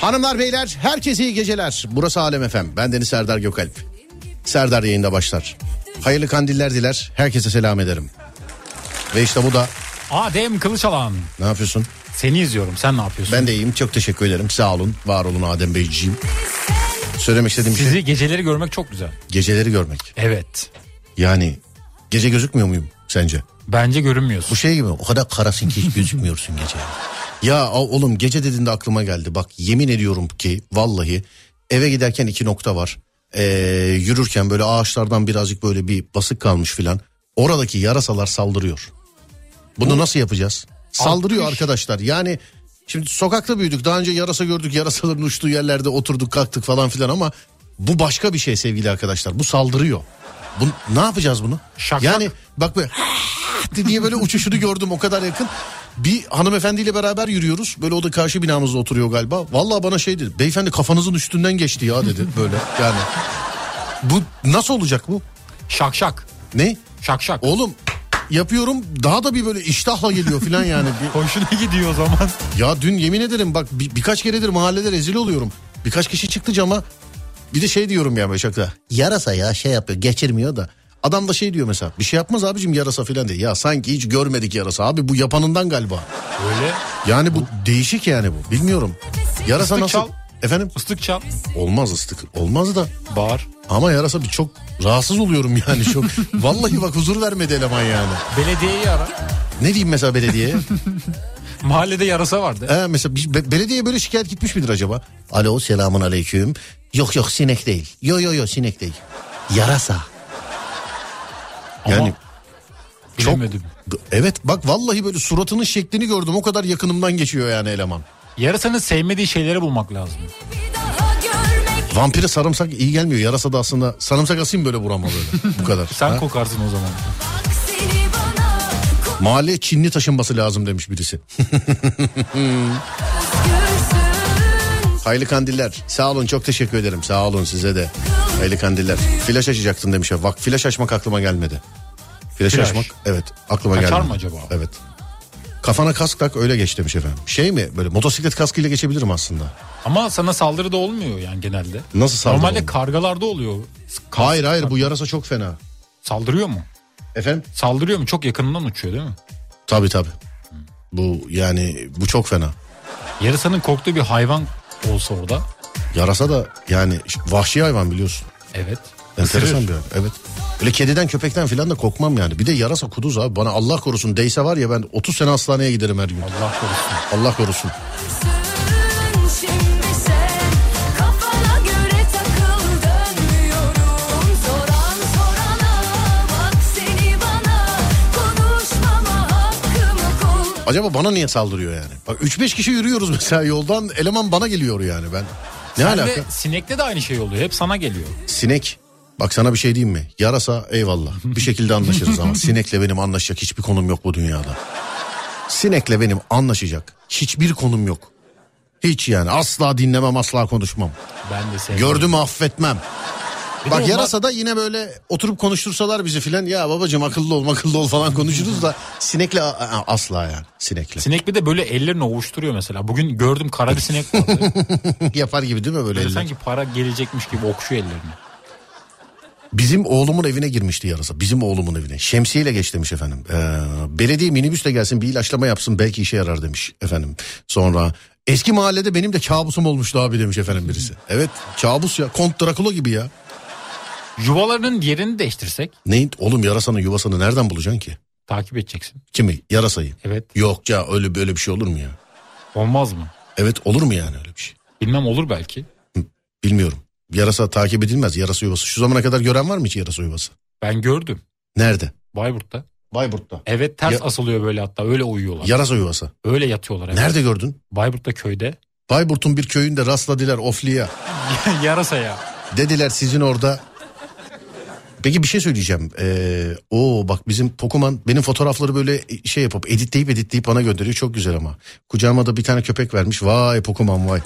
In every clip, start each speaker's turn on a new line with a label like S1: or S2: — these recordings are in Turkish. S1: Hanımlar beyler herkese iyi geceler. Burası Alem Efem. Ben Deniz Serdar Gökalp. Serdar yayında başlar. Hayırlı kandiller diler. Herkese selam ederim. Ve işte bu da
S2: Adem Kılıçalan.
S1: ne yapıyorsun?
S2: Seni izliyorum. Sen ne yapıyorsun?
S1: Ben de iyiyim. Çok teşekkür ederim. Sağ olun. Var olun Adem Beyciğim. Söylemek istediğim şey
S2: Sizi geceleri görmek çok güzel.
S1: geceleri görmek.
S2: Evet.
S1: Yani gece gözükmüyor muyum sence?
S2: Bence görünmüyorsun.
S1: Bu şey gibi o kadar karasın ki hiç gözükmüyorsun gece. Ya a- oğlum gece dediğinde aklıma geldi. Bak yemin ediyorum ki vallahi eve giderken iki nokta var. Ee, yürürken böyle ağaçlardan birazcık böyle bir basık kalmış filan. Oradaki yarasalar saldırıyor. Bunu nasıl yapacağız? Saldırıyor arkadaşlar. Yani şimdi sokakta büyüdük. Daha önce yarasa gördük. Yarasaların uçtuğu yerlerde oturduk kalktık falan filan ama bu başka bir şey sevgili arkadaşlar. Bu saldırıyor. Bu, ne yapacağız bunu?
S2: Şakşak.
S1: yani bak böyle diye böyle uçuşunu gördüm o kadar yakın. Bir hanımefendiyle beraber yürüyoruz. Böyle o da karşı binamızda oturuyor galiba. Vallahi bana şey dedi. Beyefendi kafanızın üstünden geçti ya dedi böyle yani. Bu nasıl olacak bu?
S2: Şak şak.
S1: Ne?
S2: Şak şak.
S1: Oğlum yapıyorum daha da bir böyle iştahla geliyor filan yani. Bir-
S2: Hoşuna gidiyor o zaman.
S1: ya dün yemin ederim bak bir- birkaç keredir mahallede rezil oluyorum. Birkaç kişi çıktı cama. Bir de şey diyorum ya Başak'ta. Yarasa ya şey yapıyor geçirmiyor da. Adam da şey diyor mesela bir şey yapmaz abicim yarasa filan diye. Ya sanki hiç görmedik yarasa abi bu yapanından galiba.
S2: Öyle.
S1: Yani bu değişik yani bu bilmiyorum. Yarasa
S2: Islık
S1: nasıl?
S2: çal.
S1: Efendim
S2: Islık çal.
S1: olmaz ıslık olmaz da
S2: Bağır.
S1: ama yarasa bir çok rahatsız oluyorum yani çok. Vallahi bak huzur vermedi eleman yani.
S2: Belediyeyi ara.
S1: Ne diyeyim mesela belediyeye?
S2: Mahallede yarasa vardı.
S1: Ee, mesela bir- be- belediye böyle şikayet gitmiş midir acaba? Alo selamun aleyküm. Yok yok sinek değil. Yo yo yo sinek değil. Yarasa.
S2: Ama
S1: Yani çok...
S2: Bilemedim.
S1: Evet bak vallahi böyle suratının şeklini gördüm. O kadar yakınımdan geçiyor yani eleman.
S2: Yarasanın sevmediği şeyleri bulmak lazım.
S1: Vampire sarımsak iyi gelmiyor. Yarasa da aslında sarımsak asayım böyle burama böyle. Bu kadar.
S2: Sen
S1: Ha?
S2: kokarsın o zaman.
S1: Mahalleye Çinli taşınması lazım demiş birisi. Hayırlı kandiller. Sağ olun çok teşekkür ederim. Sağ olun size de. Hayırlı kandiller. Flaş açacaktın demiş. Bak flaş açmak aklıma gelmedi. Flaş,
S2: Flaş.
S1: açmak evet aklıma
S2: Açar
S1: gelmedi.
S2: mı acaba?
S1: Evet. Kafana kask tak öyle geç demiş efendim. Şey mi böyle motosiklet kaskıyla geçebilirim aslında.
S2: Ama sana saldırı da olmuyor yani genelde.
S1: Nasıl saldırı
S2: Normalde
S1: olmuyor?
S2: kargalarda oluyor.
S1: Hayır hayır bu yarasa çok fena.
S2: Saldırıyor mu?
S1: Efendim?
S2: Saldırıyor mu? Çok yakınından uçuyor değil mi?
S1: Tabii tabii. Bu yani bu çok fena.
S2: Yarasanın korktuğu bir hayvan olsa orada.
S1: Yarasa da yani vahşi hayvan biliyorsun.
S2: Evet.
S1: Enteresan
S2: Isırır.
S1: bir hayvan, Evet. Öyle kediden köpekten filan da korkmam yani. Bir de yarasa kuduz abi. Bana Allah korusun değse var ya ben 30 sene hastaneye giderim her gün.
S2: Allah korusun.
S1: Allah korusun.
S3: Şimdi sen kafana göre takıl dönmüyorum Soran sorana bak seni bana Konuşmama hakkımı kul
S1: Acaba bana niye saldırıyor yani? Bak 3-5 kişi yürüyoruz mesela yoldan eleman bana geliyor yani ben. Ne
S2: Sen
S1: alaka?
S2: de sinekte de aynı şey oluyor. Hep sana geliyor.
S1: Sinek. Bak sana bir şey diyeyim mi? Yarasa eyvallah. Bir şekilde anlaşırız ama sinekle benim anlaşacak hiçbir konum yok bu dünyada. Sinekle benim anlaşacak hiçbir konum yok. Hiç yani asla dinlemem asla konuşmam.
S2: Ben de sevmiyorum.
S1: Gördüm affetmem.
S2: Bir de
S1: Bak
S2: onlar-
S1: yarasa da yine böyle oturup konuştursalar bizi filan ya babacım akıllı ol akıllı ol falan konuşuruz da sinekle a- a- asla yani sinekle.
S2: Sinek bir de böyle ellerini ovuşturuyor mesela. Bugün gördüm kara bir sinek vardı.
S1: Yapar gibi değil mi böyle?
S2: Böyle
S1: elle?
S2: sanki para gelecekmiş gibi okşuyor ellerini.
S1: Bizim oğlumun evine girmişti yarasa. Bizim oğlumun evine. Şemsiyeyle geç demiş efendim. Ee, belediye minibüsle gelsin bir ilaçlama yapsın belki işe yarar demiş efendim. Sonra eski mahallede benim de kabusum olmuştu abi demiş efendim birisi. Evet kabus ya. Kont Drakula gibi ya.
S2: Yuvalarının yerini değiştirsek
S1: Neyin? Oğlum yarasanın yuvasını nereden bulacaksın ki?
S2: takip edeceksin.
S1: Kimi? Yarasayı.
S2: Evet.
S1: Yok ya öyle böyle bir şey olur mu ya?
S2: Olmaz mı?
S1: Evet olur mu yani öyle bir şey?
S2: Bilmem olur belki.
S1: Bilmiyorum. Yarasa takip edilmez. Yarasa yuvası. Şu zamana kadar gören var mı hiç yarasa yuvası?
S2: Ben gördüm.
S1: Nerede?
S2: Bayburt'ta.
S1: Bayburt'ta.
S2: Evet ters
S1: Ya-
S2: asılıyor böyle hatta. Öyle uyuyorlar.
S1: Yarasa yuvası.
S2: Öyle yatıyorlar. Evet.
S1: Nerede gördün?
S2: Bayburt'ta köyde.
S1: Bayburt'un bir köyünde rastladılar ofliye.
S2: Yarasa ya.
S1: Dediler sizin orada. Peki bir şey söyleyeceğim. Ee, o bak bizim Pokuman benim fotoğrafları böyle şey yapıp editleyip editleyip bana gönderiyor. Çok güzel ama. Kucağıma da bir tane köpek vermiş. Vay Pokuman vay.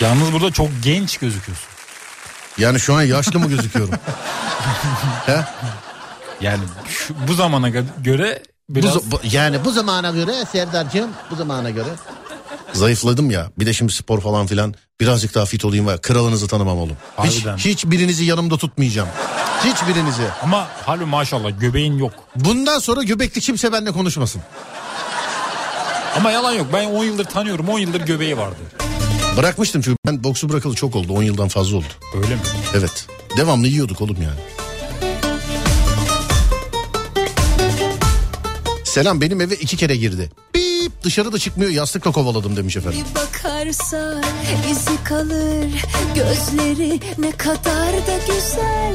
S2: Yalnız burada çok genç gözüküyorsun.
S1: Yani şu an yaşlı mı gözüküyorum? He?
S2: Yani şu- bu zamana gö- göre
S1: Bu
S2: biraz
S1: za- bu- yani bu zamana göre Serdar'cığım bu zamana göre. Zayıfladım ya bir de şimdi spor falan filan birazcık daha fit olayım var. ya, Kralınızı tanımam oğlum. Hiç,
S2: Harbiden.
S1: hiçbirinizi yanımda tutmayacağım. Hiçbirinizi.
S2: Ama Halil maşallah göbeğin yok.
S1: Bundan sonra göbekli kimse benimle konuşmasın.
S2: Ama yalan yok. Ben 10 yıldır tanıyorum. 10 yıldır göbeği vardı.
S1: Bırakmıştım çünkü ben boksu bırakalı çok oldu 10 yıldan fazla oldu.
S2: Öyle mi?
S1: Evet. Devamlı yiyorduk oğlum yani. Selam benim eve iki kere girdi. Bip dışarı da çıkmıyor yastıkla kovaladım demiş efendim.
S3: Bir bakarsa izi kalır Gözleri ne kadar da güzel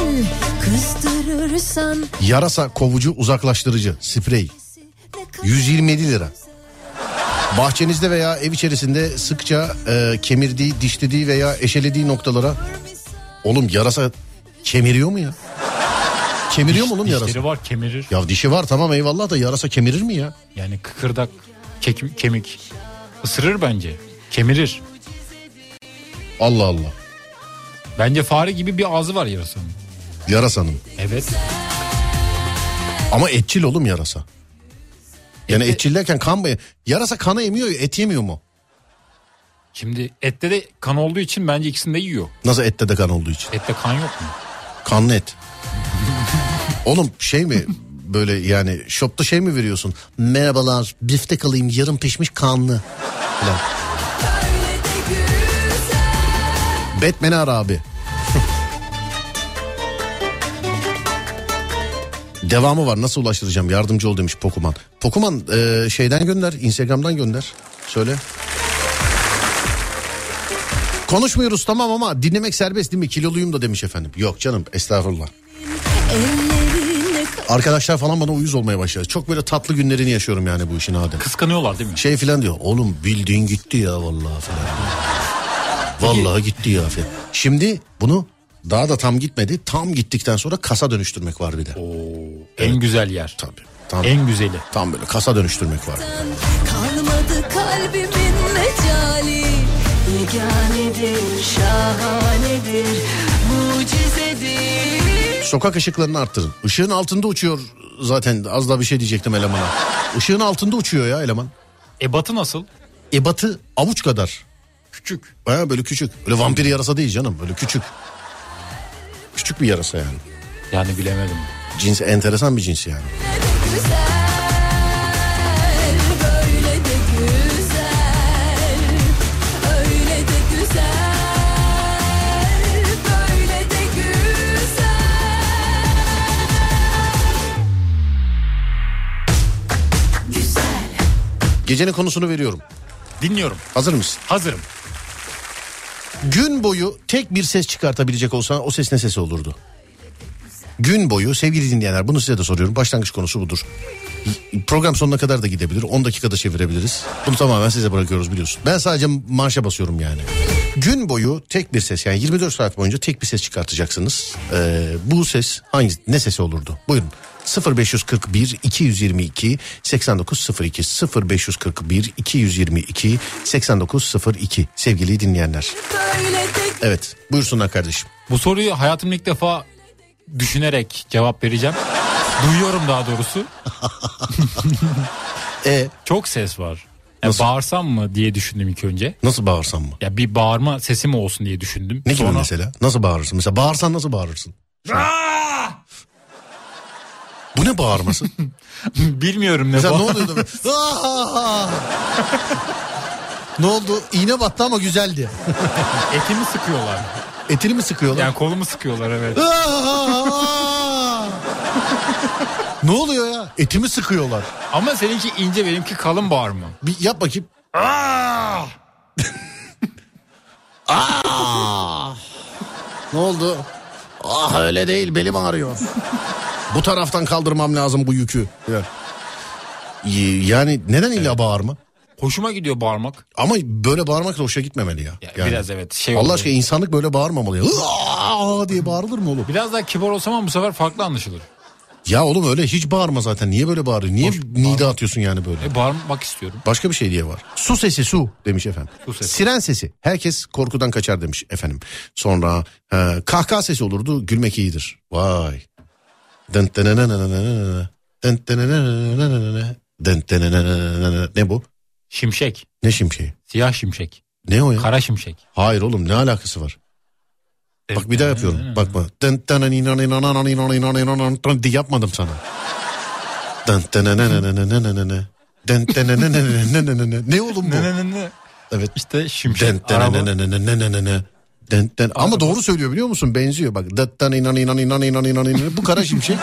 S3: Kızdırırsan
S1: Yarasa kovucu uzaklaştırıcı sprey
S3: ne kadar
S1: 127 lira. Bahçenizde veya ev içerisinde sıkça e, kemirdiği, dişlediği veya eşelediği noktalara... Oğlum yarasa kemiriyor mu ya? Kemiriyor mu oğlum yarasa?
S2: Dişleri var kemirir.
S1: Ya dişi var tamam eyvallah da yarasa kemirir mi ya?
S2: Yani kıkırdak, kekim- kemik. Isırır bence. Kemirir.
S1: Allah Allah.
S2: Bence fare gibi bir ağzı var yarasanın.
S1: Yarasanın.
S2: Evet.
S1: Ama etçil oğlum yarasa. Yani etçil derken kan mı? Yarasa kanı emiyor et yemiyor mu?
S2: Şimdi ette de kan olduğu için bence ikisini de yiyor.
S1: Nasıl ette de kan olduğu için?
S2: Ette kan yok mu?
S1: Kanlı et. Oğlum şey mi böyle yani şopta şey mi veriyorsun? Merhabalar biftek alayım yarım pişmiş kanlı. Falan. Batman'i ara abi. Devamı var nasıl ulaştıracağım yardımcı ol demiş Pokuman. Pokuman e, şeyden gönder Instagram'dan gönder. Söyle. Konuşmuyoruz tamam ama dinlemek serbest değil mi? Kiloluyum da demiş efendim. Yok canım estağfurullah.
S3: ellerine
S1: Arkadaşlar falan bana uyuz olmaya başladı. Çok böyle tatlı günlerini yaşıyorum yani bu işin Adem.
S2: Kıskanıyorlar değil mi?
S1: Şey filan diyor. Oğlum bildiğin gitti ya vallahi falan. Vallahi gitti ya falan. Şimdi bunu daha da tam gitmedi. Tam gittikten sonra kasa dönüştürmek var bir de.
S2: En güzel yer.
S1: Tabii. Tam,
S2: En güzeli.
S1: tam böyle kasa dönüştürmek var.
S3: Kalmadı kalbimin mecali Yeganedir, şahanedir Mucizedir
S1: Sokak ışıklarını arttırın. Işığın altında uçuyor zaten. Az daha bir şey diyecektim elemana. Işığın altında uçuyor ya eleman.
S2: Ebatı E, nasıl?
S1: Ebatı avuç kadar.
S2: Küçük.
S1: Baya böyle küçük. Böyle vampir yarasa değil canım. Böyle küçük. Küçük bir yarasa yani.
S2: Yani bilemedim.
S1: Cins enteresan bir cins yani.
S3: Güzel, böyle de güzel Öyle de güzel Böyle de güzel Güzel
S1: Gecenin konusunu veriyorum.
S2: Dinliyorum.
S1: Hazır mısın?
S2: Hazırım.
S1: Gün boyu tek bir ses çıkartabilecek olsan o ses ne sesi olurdu? Gün boyu sevgili dinleyenler bunu size de soruyorum. Başlangıç konusu budur. Program sonuna kadar da gidebilir. 10 dakikada çevirebiliriz. Bunu tamamen size bırakıyoruz biliyorsun. Ben sadece marşa basıyorum yani. Gün boyu tek bir ses yani 24 saat boyunca tek bir ses çıkartacaksınız. Ee, bu ses hangi ne sesi olurdu? Buyurun. 0541 222 8902 0541 222 8902 sevgili dinleyenler.
S3: Böyle de
S1: Evet buyursunlar kardeşim.
S2: Bu soruyu hayatımda ilk defa düşünerek cevap vereceğim. Duyuyorum daha doğrusu.
S1: E
S2: Çok ses var. Ya
S1: Nasıl?
S2: bağırsam mı diye düşündüm ilk önce.
S1: nasıl bağırsam mı?
S2: Ya bir bağırma sesi mi olsun diye düşündüm.
S1: Ne gibi
S2: Sonra
S1: mesela? Nasıl bağırırsın? Mesela bağırsan nasıl bağırırsın? Bu ne bağırması?
S2: bilmiyorum ne
S1: Mesela ne
S2: bağır-
S1: oluyordu? böyle? Aa! ne oldu? İğne battı ama güzeldi.
S2: Etimi sıkıyorlar.
S1: Etini mi sıkıyorlar?
S2: Yani kolumu sıkıyorlar evet.
S1: Aa! ne oluyor ya? Etimi sıkıyorlar.
S2: Ama seninki ince benimki kalın bağırma.
S1: Bir yap bakayım.
S2: Ah!
S1: Aa! Ah! Ne oldu? Ah öyle değil belim ağrıyor. bu taraftan kaldırmam lazım bu yükü. Ya. Y- Yani neden illa bağırma?
S2: Hoşuma gidiyor bağırmak.
S1: Ama böyle bağırmak da hoşa gitmemeli ya.
S2: Ya
S1: Yani.
S2: Biraz evet şey
S1: Allah
S2: oluyor.
S1: aşkına insanlık böyle bağırmamalı ya. Aa diye bağırılır mı oğlum?
S2: Biraz daha kibar olsam ama bu sefer farklı anlaşılır.
S1: Ya oğlum öyle hiç bağırma zaten. Niye böyle bağırıyorsun? Niye nida atıyorsun yani böyle?
S2: E, bağırmak istiyorum.
S1: Başka bir şey diye var. Su sesi su demiş efendim.
S2: Su sesi.
S1: Siren sesi. Herkes korkudan kaçar demiş efendim. Sonra e, kahkaha sesi olurdu. Gülmek iyidir. Vay. Dın dın dın dın dın dın dın dın dın dın dın dın dın dın dın dın dın dın dın. Ne bu?
S2: Şimşek.
S1: Ne şimşeği?
S2: Siyah şimşek.
S1: Ne o ya?
S2: Kara şimşek.
S1: Hayır oğlum ne alakası var? Bak bir daha yapıyorum. Bak bak. Dın dın inan inan inan inan inan inan inan dın diye yapmadım sana. Dın dın nı nı nı nı nı nı nı nı. Dın dın nı nı nı nı nı nı nı nı. Ne oğlum bu?
S2: Ne, ne, ne, ne?
S1: Evet.
S2: İşte
S1: Dın
S2: şimşek.
S1: dın
S2: araba.
S1: nı nı nı nı nı nı nı. Dın dın. Ama doğru söylüyor biliyor musun? Benziyor bak. Dın dın inan inan inan inan inan inan. Bu kara şimşek.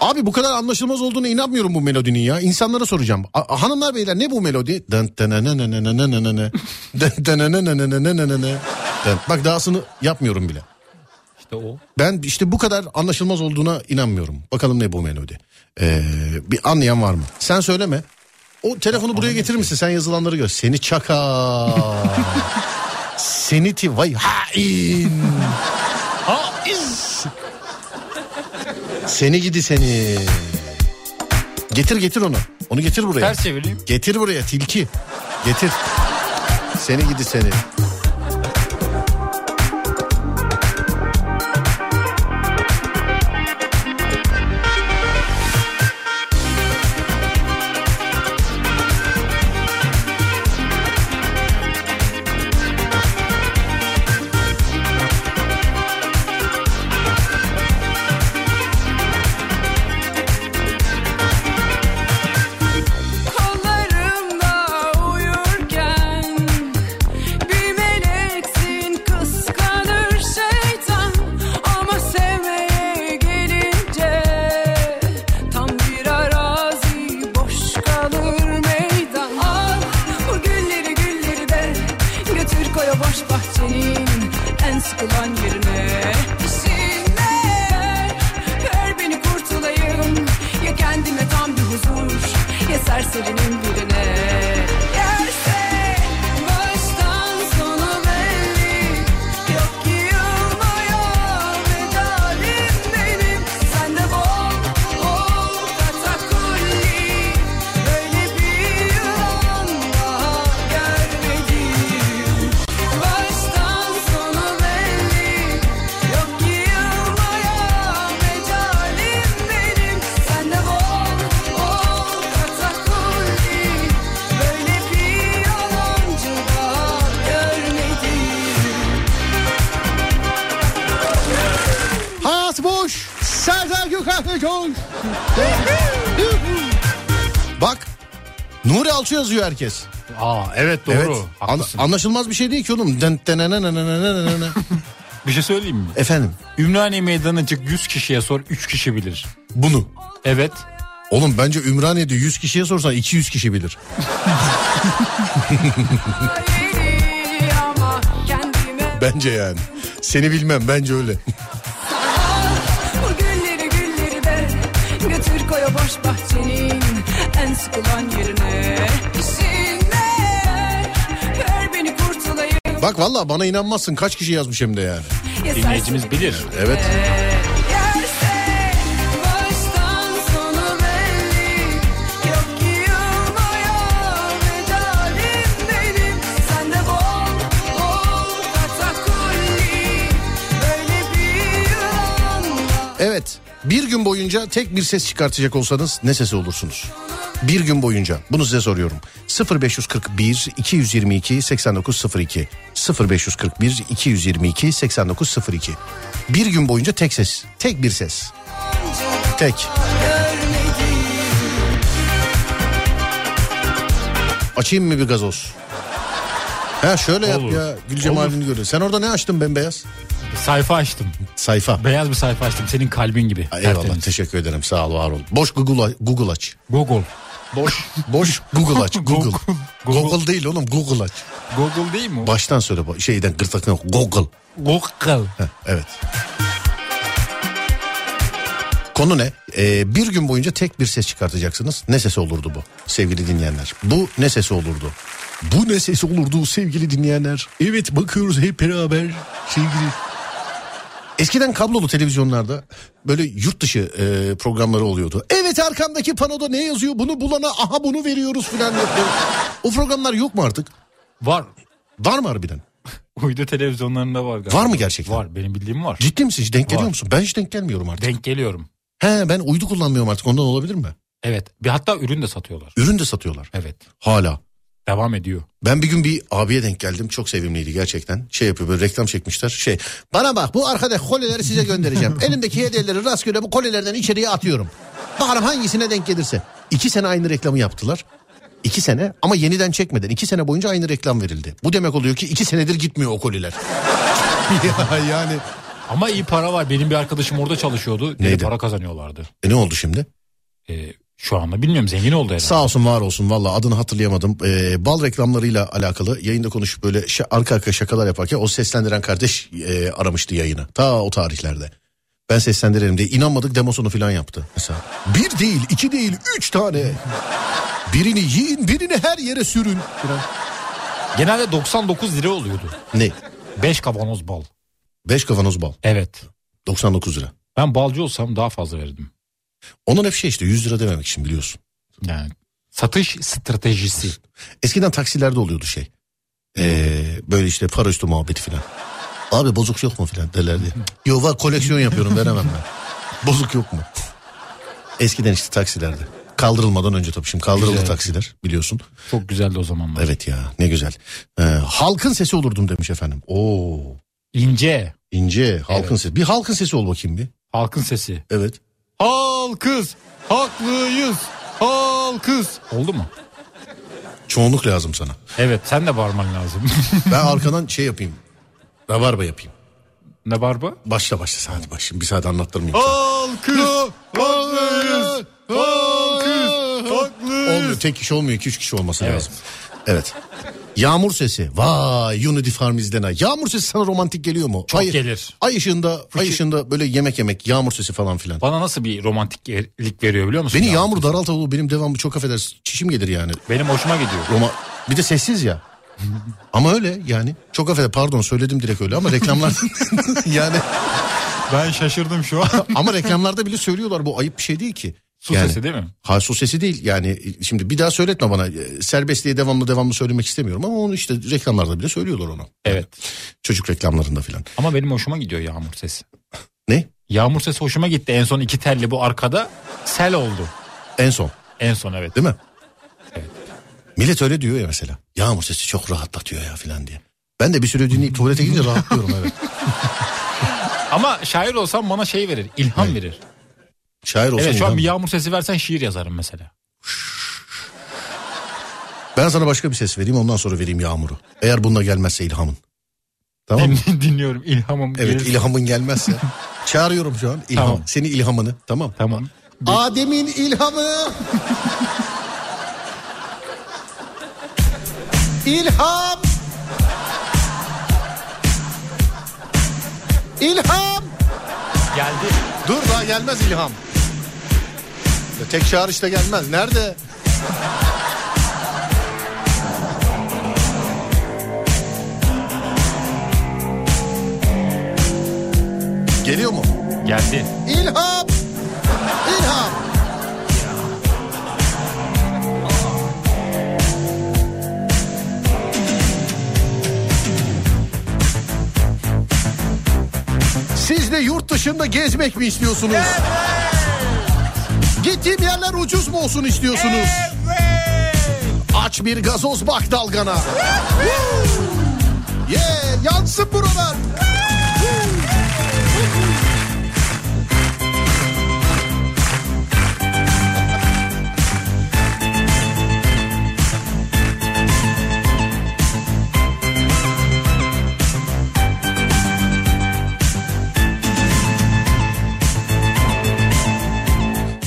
S1: Abi bu kadar anlaşılmaz olduğuna inanmıyorum bu melodinin ya. İnsanlara soracağım. A- hanımlar beyler ne bu melodi? Dın dın nı nı nı nı nı nı nı nı. Dın dın nı nı nı nı nı nı nı nı. Dın. Bak dahasını yapmıyorum bile.
S2: İşte o.
S1: Ben işte bu kadar anlaşılmaz olduğuna inanmıyorum. Bakalım ne bu melodi. Ee, bir anlayan var mı? Sen söyleme. O telefonu buraya getirir misin? Sen yazılanları gör. Seni çaka. Seni ti vay hain. Haiz. Seni gidi seni. Getir getir onu. Onu getir buraya.
S2: Ters çevireyim.
S1: Getir buraya tilki. Getir. Seni gidi seni.
S3: Kollarımda uyurken bir meleksin kıskanır şeytan ama sevmeye gelince tam bir arazi boş kalır meydan. Al bu gülleri gülleri de götür koy o boş bahçenin en sıkılan yerine. Şimdi Ver beni kurtulayım Ya kendime tam bir huzur Ya serserinin birine Yerse baştan sona belli Yok ki yılmaya vedalim benim Sende bol bol katakulli Böyle bir yılan daha görmedim Baştan sona belli Yok ki yılmaya mecalim benim Sende bol bol katakulli Böyle bir yalancı daha görmedim
S1: Hayat boş. Serdar Gökalp'e koş. Bak. Nuri Alçı yazıyor herkes.
S2: Aa evet doğru.
S1: Evet. An-
S2: Haklısın.
S1: anlaşılmaz bir şey değil ki oğlum. Dın dın dın dın dın dın dın.
S2: bir şey söyleyeyim mi?
S1: Efendim
S2: Ümraniye meydanıcık 100 kişiye sor 3 kişi bilir.
S1: bunu.
S2: Evet.
S1: Oğlum bence Ümraniye'de 100 kişiye sorsan 200 kişi bilir.
S3: Hayri ama kendime
S1: Bence yani. Seni bilmem bence öyle.
S3: Bu gülleri gülleri de götür koy o boş bahçenin en sıkılan yerine. İşine ver beni kurtulayım.
S1: Bak valla bana inanmazsın kaç kişi yazmış hem de yani.
S3: ya
S2: Dinleyicimiz
S3: serserinin
S2: bilir.
S1: Evet.
S3: Yerse baştan sona belli Yok ki yılmaya mecalim benim Sende bol bol katakulli Böyle bir yılanla
S1: Evet. Bir gün boyunca tek bir ses çıkartacak olsanız ne sesi olursunuz? Bir gün boyunca. Bunu size soruyorum. 0541 222 8902 0541 222 8902 Bir gün boyunca tek ses. Tek bir ses. Tek. Açayım mı bir gazoz? Ha şöyle
S2: Olur.
S1: yap ya. Gül cemalini görüyor. Sen orada ne açtın bembeyaz?
S2: Sayfa açtım.
S1: Sayfa.
S2: Beyaz bir sayfa açtım. Senin kalbin gibi.
S1: Ay, Eyvallah
S2: Tertemiz.
S1: teşekkür ederim sağ ol var ol. Boş Google, Google aç.
S2: Google.
S1: Boş boş Google aç. Google.
S2: Google.
S1: Google. değil oğlum Google aç.
S2: Google değil mi? o?
S1: Baştan söyle bu- şeyden gırtlaktan Google.
S2: Google.
S1: Heh, evet. Konu ne? Ee, bir gün boyunca tek bir ses çıkartacaksınız. Ne sesi olurdu bu sevgili dinleyenler? Bu ne sesi olurdu? Bu ne sesi olurdu sevgili dinleyenler? Evet bakıyoruz hep beraber sevgili... Eskiden kablolu televizyonlarda böyle yurt dışı e, programları oluyordu. Evet arkamdaki panoda ne yazıyor bunu bulana aha bunu veriyoruz filan. diye. o programlar yok mu artık?
S2: Var.
S1: Var mı harbiden?
S2: Uydu televizyonlarında var galiba.
S1: Var mı gerçekten?
S2: Var. Benim bildiğim var.
S1: Ciddi misin hiç denk geliyor
S2: Var.
S1: musun? Ben hiç denk gelmiyorum artık.
S2: Denk geliyorum.
S1: He ben uydu kullanmıyorum artık ondan olabilir mi?
S2: Evet. Bir hatta ürün de satıyorlar.
S1: Ürün de satıyorlar
S2: Evet.
S1: hala.
S2: Devam ediyor.
S1: Ben bir gün bir abiye denk geldim. Çok sevimliydi gerçekten. Şey yapıyor böyle reklam çekmişler. Şey bana bak bu arkadaki kolyeleri size göndereceğim. Elimdeki hediyeleri rastgele bu kolyelerden içeriye atıyorum. Bakalım hangisine denk gelirse. İki sene aynı reklamı yaptılar. İki sene ama yeniden çekmeden iki sene boyunca aynı reklam verildi. Bu demek oluyor ki iki senedir gitmiyor o kolyeler. ya yani.
S2: Ama iyi para var. Benim bir arkadaşım orada çalışıyordu. Dedi,
S1: Neydi?
S2: Para kazanıyorlardı.
S1: E ne oldu şimdi?
S2: Ee, şu anda bilmiyorum zengin oldu herhalde.
S1: Sağ olsun var olsun valla adını hatırlayamadım. Ee, bal reklamlarıyla alakalı yayında konuşup böyle şa- arka arka şakalar yaparken o seslendiren kardeş e, aramıştı yayını. Ta o tarihlerde. Ben seslendirelim diye inanmadık demosunu falan yaptı mesela. Bir değil iki değil üç tane. Birini yiyin birini her yere sürün.
S2: Genelde 99 lira oluyordu.
S1: Ne?
S2: 5 kavanoz bal.
S1: Beş kavanoz bal.
S2: Evet.
S1: 99 lira.
S2: Ben balcı olsam daha fazla verirdim.
S1: Onun hep şey işte 100 lira dememek için biliyorsun.
S2: Yani satış stratejisi.
S1: Eskiden taksilerde oluyordu şey. Ee, böyle işte para üstü muhabbeti filan. Abi bozuk yok mu filan derlerdi. Yo var koleksiyon yapıyorum veremem ben. Bozuk yok mu? Eskiden işte taksilerde. Kaldırılmadan önce tabii şimdi kaldırıldı
S2: Güzel.
S1: taksiler biliyorsun.
S2: Çok güzeldi o zamanlar.
S1: Evet ya ne güzel. Ee, halkın sesi olurdum demiş efendim. Oo
S2: İnce.
S1: ince halkın
S2: Evet.
S1: sesi. Bir halkın sesi ol bakayım bir.
S2: Halkın sesi.
S1: Evet.
S2: Halkız. Haklıyız. Halkız. Oldu mu?
S1: Çoğunluk lazım sana.
S2: Evet sen de bağırman lazım.
S1: Ben arkadan şey yapayım. Rabarba yapayım.
S2: ne barba?
S1: Başla başla saat başla. Bir saat anlattırmayayım. sana.
S2: Halkız. Haklıyız.
S1: Olmuyor tek kişi olmuyor iki üç kişi olması
S2: Evet.
S1: lazım. Evet. Yağmur sesi. Vay Unity Farm izlene. Yağmur sesi sana romantik geliyor mu?
S2: Çok gelir.
S1: Ay ışığında, ay ışığında böyle yemek yemek, yağmur sesi falan filan.
S2: Bana nasıl bir romantiklik veriyor biliyor musun?
S1: Beni
S2: Ya?
S1: yağmur daralta oğlum, benim devamlı çok affedersin. Çişim gelir yani.
S2: Benim hoşuma gidiyor.
S1: Roma... Bir de sessiz ya. ama öyle yani. Çok affedersin pardon söyledim direkt öyle ama reklamlar yani
S2: Ben şaşırdım şu an.
S1: ama reklamlarda bile söylüyorlar bu ayıp bir şey değil ki.
S2: Su
S1: Yani-
S2: sesi değil mi?
S1: Ha su sesi değil yani şimdi bir daha söyletme bana E, serbestliğe devamlı devamlı söylemek istemiyorum ama onu işte reklamlarda bile söylüyorlar onu.
S2: Evet.
S1: Çocuk reklamlarında filan.
S2: Ama benim hoşuma gidiyor yağmur sesi.
S1: Ne?
S2: Yağmur sesi hoşuma gitti. En son iki telli bu arkada sel oldu.
S1: En son
S2: En son evet.
S1: değil mi? Millet öyle diyor ya mesela. Yağmur sesi çok rahatlatıyor ya filan diye. Ben de bir süre dinleyip tuvalete gidince rahatlıyorum evet.
S2: Ama şair olsam bana şey verir. ilham verir.
S1: Şair olsam
S2: Evet şu an
S1: inan-
S2: bir yağmur sesi versen şiir yazarım mesela.
S1: Ben sana başka bir ses vereyim ondan sonra vereyim yağmuru. Eğer bununla gelmezse ilhamın. Tamam mı?
S2: Din- Dinliyorum ilhamım.
S1: Evet
S2: gelir.
S1: ilhamın gelmezse. Çağırıyorum şu an ilham.
S2: Tamam.
S1: Seni ilhamını tamam.
S2: Tamam.
S1: Adem'in ilhamı. İlham. İlham.
S2: Geldi.
S1: Dur daha gelmez ilham. Ya Tek çağrışta gelmez. Nerede? Geliyor mu?
S2: Geldi.
S1: İlham! İlham! Siz de yurt dışında gezmek mi istiyorsunuz? Gittiğim yerler ucuz mu olsun istiyorsunuz? Aç bir gazoz bak dalgana. Woo! yeah, yansın buralar.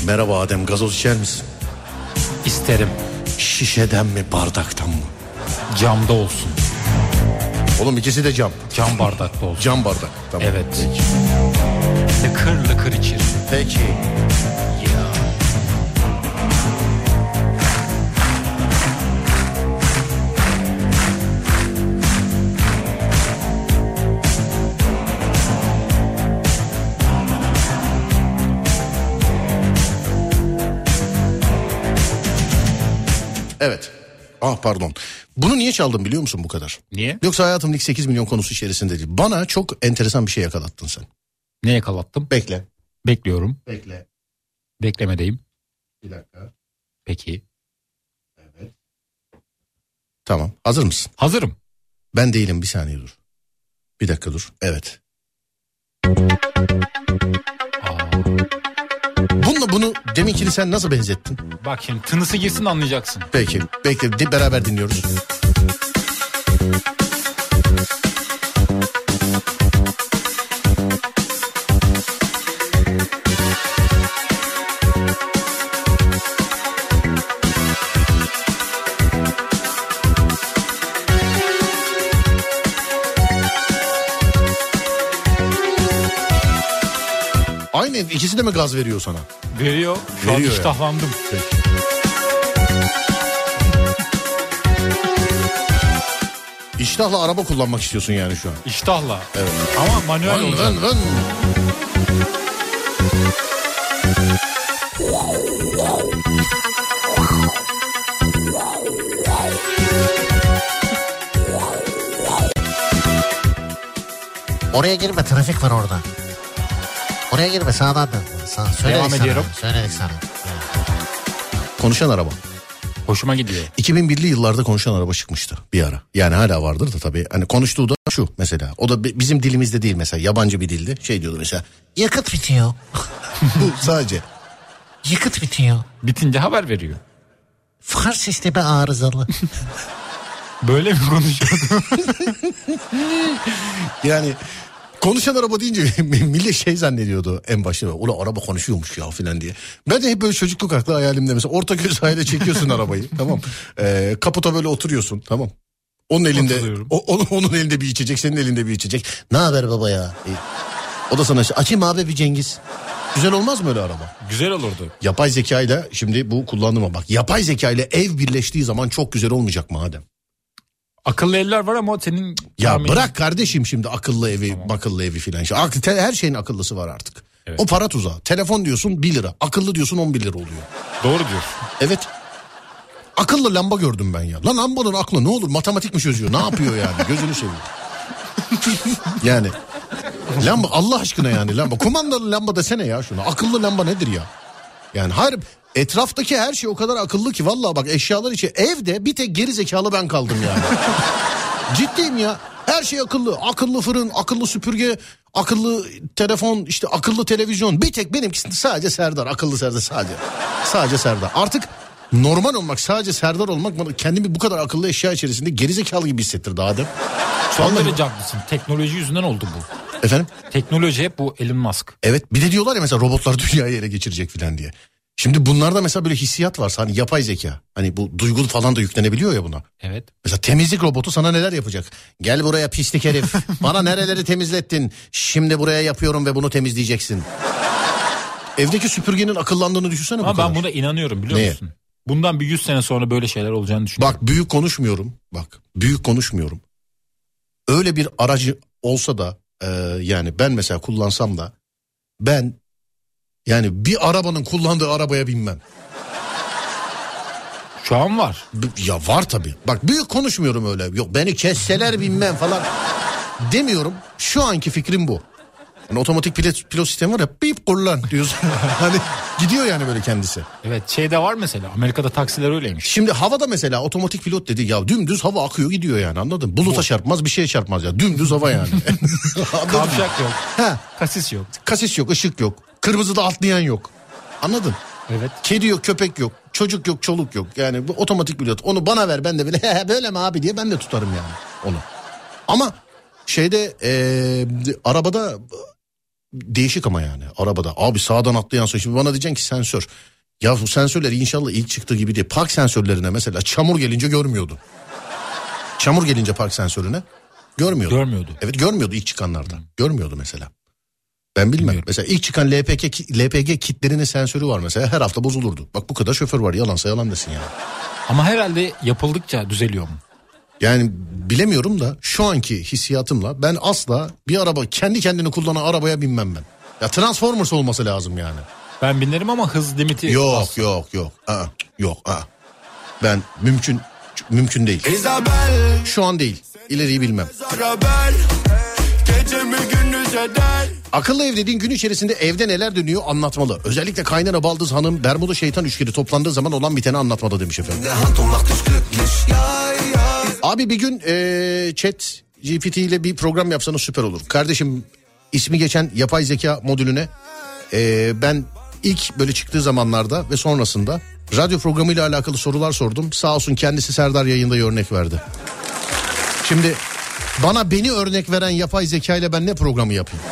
S1: Merhaba Adem, gazoz içer misin?
S2: İsterim.
S1: Şişeden mi bardaktan mı?
S2: Camda olsun.
S1: Oğlum ikisi de cam.
S2: Cam bardakta olsun.
S1: Cam bardak. Tamam.
S2: Evet. Lıkır lıkır içir.
S1: Peki. Evet. Ah pardon. Bunu niye çaldım biliyor musun bu kadar?
S2: Niye?
S1: Yoksa hayatımın ilk 8 milyon konusu içerisinde değil. Bana çok enteresan bir şey yakalattın sen.
S2: Ne yakalattım?
S1: Bekle.
S2: Bekliyorum.
S1: Bekle.
S2: Beklemedeyim.
S1: Bir dakika.
S2: Peki.
S1: Evet. Tamam. Hazır mısın?
S2: Hazırım.
S1: Ben değilim bir saniye dur. Bir dakika dur. Evet.
S2: Aa,
S1: Bununla bunu deminkini sen nasıl benzettin?
S2: bak şimdi tınısı girsin anlayacaksın.
S1: Peki. Bekle di- beraber dinliyoruz. Aynı ikisi de mi gaz veriyor sana?
S2: Veriyor. Şu an
S1: Veriyor ya.
S2: iştahlandım.
S1: İştahla araba kullanmak istiyorsun yani şu an.
S2: İştahla. Ama manuel
S1: Vın
S2: olacak.
S1: vın vın.
S4: Oraya girme trafik var orada. Oraya girme sağdan dön. Sağ, söyledik
S2: Devam
S4: sana.
S2: ediyorum.
S4: Söyledik sana.
S1: Konuşan araba.
S2: Hoşuma gidiyor.
S1: 2001'li yıllarda konuşan araba çıkmıştı bir ara. Yani hala vardır da tabii. Hani konuştuğu da şu mesela. O da bi- bizim dilimizde değil mesela. Yabancı bir dilde şey diyordu mesela.
S4: Yakıt bitiyor.
S1: Bu sadece.
S4: Yakıt bitiyor.
S2: Bitince haber veriyor.
S4: Far sistemi arızalı.
S2: Böyle mi konuşuyordu?
S1: Yani konuşan araba deyince millet şey zannediyordu en başta. Ula araba konuşuyormuş ya filan diye. Ben de hep böyle çocukluk aklı hayalimde mesela Ortaköy sahile çekiyorsun arabayı tamam. Ee, kaputa böyle oturuyorsun tamam. Onun elinde
S2: Oturuyorum.
S1: o- onun, onun elinde bir içecek senin elinde bir içecek. Ne haber baba ya? İyi. O da sana şey, açayım abi bir Cengiz. Güzel olmaz mı öyle araba?
S2: Güzel olurdu.
S1: Yapay zekayla şimdi bu kullandım ama bak. Yapay zekayla ev birleştiği zaman çok güzel olmayacak mı Adem?
S2: Akıllı eller var ama senin...
S1: Ya
S2: tahminin-
S1: bırak kardeşim şimdi akıllı evi, akıllı evi filan. İşte aklı- te- Her şeyin akıllısı var artık.
S2: Evet.
S1: O para tuzağı. Telefon diyorsun 1 lira. Akıllı diyorsun 11 lira oluyor.
S2: Doğru diyor.
S1: Evet. Akıllı lamba gördüm ben ya. Lan lambanın aklı ne olur matematik mi çözüyor? Ne yapıyor yani? Gözünü seveyim. yani lamba Allah aşkına yani lamba. Kumandalı lamba desene ya şuna. Akıllı lamba nedir ya? Yani harp etraftaki her şey o kadar akıllı ki vallahi bak eşyalar için evde bir tek geri zekalı ben kaldım yani. Ciddiyim ya. Her şey akıllı. Akıllı fırın, akıllı süpürge, akıllı telefon, işte akıllı televizyon. Bir tek benimkisi sadece Serdar. Akıllı Serdar sadece. Sadece Serdar. Artık normal olmak, sadece Serdar olmak bana kendimi bu kadar akıllı eşya içerisinde gerizekalı gibi hissettirdi Adem.
S2: Son
S1: Vallahi-
S2: derece haklısın. Teknoloji yüzünden oldu bu.
S1: Efendim?
S2: Teknoloji hep bu Elon Musk.
S1: Evet bir de diyorlar ya mesela robotlar dünyayı ele geçirecek filan diye. Şimdi bunlarda mesela böyle hissiyat varsa hani yapay zeka. Hani bu duygu falan da yüklenebiliyor ya buna.
S2: Evet.
S1: Mesela temizlik robotu sana neler yapacak? Gel buraya pislik herif. Bana nereleri temizlettin? Şimdi buraya yapıyorum ve bunu temizleyeceksin. Evdeki süpürgenin akıllandığını düşünsene bu
S2: Ama
S1: kadar.
S2: ben buna inanıyorum biliyor
S1: Neye?
S2: musun? Bundan bir 100 sene sonra böyle şeyler olacağını düşünüyorum.
S1: Bak büyük konuşmuyorum. Bak büyük konuşmuyorum. Öyle bir aracı olsa da e, yani ben mesela kullansam da ben yani bir arabanın kullandığı arabaya binmem.
S2: Şu an var.
S1: B- Ya var tabii. Bak büyük konuşmuyorum öyle. Yok beni kesseler bilmem falan demiyorum. Şu anki fikrim bu. Hani otomatik pilot, pilot sistemi var ya bip kullan diyorsun. hani gidiyor yani böyle kendisi.
S2: Evet şeyde var mesela. Amerika'da taksiler öyleymiş.
S1: Şimdi havada mesela otomatik pilot dedi ya dümdüz hava akıyor gidiyor yani anladın? mı? Buluta çarpmaz bir şeye çarpmaz ya dümdüz hava yani. Anladın mı?
S2: Kavşak yok.
S1: Ha,
S2: Kasis yok.
S1: kasis yok ışık yok. Kırmızıda atlayan yok. Anladın?
S2: Evet.
S1: Kedi yok, köpek yok, çocuk yok, çoluk yok. Yani bu otomatik pilot. Onu bana ver ben de böyle "He he, böyle mi abi diye ben de tutarım yani onu. Ama şeyde eee, de- arabada değişik ama yani arabada. Abi sağdan atlayan sonra şimdi bana diyeceksin ki sensör. Ya bu sensörler inşallah ilk çıktığı gibi değil. Park sensörlerine mesela çamur gelince görmüyordu. Çamur gelince park sensörüne görmüyordu.
S2: Görmüyordu.
S1: Evet görmüyordu ilk çıkanlarda. Görmüyordu mesela. Ben bilmem.
S2: Bilmiyorum.
S1: Mesela ilk çıkan LPG, ki- LPG kitlerinin sensörü var mesela. Her hafta bozulurdu. Bak bu kadar şoför var. Yalansa yalan desin yani.
S2: Ama herhalde yapıldıkça düzeliyor mu?
S1: Yani bilemiyorum da şu anki hissiyatımla ben asla bir araba kendi kendini kullanan arabaya binmem ben. Ya Transformers olması lazım yani.
S2: Ben binlerim ama hız limiti
S1: Yok
S2: az.
S1: yok yok. Aa, yok. Aa. Ben mümkün mümkün değil.
S5: Isabel,
S1: Şu an değil. İleriyi bilmem.
S5: Isabel,
S3: Gece mi gündüz eder
S1: Akıllı ev dediğin gün içerisinde evde neler dönüyor anlatmalı. Özellikle kaynana baldız hanım Bermuda şeytan üçgeni toplandığı zaman olan biteni anlatmalı demiş efendim. Abi bir gün eee chat GPT ile bir program yapsanız süper olur. Kardeşim ismi geçen yapay zeka modülüne eee, ben ilk böyle çıktığı zamanlarda ve sonrasında radyo programıyla alakalı sorular sordum. Sağ olsun kendisi Serdar yayında örnek verdi. Şimdi bana beni örnek veren yapay zeka ile ben ne programı yapayım?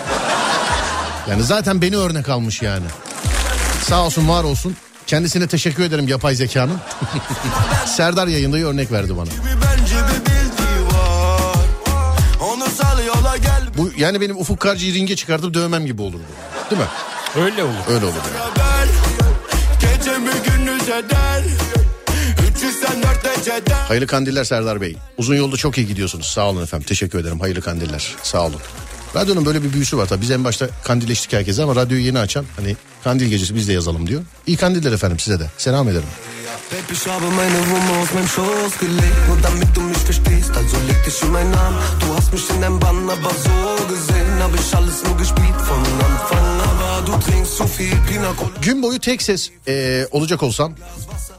S1: Yani zaten beni örnek almış yani. Sağ olsun var olsun. Kendisine teşekkür ederim yapay zekanın. Serdar yayında örnek verdi bana.
S3: Bir bence bir bildiği var Onu sal yola gel
S1: Bu yani benim Ufuk Karcı'yı ringe çıkartıp dövmem gibi olur bu. Değil mi?
S2: Öyle olur.
S1: Öyle olur. yani.
S3: beraber Gece mi gündüz eder 384 derecede
S1: Hayırlı kandiller Serdar Bey. Uzun yolda çok iyi gidiyorsunuz. Sağ olun efendim. Teşekkür ederim. Hayırlı kandiller. Sağ olun. Radyonun böyle bir büyüsü var tabii. Biz en başta kandilleştik herkese ama radyoyu yeni açan hani kandil gecesi biz de yazalım diyor. İyi kandiller efendim size de. Selam ederim.
S5: Baby, ich habe meine Wumme aus meinem Schoß gelegt, nur damit du mich verstehst. Also leg dich in meinen Arm. Du hast mich in deinem Bann, aber so gesehen habe ich alles nur gespielt von Anfang. Aber du trinkst zu viel Pina Colada.
S1: Gün boyu tek ses ee, olacak olsam.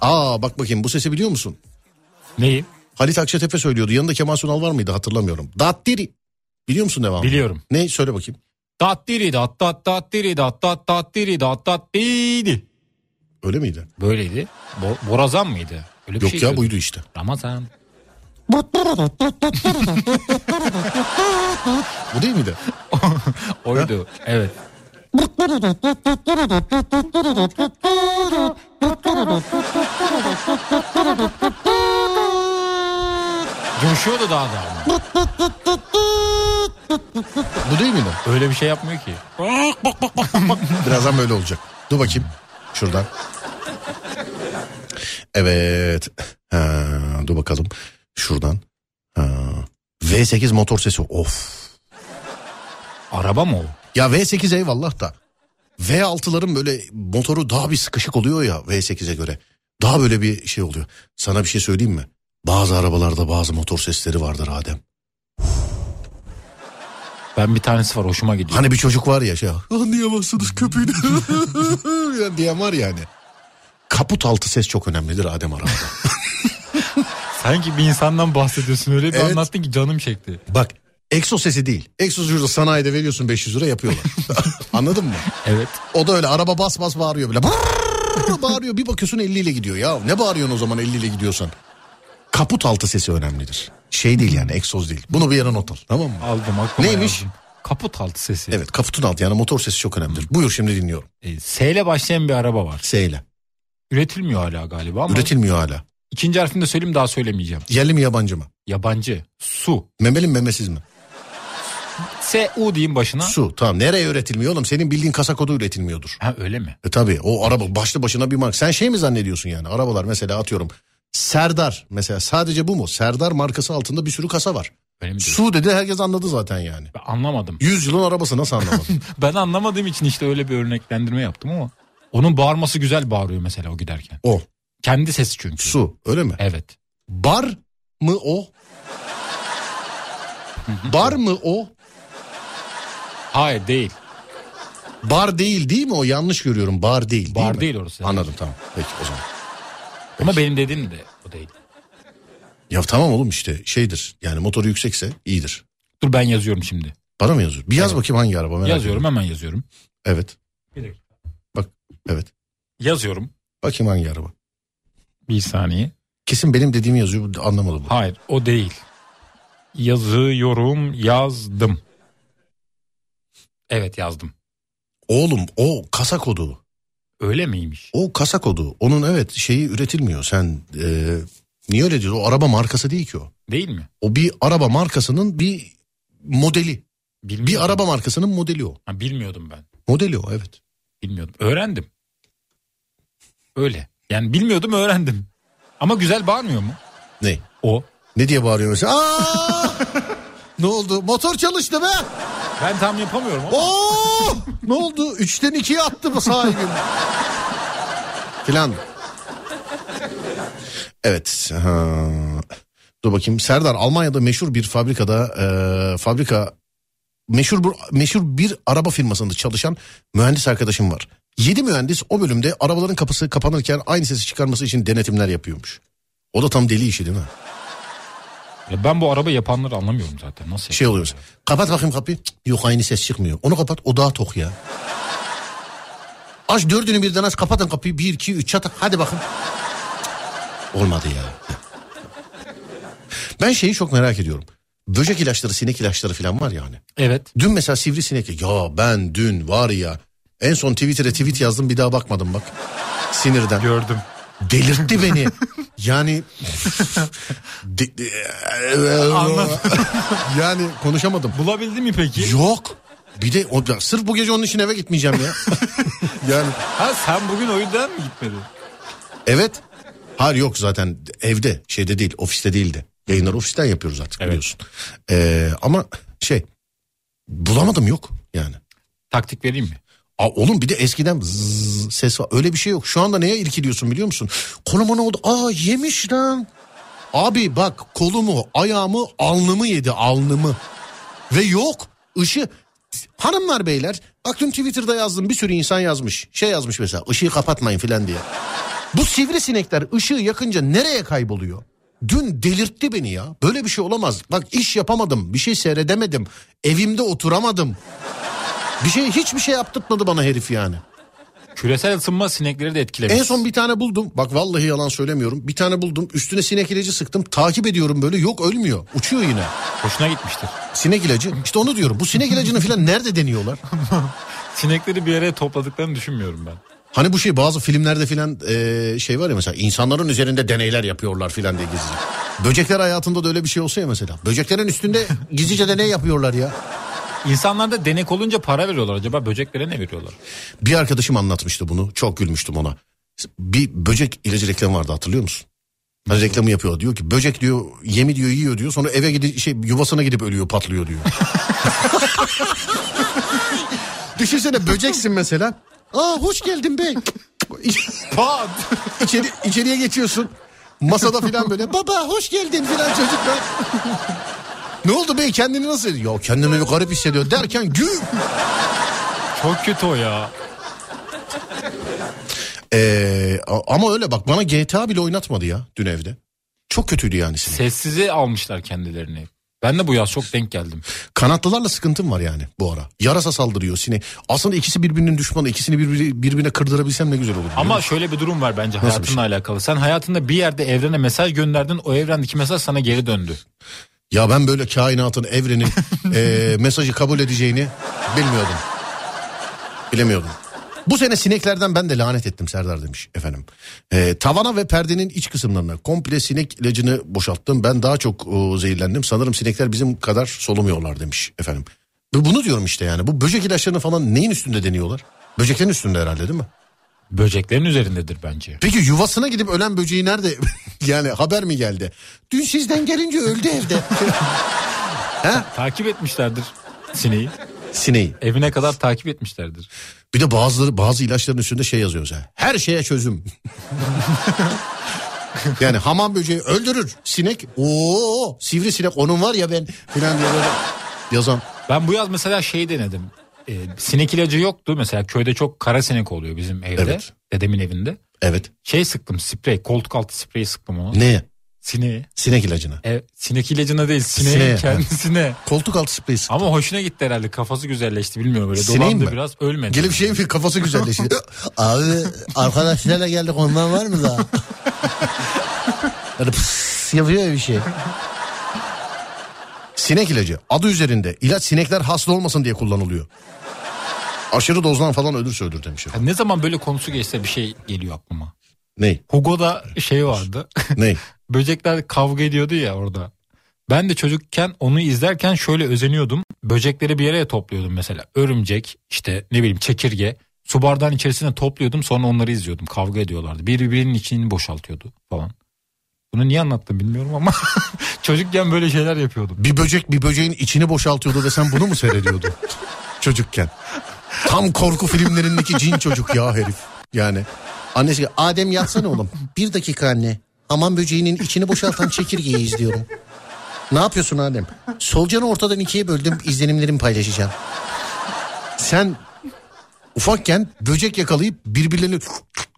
S1: Aa bak bakayım bu sesi biliyor musun?
S2: Neyi?
S1: Halit Akçatepe söylüyordu. Yanında Kemal Sunal var mıydı hatırlamıyorum. Dattiri. Biliyor musun devamı?
S2: Biliyorum.
S1: Ne söyle bakayım.
S2: Tattiri dat tat tattiri dat tat tattiri dat tat diydi.
S1: Öyle miydi?
S2: Böyleydi. Bo- borazan mıydı? Öyle bir
S1: Yok
S2: şey
S1: ya
S2: diyordu.
S1: buydu işte.
S2: Ramazan.
S1: Bu değil miydi?
S2: Oydu. evet. Coşuyordu daha da ama.
S1: Bu değil miydi?
S2: Öyle bir şey yapmıyor ki.
S1: Birazdan böyle olacak. Dur bakayım. Şuradan. Evet. Ha, dur bakalım. Şuradan. Ha. V8 motor sesi. Of.
S2: Araba mı o?
S1: Ya V8 eyvallah da. V6'ların böyle motoru daha bir sıkışık oluyor ya V8'e göre. Daha böyle bir şey oluyor. Sana bir şey söyleyeyim mi? Bazı arabalarda bazı motor sesleri vardır Adem.
S2: Ben bir tanesi var hoşuma gidiyor.
S1: Hani bir çocuk var ya şey anlayamazsınız köpüğünü Ya diyen var yani. Kaput altı ses çok önemlidir Adem arabada.
S2: Sanki bir insandan bahsediyorsun öyle bir
S1: Evet.
S2: anlattın ki canım çekti.
S1: Bak Exo sesi değil. Exo şurada sanayide veriyorsun 500 lira yapıyorlar. Anladın mı?
S2: Evet.
S1: O da öyle araba bas bas bağırıyor bile. Brrrr bağırıyor bir bakıyorsun 50 ile gidiyor ya. Ne bağırıyorsun o zaman 50 ile gidiyorsan? Kaput altı sesi önemlidir. Şey değil yani egzoz değil. Bunu bir yere not al tamam mı?
S2: Aldım aklıma
S1: Neymiş?
S2: yazdım. Kaput altı sesi.
S1: Evet kaputun altı yani motor sesi çok önemlidir. Buyur şimdi dinliyorum.
S2: E, S ile başlayan bir araba var.
S1: S ile.
S2: Üretilmiyor hala galiba ama.
S1: Üretilmiyor hala.
S2: İkinci harfini de söyleyeyim daha söylemeyeceğim.
S1: Yerli mi yabancı mı?
S2: Yabancı. Su.
S1: Memeli mi memesiz mi?
S2: S-U diyeyim başına.
S1: Su tamam nereye üretilmiyor oğlum? Senin bildiğin kasa kodu üretilmiyordur.
S2: Ha öyle mi?
S1: E tabii o araba başlı başına bir marka. Sen şey mi zannediyorsun yani arabalar mesela atıyorum Serdar mesela sadece bu mu? Serdar markası altında bir sürü kasa var.
S2: Öyle mi diyorsun?
S1: Su dedi herkes anladı zaten yani.
S2: Ben anlamadım.
S1: 100 yılın arabası nasıl anlamadın?
S2: Ben anlamadığım için işte öyle bir örneklendirme yaptım ama. Onun bağırması güzel bağırıyor mesela o giderken.
S1: o
S2: Kendi sesi çünkü.
S1: su öyle mi?
S2: Evet.
S1: Bar mı o? Bar mı o?
S2: Hayır değil.
S1: Bar değil değil mi o? Yanlış görüyorum. Bar değil değil
S2: Bar
S1: mi?
S2: değil orası.
S1: Anladım tamam. Peki o zaman.
S2: Ama benim dediğim de o değil.
S1: Ya tamam oğlum işte şeydir. Yani motoru yüksekse iyidir.
S2: Dur ben yazıyorum şimdi.
S1: Bana mı yazıyor? Bir yaz bakayım hangi araba merak
S2: yazıyorum
S1: ediyorum.
S2: hemen yazıyorum.
S1: Evet.
S2: Bir dakika.
S1: Bak evet.
S2: Yazıyorum.
S1: Bakayım hangi araba.
S2: Bir saniye.
S1: Kesin benim dediğimi yazıyor. Bu- Anlamadı bu.
S2: Hayır o değil. Yazıyorum yazdım. Evet yazdım.
S1: Oğlum o kasa kodu.
S2: Öyle miymiş?
S1: O kasa kodu. Onun evet şeyi üretilmiyor. Sen e, niye öyle diyorsun? O araba markası değil ki o.
S2: Değil mi?
S1: O bir araba markasının bir modeli.
S2: Bilmiyordum.
S1: Bir araba markasının modeli o.
S2: Ha, bilmiyordum ben.
S1: Modeli o evet.
S2: Bilmiyordum. Öğrendim. Öyle. Yani bilmiyordum öğrendim. Ama güzel bağırmıyor mu?
S1: Ne?
S2: O.
S1: Ne diye bağırıyor mesela? Aa! ne oldu? Motor çalıştı be.
S2: Ben tam yapamıyorum ama.
S1: Oo! ne oldu? Üçten ikiye attı bu sahibim. Filan. Evet. ha. Dur bakayım. Serdar Almanya'da meşhur bir fabrikada e, fabrika meşhur bir, meşhur bir araba firmasında çalışan mühendis arkadaşım var. 7 mühendis o bölümde arabaların kapısı kapanırken aynı sesi çıkarması için denetimler yapıyormuş. O da tam deli işi değil mi?
S2: Ya ben bu araba yapanları anlamıyorum zaten. Nasıl
S1: Şey
S2: yapıyorlar?
S1: oluyoruz. Kapat bakayım kapıyı. Cık, yok aynı ses çıkmıyor. Onu kapat o daha tok ya. Aç dördünü birden aç kapatın kapıyı. Bir iki üç çatak hadi bakın. Cık, Olmadı ya. Ben şeyi çok merak ediyorum. Böcek ilaçları sinek ilaçları falan var ya hani.
S2: Evet.
S1: Dün mesela sivrisinek ya ben dün var ya en son Twitter'e tweet yazdım bir daha bakmadım bak. Sinirden.
S2: Gördüm.
S1: Delirtti beni. Yani De- de-
S2: Anladım.
S1: yani konuşamadım.
S2: Bulabildin mi peki?
S1: Yok. Bir de o, sırf bu gece onun için eve gitmeyeceğim ya. yani
S2: Ha sen bugün o yüzden mi gitmedin?
S1: evet. Hayır yok zaten evde şeyde değil ofiste değildi. Yayınları ofisten yapıyoruz artık
S2: Evet.
S1: biliyorsun. Ee, ama şey bulamadım yok yani.
S2: Taktik vereyim mi?
S1: Aa, oğlum bir de eskiden zzz ses var. Öyle bir şey yok. Şu anda neye irkiliyorsun biliyor musun? Koluma ne oldu? Aa yemiş lan. Abi bak kolumu, ayağımı, alnımı yedi alnımı. Ve yok ışı. Hanımlar beyler bak dün Twitter'da yazdım bir sürü insan yazmış. Şey yazmış mesela ışığı kapatmayın filan diye. Bu sivrisinekler ışığı yakınca nereye kayboluyor? Dün delirtti beni ya. Böyle bir şey olamaz. Bak iş yapamadım, bir şey seyredemedim, evimde oturamadım. Bir şey hiçbir şey yaptırtmadı bana herif yani.
S2: Küresel ısınma sinekleri de etkilemiş.
S1: En son bir tane buldum. Bak vallahi yalan söylemiyorum. Bir tane buldum. Üstüne sinek ilacı sıktım. Takip ediyorum böyle. Yok ölmüyor. Uçuyor yine.
S2: Hoşuna gitmiştir.
S1: Sinek ilacı. İşte onu diyorum. Bu sinek ilacını falan nerede deniyorlar?
S2: Sinekleri bir yere topladıklarını düşünmüyorum ben.
S1: Hani bu şey bazı filmlerde filan eee, şey var ya mesela insanların üzerinde deneyler yapıyorlar filan diye gizlice. Böcekler hayatında da öyle bir şey olsa ya mesela. Böceklerin üstünde gizlice deney yapıyorlar ya.
S2: İnsanlar da denek olunca para veriyorlar. Acaba böceklere ne veriyorlar?
S1: Bir arkadaşım anlatmıştı bunu. Çok gülmüştüm ona. Bir böcek ilacı reklamı vardı hatırlıyor musun? Hani reklamı yapıyor diyor ki böcek diyor yemi diyor yiyor diyor sonra eve gidip şey yuvasına gidip ölüyor patlıyor diyor. Düşünsene böceksin mesela. Aa hoş geldin bey. Pat. İçeri, içeriye geçiyorsun. Masada filan böyle baba hoş geldin filan çocuklar. ne oldu bey kendini nasıl? Ya kendimi bir garip hissediyor derken güm.
S2: Çok kötü o ya.
S1: Ee, a- ama öyle bak bana GTA bile oynatmadı ya dün evde. Çok kötüydü yani sinek.
S2: Sessize almışlar kendilerini. Ben de bu yaz çok denk geldim.
S1: Kanatlılarla sıkıntım var yani bu ara. Yarasa saldırıyor sinek. Aslında ikisi birbirinin düşmanı. ikisini birbiri- birbirine kırdırabilsem ne güzel olur. biliyor
S2: Ama
S1: musun?
S2: şöyle bir durum var bence
S1: Nasıl bir şey?
S2: hayatınla alakalı. Sen hayatında bir yerde evrene mesaj gönderdin. O evrendeki mesaj sana geri döndü.
S1: Ya ben böyle kainatın, evrenin eee, mesajı kabul edeceğini bilmiyordum. Bilemiyordum. Bu sene sineklerden ben de lanet ettim Serdar demiş efendim. Eee, tavana ve perdenin iç kısımlarına komple sinek ilacını boşalttım. Ben daha çok eee, zehirlendim. Sanırım sinekler bizim kadar solumuyorlar demiş efendim. Bu- Bunu diyorum işte yani. Bu böcek ilaçlarını falan neyin üstünde deniyorlar? Böceklerin üstünde herhalde değil mi?
S2: Böceklerin üzerindedir bence.
S1: Peki yuvasına gidip ölen böceği nerede? yani haber mi geldi? Dün sizden gelince öldü evde.
S2: Takip etmişlerdir sineği.
S1: Sineği.
S2: Evine kadar takip etmişlerdir.
S1: Bir de bazıları bazı ilaçların üstünde şey yazıyor mesela. Her şeye çözüm. yani hamam böceği öldürür. Sinek ooo sivri sinek onun var ya ben filan diye böyle yazan.
S2: Ben bu yaz mesela şey denedim. Ee, sinek ilacı yoktu. Mesela köyde çok kara sinek oluyor bizim evde.
S1: Evet.
S2: Dedemin evinde.
S1: Evet.
S2: Şey sıktım sprey. Koltuk altı spreyi sıktım ona.
S1: Ne?
S2: Sineğe.
S1: Sinek ilacına.
S2: E, sinek ilacına değil sineğin
S1: Sineğe,
S2: kendisine.
S1: Koltuk altı spreyi
S2: Ama hoşuna gitti herhalde kafası güzelleşti bilmiyorum böyle
S1: Sineğin
S2: dolandı
S1: mi?
S2: biraz ölmedi.
S1: Gelip şey mi kafası güzelleşti.
S4: Abi arkadaşlarla geldik ondan var mı daha? Böyle pıs yapıyor ya bir şey.
S1: sinek ilacı adı üzerinde ilaç sinekler hasta olmasın diye kullanılıyor. Aşırı dozdan falan ölürse ölür demiş.
S2: Ya ne zaman böyle konusu geçse bir şey geliyor aklıma.
S1: Ney?
S2: Hugo'da şey vardı.
S1: Ney?
S2: Böcekler kavga ediyordu ya orada. Ben de çocukken onu izlerken şöyle özeniyordum. Böcekleri bir yere topluyordum mesela. Örümcek, işte ne bileyim çekirge. Su bardağın içerisine topluyordum sonra onları izliyordum. Kavga ediyorlardı. Birbirinin içini boşaltıyordu falan. Bunu niye anlattım bilmiyorum ama çocukken böyle şeyler yapıyordum.
S1: Bir böcek bir böceğin içini boşaltıyordu ve sen bunu mu seyrediyordun çocukken? Tam korku filmlerindeki cin çocuk ya herif. Yani annesi Adem yatsana oğlum.
S4: Bir dakika anne.
S1: Hamam böceğinin içini boşaltan çekirgeyi izliyorum. Ne yapıyorsun Adem? Solucanı ortadan ikiye böldüm izlenimlerimi paylaşacağım. Sen ufakken böcek yakalayıp birbirlerini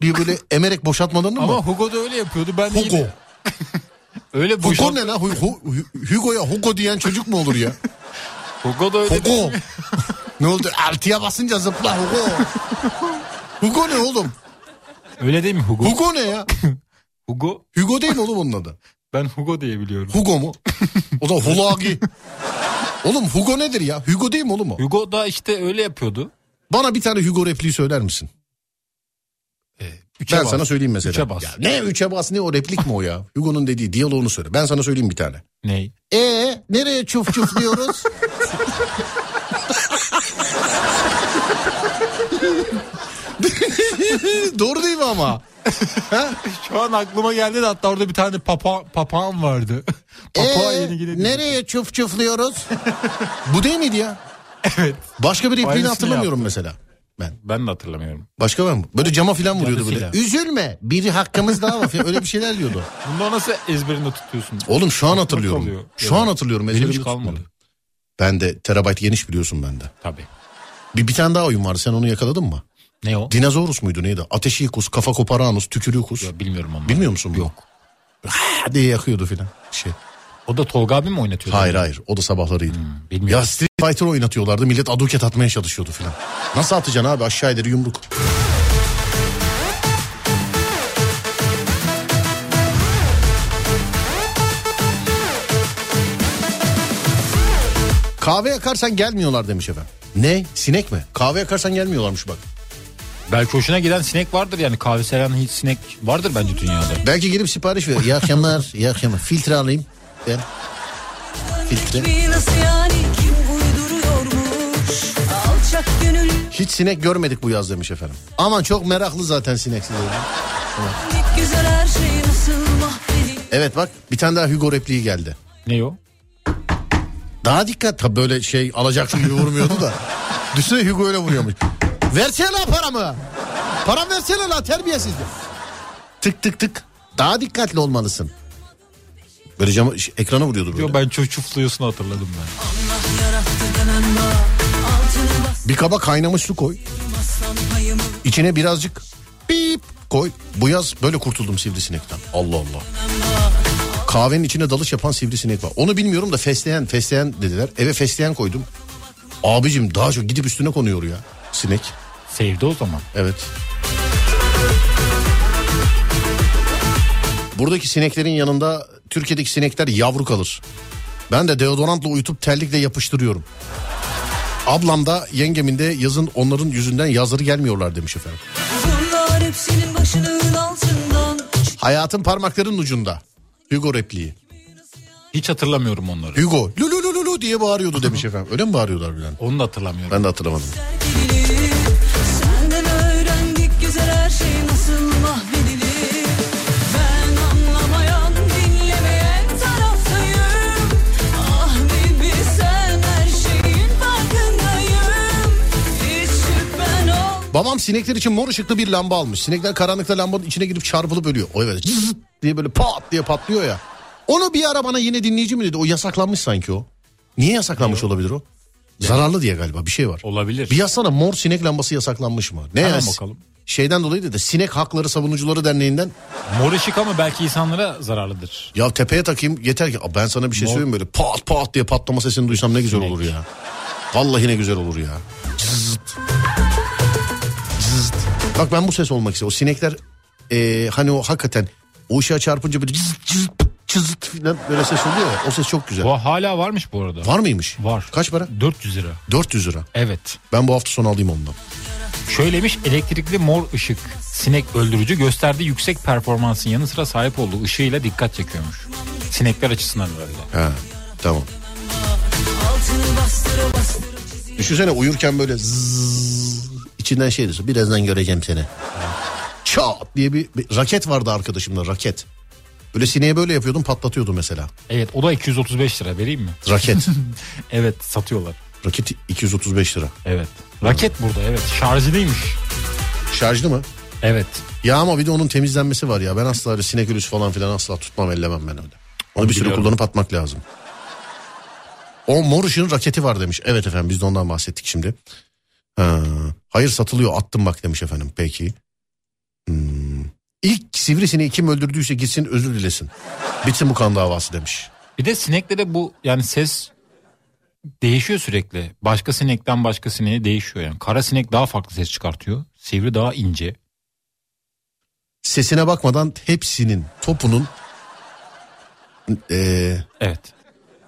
S1: diye böyle emerek boşaltmalarını
S2: Ama
S1: mı?
S2: Hugo da öyle yapıyordu. Ben de
S1: Hugo.
S2: yine- Öyle boşalt...
S1: Hugo ne lan? Hu- Hu- Hu- Hugo'ya Hugo diyen çocuk mu olur ya?
S2: Hugo da öyle.
S1: Hugo. ne oldu? Artıya basınca zıpla Hugo. Hugo ne oğlum?
S2: Öyle değil mi Hugo?
S1: Hugo ne ya?
S2: Hugo.
S1: Hugo değil mi oğlum onun adı?
S2: Ben Hugo diye biliyorum.
S1: Hugo mu? O da Hulagi. Oğlum Hugo nedir ya? Hugo değil mi oğlum o?
S2: Hugo da işte öyle yapıyordu.
S1: Bana bir tane Hugo repliği söyler misin?
S2: Üçe
S1: ben
S2: bas.
S1: sana söyleyeyim mesela.
S2: Ee, Üçe bas.
S1: Ya ne üçe bas ne o replik mi o ya? Hugo'nun dediği diyaloğunu söyle. Ben sana söyleyeyim bir tane.
S2: Ney?
S1: E nereye çuf çuf diyoruz? Doğru değil mi ama?
S2: Şu an aklıma geldi de hatta orada bir tane papa papağan vardı. Papağan
S1: Ee,
S2: yeni gidin.
S1: nereye çuf çufluyoruz? Bu değil miydi ya? Evet. Başka bir repliğini
S2: Aynısını
S1: hatırlamıyorum mesela. Ben.
S2: Ben de hatırlamıyorum.
S1: Başka ben Böyle cama filan vuruyordu böyle.
S2: Cadısıyla.
S1: Üzülme. Biri hakkımız daha var. falan. Öyle bir şeyler diyordu.
S2: Bunları nasıl ezberinde tutuyorsun?
S1: Oğlum şu an
S2: kalıyor.
S1: hatırlıyorum. Şu an
S2: Evet.
S1: hatırlıyorum.
S2: Benim hiç
S1: ezberimde
S2: kalmadı.
S1: tutmadı. Ben de terabayt geniş biliyorsun bende.
S2: Tabii.
S1: Bir, bir tane daha oyun vardı. Sen onu yakaladın mı?
S2: Ne o?
S1: Dinozorus muydu neydi? Ateşikus, kafa koparanus, tükürükus.
S2: Ya bilmiyorum onu.
S1: Bilmiyor musun bunu? Yok. diye yakıyordu filan. Şey.
S2: O da Tolga abi mi oynatıyordu?
S1: Hayır hayır o da sabahlarıydı.
S2: Bilmiyorum.
S1: Ya Street Fighter oynatıyorlardı millet aduket atmaya çalışıyordu filan. Nasıl atacaksın abi aşağı ileri yumruk. Kahve yakarsan gelmiyorlar demiş efendim. Ne? Sinek mi? Kahve yakarsan gelmiyorlarmış bak.
S2: Belki hoşuna giden sinek vardır yani kahve seven hiç sinek vardır bence dünyada.
S1: Belki gelip sipariş ver. İyi akşamlar, iyi akşamlar. Filtre alayım. Ben. Filtre.
S6: Kimi nasıl yani kim uyduruyormuş Alçak gönüllülük
S1: Hiç sinek görmedik bu yaz demiş efendim. Aman çok meraklı zaten sinek size.
S6: güzel her şey nasıl mahvedilmiş
S1: Evet bak bir tane daha Hugo repliği geldi.
S2: Ne o?
S1: Daha dikkat. Tabii böyle şey alacak gibi vurmuyordu da. Düşünsene Hugo öyle vuruyormuş. Versene lan paramı. Param versene la terbiyesiz. Tık tık tık. Daha dikkatli olmalısın. Böyle cama, ş- ekrana vuruyordu böyle.
S2: Yo ben çok çufluyorsun hatırladım ben.
S1: Bir kaba kaynamış su koy. İçine birazcık pip koy. Bu yaz böyle kurtuldum sivrisinekten. Allah Allah. Kahvenin içine dalış yapan sivrisinek var. Onu bilmiyorum da fesleğen fesleğen dediler. Eve fesleğen koydum. Abicim daha çok gidip üstüne konuyor ya sinek.
S2: Sevdi o zaman.
S1: Evet. Buradaki sineklerin yanında Türkiye'deki sinekler yavru kalır. Ben de deodorantla uyutup terlikle yapıştırıyorum. Ablam da yengemin de yazın onların yüzünden yazları gelmiyorlar demiş efendim.
S6: Bunlar hepsinin başının altından
S1: Hayatın parmaklarının ucunda. Hugo repliği.
S2: Hiç hatırlamıyorum onları.
S1: Hugo lulu lulu lulu diye bağırıyordu demiş efendim. Öyle mi bağırıyorlar bilen?
S2: Onu da hatırlamıyorum.
S1: Ben de hatırlamadım.
S6: Gidilir. Senden öğrendik güzel her şey nasıl mahvedilir. Ben anlamayan, dinlemeyen taraftayım. Ah bibi sen her şeyin farkındayım. Hiç şüphen ol.
S1: Babam sinekler için mor ışıklı bir lamba almış. Sinekler karanlıkta lambanın içine girip çarpılıp ölüyor. O evet cızzt diye böyle pat diye patlıyor ya. Onu bir ara bana yine dinleyici mi dedi? O yasaklanmış sanki o. Niye yasaklanmış olabilir o? Zararlı diye galiba bir şey var.
S2: Olabilir.
S1: Bir yazsana mor sinek lambası yasaklanmış mı? Ne
S2: Hemen
S1: yaz-
S2: bakalım.
S1: Şeyden dolayı dedi Sinek Hakları Savunucuları Derneği'nden
S2: Mor ışık ama belki insanlara zararlıdır.
S1: ya tepeye takayım yeter ki Aa, ben sana bir şey
S2: Mor-
S1: söyleyeyim böyle pat pat diye patlama sesini duysam ne güzel
S2: Sinek.
S1: olur ya. Vallahi ne güzel olur ya. Cızzt. Cızzt. Bak ben bu ses olmak istiyorum. O sinekler e, hani o hakikaten o ışığa çarpınca böyle cızzt cızzt cızzt filan böyle ses oluyor ya. O ses çok güzel.
S2: Bu hala varmış bu arada.
S1: Var mıymış?
S2: Var.
S1: Kaç para?
S2: 400 lira.
S1: 400 lira.
S2: Evet.
S1: Ben bu hafta sonu alayım ondan.
S2: Şöylemiş elektrikli mor ışık sinek öldürücü gösterdiği yüksek performansın yanı sıra sahip olduğu ışığıyla dikkat çekiyormuş. Sinekler açısından herhalde.
S1: He tamam. Düşünsene uyurken böyle zzzz içinden şey diyorsun. Birazdan göreceğim seni. Çat diye bir, bir raket vardı arkadaşımda raket. Böyle sineğe böyle yapıyordum patlatıyordu mesela.
S2: Evet o da 235 lira vereyim mi?
S1: Raket.
S2: Evet satıyorlar.
S1: raket 235 lira.
S2: Evet. Raket burada evet. Şarjlıymış.
S1: Şarjlı mı?
S2: Evet.
S1: Ya ama bir de onun temizlenmesi var ya. Ben asla öyle sinek ölüsü falan filan asla tutmam ellemem ben öyle. Onu bir süre
S2: Biliyorum.
S1: kullanıp atmak lazım. O mor ışığın raketi var demiş. Evet efendim biz de ondan bahsettik şimdi. Ha, hayır satılıyor attım bak demiş efendim. Peki. Hmm. İlk sivrisini kim öldürdüyse gitsin özür dilesin. Bitsin bu kan davası demiş.
S2: Bir de sineklere bu yani ses değişiyor sürekli. Başka sinekten başka sineğe değişiyor yani. Kara sinek daha farklı ses çıkartıyor. Sivri daha ince.
S1: Sesine bakmadan hepsinin topunun ee,
S2: Evet.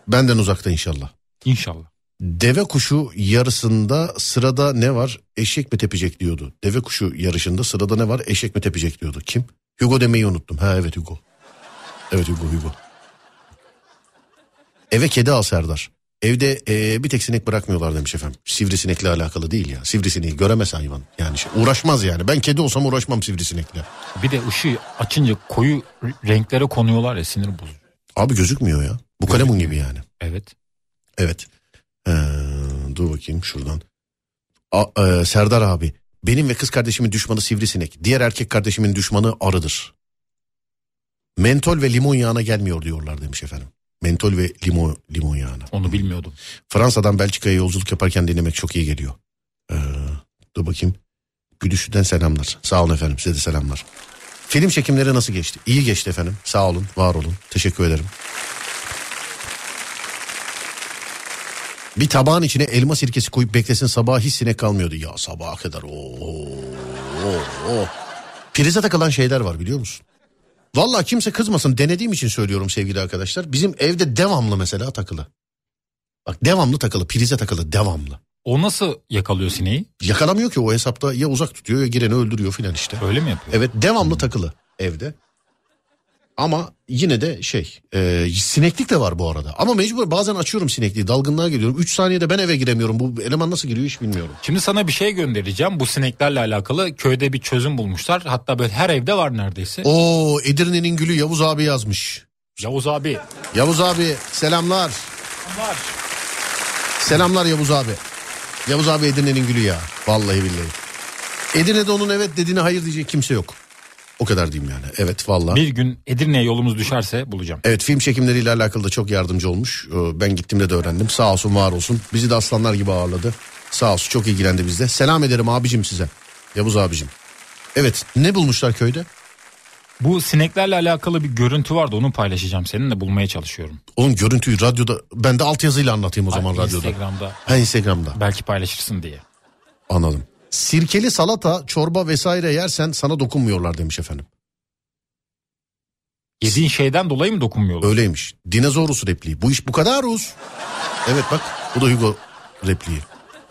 S1: benden uzakta inşallah.
S2: İnşallah.
S1: Deve kuşu yarısında sırada ne var? Eşek mi tepecek diyordu. Deve kuşu yarışında sırada ne var? Eşek mi tepecek diyordu. Kim? Hugo demeyi unuttum. Ha evet Hugo. Evet Hugo Hugo. Eve kedi al Serdar. Evde eee, bir tek sinek bırakmıyorlar demiş efendim. Sivrisinekle alakalı değil ya. Sivrisineği göremez hayvan. Yani şey, uğraşmaz yani. Ben kedi olsam uğraşmam sivrisinekle.
S2: Bir de ışığı açınca koyu renklere konuyorlar ya sinir bozucu.
S1: Abi gözükmüyor ya. Bu kalemun gibi yani.
S2: Evet.
S1: Evet. Ee, dur bakayım şuradan. A- e, Serdar abi. Benim ve kız kardeşimin düşmanı sivrisinek. Diğer erkek kardeşimin düşmanı arıdır. Mentol ve limon yağına gelmiyor diyorlar demiş efendim. Mentol ve limon limon yağına.
S2: Onu bilmiyordum.
S1: Fransa'dan Belçika'ya yolculuk yaparken dinlemek çok iyi geliyor. Ee, dur bakayım. Gülüşlü'den selamlar. Sağ olun efendim size de selamlar. Film çekimleri nasıl geçti? İyi geçti efendim. Sağ olun, var olun. Teşekkür ederim. Bir tabağın içine elma sirkesi koyup beklesin sabaha hiç sinek kalmıyordu. Ya sabaha kadar ooo. Prize takılan şeyler var biliyor musun? Valla kimse kızmasın denediğim için söylüyorum sevgili arkadaşlar. Bizim evde devamlı mesela takılı. Bak devamlı takılı prize takılı devamlı.
S2: O nasıl yakalıyor sineği?
S1: Yakalamıyor ki o hesapta ya uzak tutuyor ya gireni öldürüyor filan işte.
S2: Öyle mi yapıyor?
S1: Evet devamlı takılı evde. Ama yine de şey e, sineklik de var bu arada. Ama mecbur bazen açıyorum sinekliği dalgınlığa geliyorum. 3 saniyede ben eve giremiyorum. Bu eleman nasıl giriyor hiç bilmiyorum.
S2: Şimdi sana bir şey göndereceğim. Bu sineklerle alakalı köyde bir çözüm bulmuşlar. Hatta böyle her evde var neredeyse.
S1: Oo Edirne'nin gülü Yavuz abi yazmış.
S2: Yavuz abi.
S1: Yavuz abi selamlar.
S2: Var.
S1: Selamlar Yavuz abi. Yavuz abi Edirne'nin gülü ya. Vallahi billahi. Edirne'de onun evet dediğine hayır diyecek kimse yok. O kadar diyeyim yani. Evet vallahi.
S2: Bir gün Edirne'ye yolumuz düşerse bulacağım.
S1: Evet film çekimleriyle alakalı da çok yardımcı olmuş. Ee, Ben gittiğimde de öğrendim. Sağ olsun var olsun. Bizi de aslanlar gibi ağırladı. Sağ olsun çok ilgilendi bizde. Selam ederim abicim size. Yavuz abicim. Evet ne bulmuşlar köyde?
S2: Bu sineklerle alakalı bir görüntü vardı. Onu paylaşacağım seninle. Bulmaya çalışıyorum.
S1: Oğlum görüntüyü radyoda ben de altyazıyla anlatayım o zaman
S2: Ay,
S1: radyoda.
S2: Instagram'da.
S1: Ha Instagram'da
S2: Belki paylaşırsın diye.
S1: anladım. Sirkeli salata, çorba vesaire yersen sana dokunmuyorlar demiş efendim.
S2: Yediğin şeyden dolayı mı dokunmuyorlar?
S1: Öyleymiş. Dinozorus repliği. Bu iş bu kadar Rus. Evet bak bu da Hugo repliği.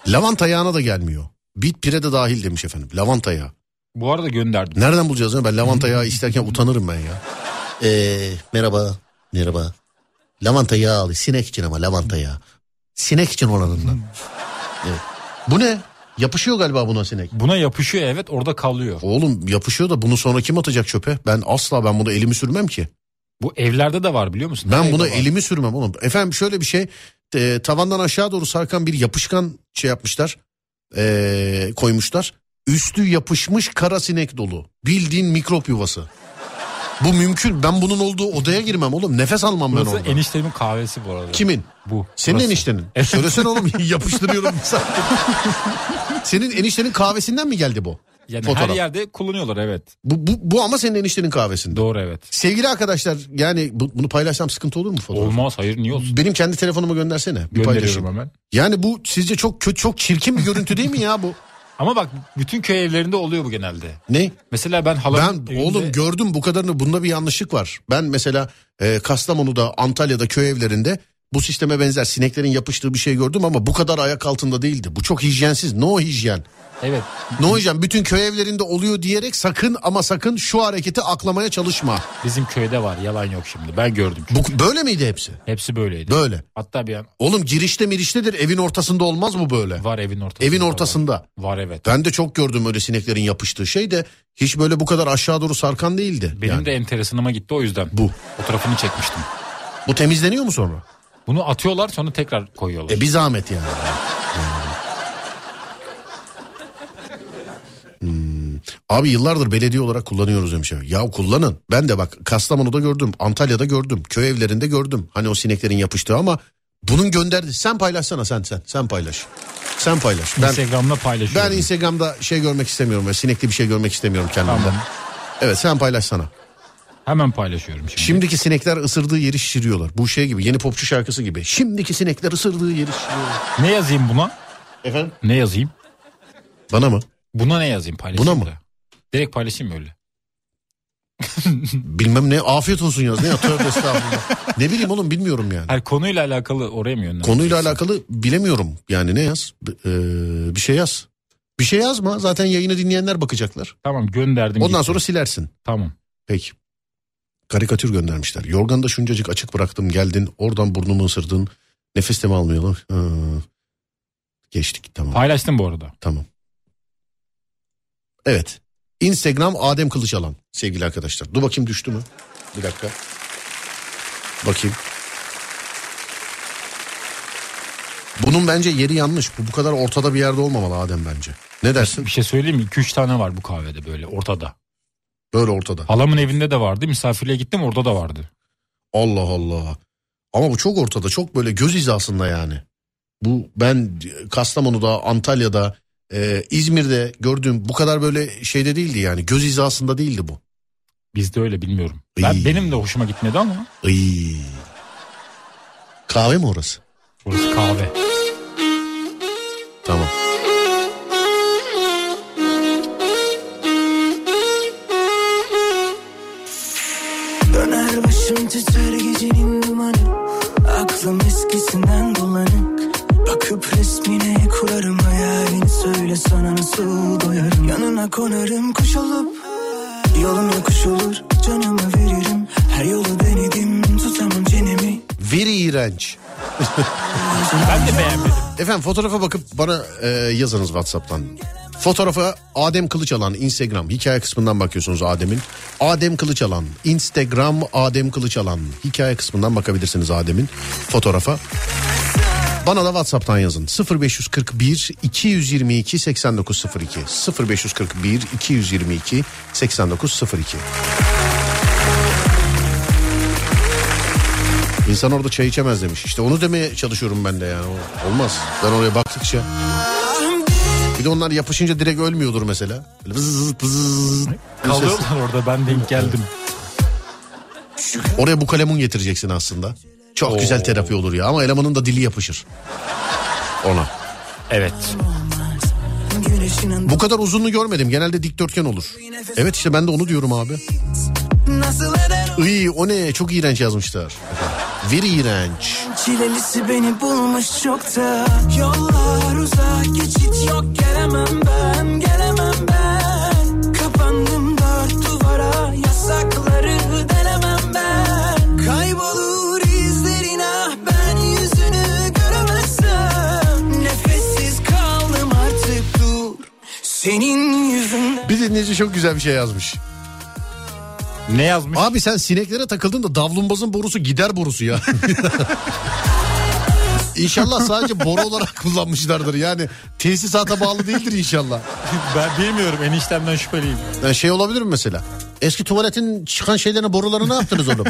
S1: Lavanta yağına da gelmiyor. Bit pire de dahil demiş efendim. Lavanta yağı.
S2: Bu arada gönderdim.
S1: Nereden bulacağız ya? Ben lavanta yağı isterken utanırım ben ya. Ee, merhaba. Merhaba. Lavanta yağı al. Sinek için ama lavanta yağı. Sinek için olanından. Evet. Bu ne? Yapışıyor galiba buna sinek.
S2: Buna yapışıyor evet orada kalıyor.
S1: Oğlum yapışıyor da bunu sonra kim atacak çöpe? Ben asla ben bunu elimi sürmem ki.
S2: Bu evlerde de var biliyor musun?
S1: Ben
S2: Her
S1: buna
S2: evde var.
S1: elimi sürmem oğlum. Efendim şöyle bir şey. e, tavandan aşağı doğru sarkan bir yapışkan şey yapmışlar. e, koymuşlar. Üstü yapışmış kara sinek dolu. Bildiğin mikrop yuvası. Bu mümkün. Ben bunun olduğu odaya girmem oğlum. Nefes almam ben
S2: Burası
S1: orada.
S2: eniştemin kahvesi bu arada.
S1: Kimin?
S2: Bu.
S1: Senin
S2: Burası.
S1: eniştenin.
S2: Evet.
S1: Söylesene oğlum yapıştırıyorum. senin eniştenin kahvesinden mi geldi bu?
S2: Yani
S1: Fotoğraf.
S2: her yerde kullanıyorlar evet.
S1: Bu, bu, bu ama senin eniştenin kahvesinde.
S2: Doğru evet.
S1: Sevgili arkadaşlar yani bu- bunu paylaşsam sıkıntı olur mu fotoğraf?
S2: Olmaz hayır niye olsun?
S1: Benim kendi telefonuma göndersene. Bir
S2: Gönderiyorum
S1: paylaşayım.
S2: hemen.
S1: Yani bu sizce çok kötü çok çirkin bir görüntü değil mi ya bu?
S2: Ama bak bütün köy evlerinde oluyor bu genelde.
S1: Ne?
S2: Mesela ben halamın
S1: Ben
S2: evinde-
S1: oğlum gördüm bu kadarını bunda bir yanlışlık var. Ben mesela e, Kastamonu'da Antalya'da köy evlerinde bu sisteme benzer sineklerin yapıştığı bir şey gördüm ama bu kadar ayak altında değildi. Bu çok hijyensiz. No hijyen.
S2: Evet.
S1: No hijyen. Bütün köy evlerinde oluyor diyerek sakın ama sakın şu hareketi aklamaya çalışma.
S2: Bizim köyde var yalan yok şimdi. Ben gördüm. çünkü.
S1: Bu, böyle miydi hepsi?
S2: Hepsi böyleydi.
S1: Böyle.
S2: Hatta bir an
S1: Oğlum girişte miriştedir evin ortasında olmaz mı böyle?
S2: var evin ortasında.
S1: Evin
S2: var.
S1: ortasında.
S2: Var evet.
S1: Ben de çok gördüm öyle sineklerin yapıştığı şey de hiç böyle bu kadar aşağı doğru sarkan değildi.
S2: Benim
S1: yani.
S2: de enteresanıma gitti o yüzden.
S1: Bu.
S2: Fotoğrafını çekmiştim.
S1: Bu temizleniyor mu sonra?
S2: Bunu atıyorlar sonra tekrar koyuyorlar.
S1: E bir zahmet yani. Hmm. Abi yıllardır belediye olarak kullanıyoruz demiş. efendim. Ya kullanın. Ben de bak Kastamonu'da gördüm, Antalya'da gördüm, köy evlerinde gördüm. Hani o sineklerin yapıştığı ama Bunun gönderdi. Sen paylaşsana sen sen. Sen paylaş. Sen paylaş. Ben
S2: Instagram'da
S1: ben
S2: paylaşıyorum.
S1: Instagram'da şey görmek istemiyorum ve sinekli bir şey görmek istemiyorum kendimden.
S2: Tamam.
S1: Evet sen paylaşsana.
S2: Hemen paylaşıyorum şimdi.
S1: Şimdiki sinekler ısırdığı yeri şişiriyorlar. Bu şey gibi yeni popçu şarkısı gibi. Şimdiki sinekler ısırdığı yeri şişiriyorlar.
S2: Ne yazayım buna?
S1: Efendim?
S2: Ne yazayım?
S1: Bana mı?
S2: Buna ne yazayım paylaşayım
S1: Buna mı?
S2: da. Direkt paylaşayım mı öyle.
S1: Bilmem ne afiyet olsun yaz. Ne ya tövbe estağfurullah. ne bileyim oğlum bilmiyorum yani.
S2: Her konuyla alakalı oraya mı yönlendireceksin?
S1: Konuyla alakalı bilemiyorum. Yani ne yaz? B- eee, bir şey yaz. Bir şey yazma. Zaten yayını dinleyenler bakacaklar.
S2: Tamam gönderdim.
S1: Ondan
S2: gitti.
S1: sonra silersin.
S2: Tamam.
S1: Peki. Karikatür göndermişler. Yorganda şuncacık açık bıraktım geldin. Oradan burnumu ısırdın. Nefes de mi almayalım? Ha. Geçtik tamam.
S2: Paylaştım bu arada.
S1: Tamam. Evet. Instagram Adem Kılıçalan sevgili arkadaşlar. Dur bakayım düştü mü? Bir dakika. Bakayım. Bunun bence yeri yanlış. Bu bu kadar ortada bir yerde olmamalı Adem bence. Ne dersin?
S2: Bir şey söyleyeyim mi? 2-3 tane var bu kahvede böyle ortada.
S1: Böyle ortada.
S2: Halamın evinde de vardı. Misafirliğe gittim orada da vardı.
S1: Allah Allah. Ama bu çok ortada. Çok böyle göz hizasında yani. Bu ben Kastamonu'da, Antalya'da, e, İzmir'de gördüğüm bu kadar böyle şeyde değildi yani. Göz hizasında değildi bu.
S2: Bizde öyle bilmiyorum. Ben,
S1: İyi.
S2: benim de hoşuma gitmedi ama
S1: Iy. Kahve mi orası?
S2: orası kahve.
S1: Tamam.
S5: Döner başım titrer gecenin dumanı Aklım eskisinden bulanık Bakıp resmine kurarım hayalini Söyle sana nasıl doyarım Yanına konarım kuş olup Yolum yokuş olur canımı veririm Her yolu denedim tutamam çenemi
S1: Very iğrenç.
S2: Ben de beğenmedim.
S1: Efendim fotoğrafa bakıp bana e, yazınız Whatsapp'tan. Fotoğrafa Adem Kılıçalan Instagram hikaye kısmından bakıyorsunuz Adem'in. Adem Kılıçalan Instagram Adem Kılıçalan hikaye kısmından bakabilirsiniz Adem'in fotoğrafa. Bana da WhatsApp'tan yazın. 0541 222 8902 0541 222 8902 İnsan orada çay içemez demiş. İşte onu demeye çalışıyorum ben de yani. O- Olmaz. Ben oraya baktıkça. Bir de onlar yapışınca direkt ölmüyordur mesela. Böyle vız vız.
S2: Kalıyorlar orada ben denk geldim.
S1: Oraya bu kalemun getireceksin aslında. Çok güzel terapi olur ya ama elemanın da dili yapışır. Ona.
S2: Evet.
S5: Güneşin
S1: Bu kadar uzunluğu görmedim. Genelde dikdörtgen olur. Evet işte ben de onu diyorum abi.
S5: nasıl eder o
S1: İyi o ne çok iğrenç yazmışlar. Very iğrenç.
S5: Çilelisi beni bulmuş çokta Yollar uzak geçit yok gelemem ben Gelemem ben Kapandım dört duvara Yasakları denemem ben Kaybolur izlerin ah Ben yüzünü göremezsem Nefessiz kaldım artık dur Senin yüzünden
S1: Bir dinleyici çok güzel bir şey yazmış.
S2: Ne yazmış?
S1: Abi sen sineklere takıldın da davlumbazın borusu gider borusu ya. inşallah sadece boru olarak kullanmışlardır. Yani tesisata bağlı değildir inşallah. Ah.
S2: ben bilmiyorum eniştemden şüpheliyim.
S1: Yani şey olabilir mi mesela? Eski tuvaletin çıkan şeylerine borularını ne yaptınız oğlum?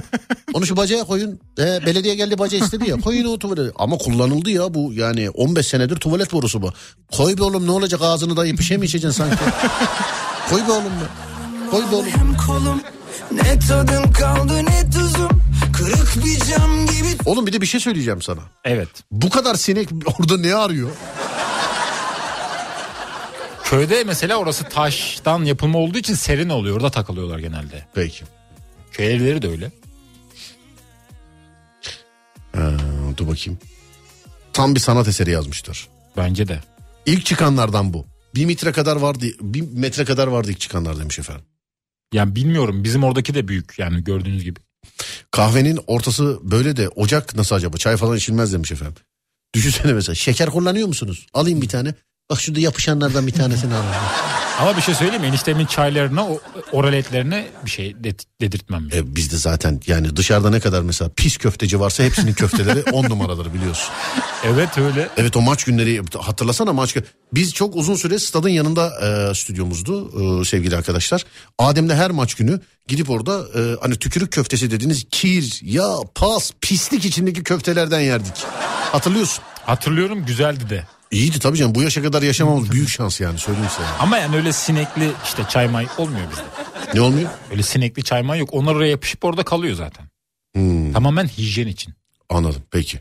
S1: Onu şu bacaya koyun. Ee, belediye geldi baca istedi ya. Koyun o tuvalete. Ama kullanıldı ya bu yani 15 senedir tuvalet borusu bu. Koy be oğlum ne olacak ağzını dayayıp bir şey mi içeceksin sanki? Koy be oğlum be. Koy be oğlum.
S5: Hem kolum ne tadım kaldı ne tuzum Kırık bir cam gibi
S1: Oğlum bir de bir şey söyleyeceğim sana.
S2: Evet.
S1: Bu kadar sinek orada ne arıyor?
S2: Köyde mesela orası taştan yapılma olduğu için serin oluyor. Orada takılıyorlar genelde.
S1: Peki.
S2: Köy evleri de öyle.
S1: Ha, dur bakayım. Tam bir sanat eseri yazmıştır.
S2: Bence de.
S1: İlk çıkanlardan bu. Bir metre kadar vardı. Bir metre kadar vardı ilk çıkanlar demiş efendim.
S2: Yani bilmiyorum bizim oradaki de büyük yani gördüğünüz gibi.
S1: Kahvenin ortası böyle de ocak nasıl acaba? Çay falan içilmez demiş efendim. Düşünsene mesela şeker kullanıyor musunuz? Alayım bir tane. Bak şurada yapışanlardan bir tanesini alalım.
S2: Ama bir şey söyleyeyim mi? Eniştemin çaylarına, o- oral etlerine bir şey de- dedirtmem. ya.
S1: E, bizde zaten yani dışarıda ne kadar mesela pis köfteci varsa hepsinin köfteleri on numaraları biliyorsun.
S2: Evet öyle.
S1: Evet o maç günleri hatırlasana maç gün- Biz çok uzun süre stadın yanında e, stüdyomuzdu e, sevgili arkadaşlar. Adem'le her maç günü gidip orada e, hani tükürük köftesi dediğiniz kir, ya pas, pislik içindeki köftelerden yerdik. Hatırlıyorsun.
S2: Hatırlıyorum güzeldi de.
S1: İyiydi tabii canım bu yaşa kadar yaşamamız büyük şans yani söyleyeyim sana.
S2: Ama yani öyle sinekli işte çay may olmuyor bizde.
S1: Ne olmuyor?
S2: Öyle sinekli çay may yok. Onlar oraya yapışıp orada kalıyor zaten. Tamamen hijyen için.
S1: Anladım peki.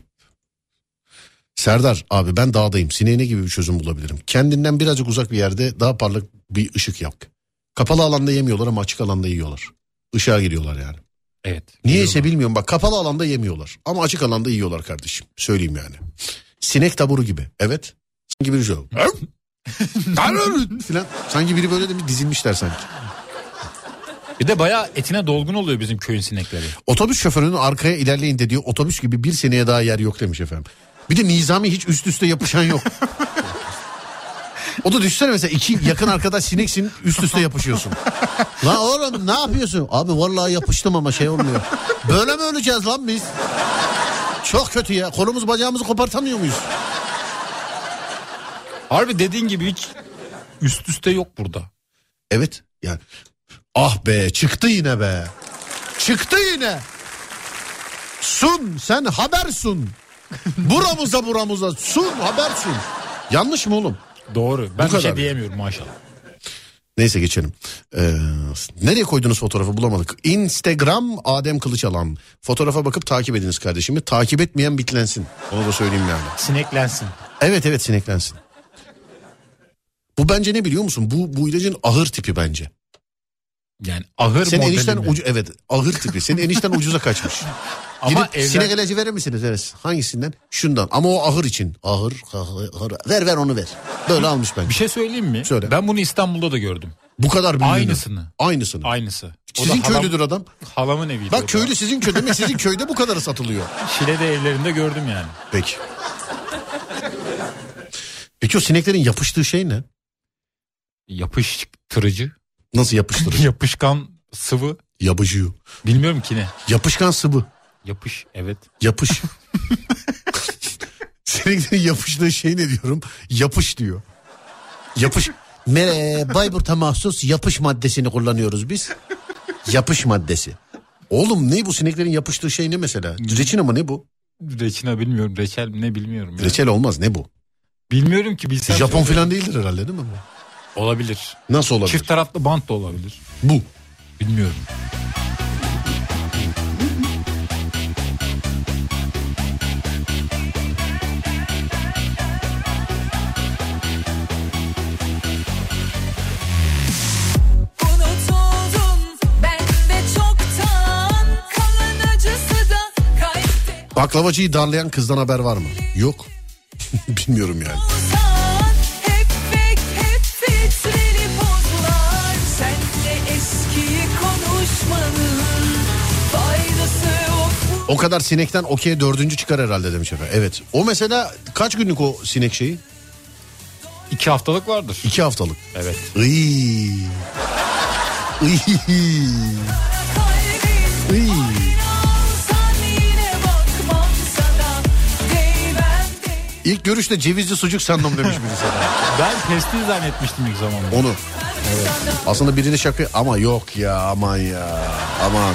S1: Serdar abi ben dağdayım. Sineğine gibi bir çözüm bulabilirim. Kendinden birazcık uzak bir yerde daha parlak bir ışık yak. Kapalı alanda yemiyorlar ama açık alanda yiyorlar. Işığa giriyorlar yani.
S2: Evet.
S1: Niyeyse bilmiyorum bak kapalı alanda yemiyorlar. Ama açık alanda yiyorlar kardeşim. Söyleyeyim yani. Sinek taburu gibi. Evet. Sanki biri şöyle. filan. Sanki biri böyle de bir dizilmişler sanki.
S2: Bir de bayağı etine dolgun oluyor bizim köyün sinekleri.
S1: Otobüs şoförünün arkaya ilerleyin dediği otobüs gibi bir seneye daha yer yok demiş efendim. Bir de nizami hiç üst üste yapışan yok. o da düşünsene mesela iki yakın arkadaş sineksin üst üste yapışıyorsun. lan oğlum ne yapıyorsun? Abi vallahi yapıştım ama şey olmuyor. Böyle mi öleceğiz lan biz? Çok kötü ya. Kolumuz bacağımızı kopartamıyor muyuz?
S2: Harbi dediğin gibi hiç üst üste yok burada.
S1: Evet yani. Ah be çıktı yine be. Çıktı yine. Sun sen haber sun. Buramıza buramıza sun haber sun. Yanlış mı oğlum?
S2: Doğru. Ben bir
S1: kadar
S2: şey
S1: mı?
S2: diyemiyorum maşallah.
S1: Neyse geçelim. Ee, nereye koydunuz fotoğrafı bulamadık. Instagram Adem Kılıçalan. Fotoğrafa bakıp takip ediniz kardeşimi. Takip etmeyen bitlensin. Onu da söyleyeyim yani.
S2: Sineklensin.
S1: Evet evet sineklensin. Bu bence ne biliyor musun? Bu, bu ilacın ahır tipi bence.
S2: Yani ahır
S1: Senin
S2: modeli
S1: enişten
S2: mi?
S1: ucu evet ahır tipi. Senin enişten ucuza kaçmış.
S2: Ama
S1: Gidip
S2: evlen-
S1: sinek ilacı verir misiniz? Evet. Hangisinden? Şundan. Ama o ahır için. Ahır, ahır, ahır. Ver ver onu ver. Böyle almış bence.
S2: Bir şey söyleyeyim mi?
S1: Söyle.
S2: Ben bunu İstanbul'da da gördüm.
S1: Bu kadar büyüğünü.
S2: Aynısını.
S1: Aynısını.
S2: Aynısı. O da
S1: Sizin
S2: halam-
S1: köylüdür adam.
S2: Halamın eviydi. o da.
S1: Bak köylü sizin köy demek sizin köyde bu kadarı satılıyor.
S2: Şile'de evlerinde gördüm yani.
S1: Peki. Peki o sineklerin yapıştığı şey ne?
S2: Yapıştırıcı.
S1: Nasıl yapıştırıyor?
S2: Yapışkan sıvı.
S1: Yapışıyor.
S2: Bilmiyorum ki ne.
S1: Yapışkan sıvı.
S2: Yapış evet.
S1: Yapış. Sineklerin yapıştığı şey ne diyorum? Yapış diyor. Yapış. Mere, Bayburt'a mahsus yapış maddesini kullanıyoruz biz. Yapış maddesi. Oğlum ne bu sineklerin yapıştığı şey ne mesela? Reçin ama ne bu?
S2: Reçina bilmiyorum. Reçel mi ne bilmiyorum. yani.
S1: Reçel olmaz ne bu?
S2: Bilmiyorum ki bilsem.
S1: Japon
S2: söyleyeyim.
S1: falan değildir herhalde değil mi bu?
S2: Olabilir.
S1: Nasıl olabilir?
S2: Çift taraflı bant da olabilir.
S1: Bu.
S2: Bilmiyorum.
S6: Unutuldum ben de çoktan Kalan acısı da kalpte
S1: Baklavacıyı darlayan kızdan haber var mı? Yok. Bilmiyorum yani.
S6: uzan Hep bek hep filtreli pozlar Senle eskiyi konuşmanın Faydası yok mu?
S1: O kadar sinekten okey dördüncü çıkar herhalde demiş efendim. Evet. O mesela kaç günlük o sinek şeyi?
S2: İki haftalık vardır.
S1: İki haftalık.
S2: Evet.
S1: Iy. Iy.
S6: Kalbim
S1: Iy.
S6: inansan yine bakmam sana Değmem değmem
S1: İlk görüşte cevizli sucuk sandım demiş birisi.
S2: Ben pestil zannetmiştim ilk zamanında.
S1: Onu. Aslında birine şaka ama yok ya aman ya aman.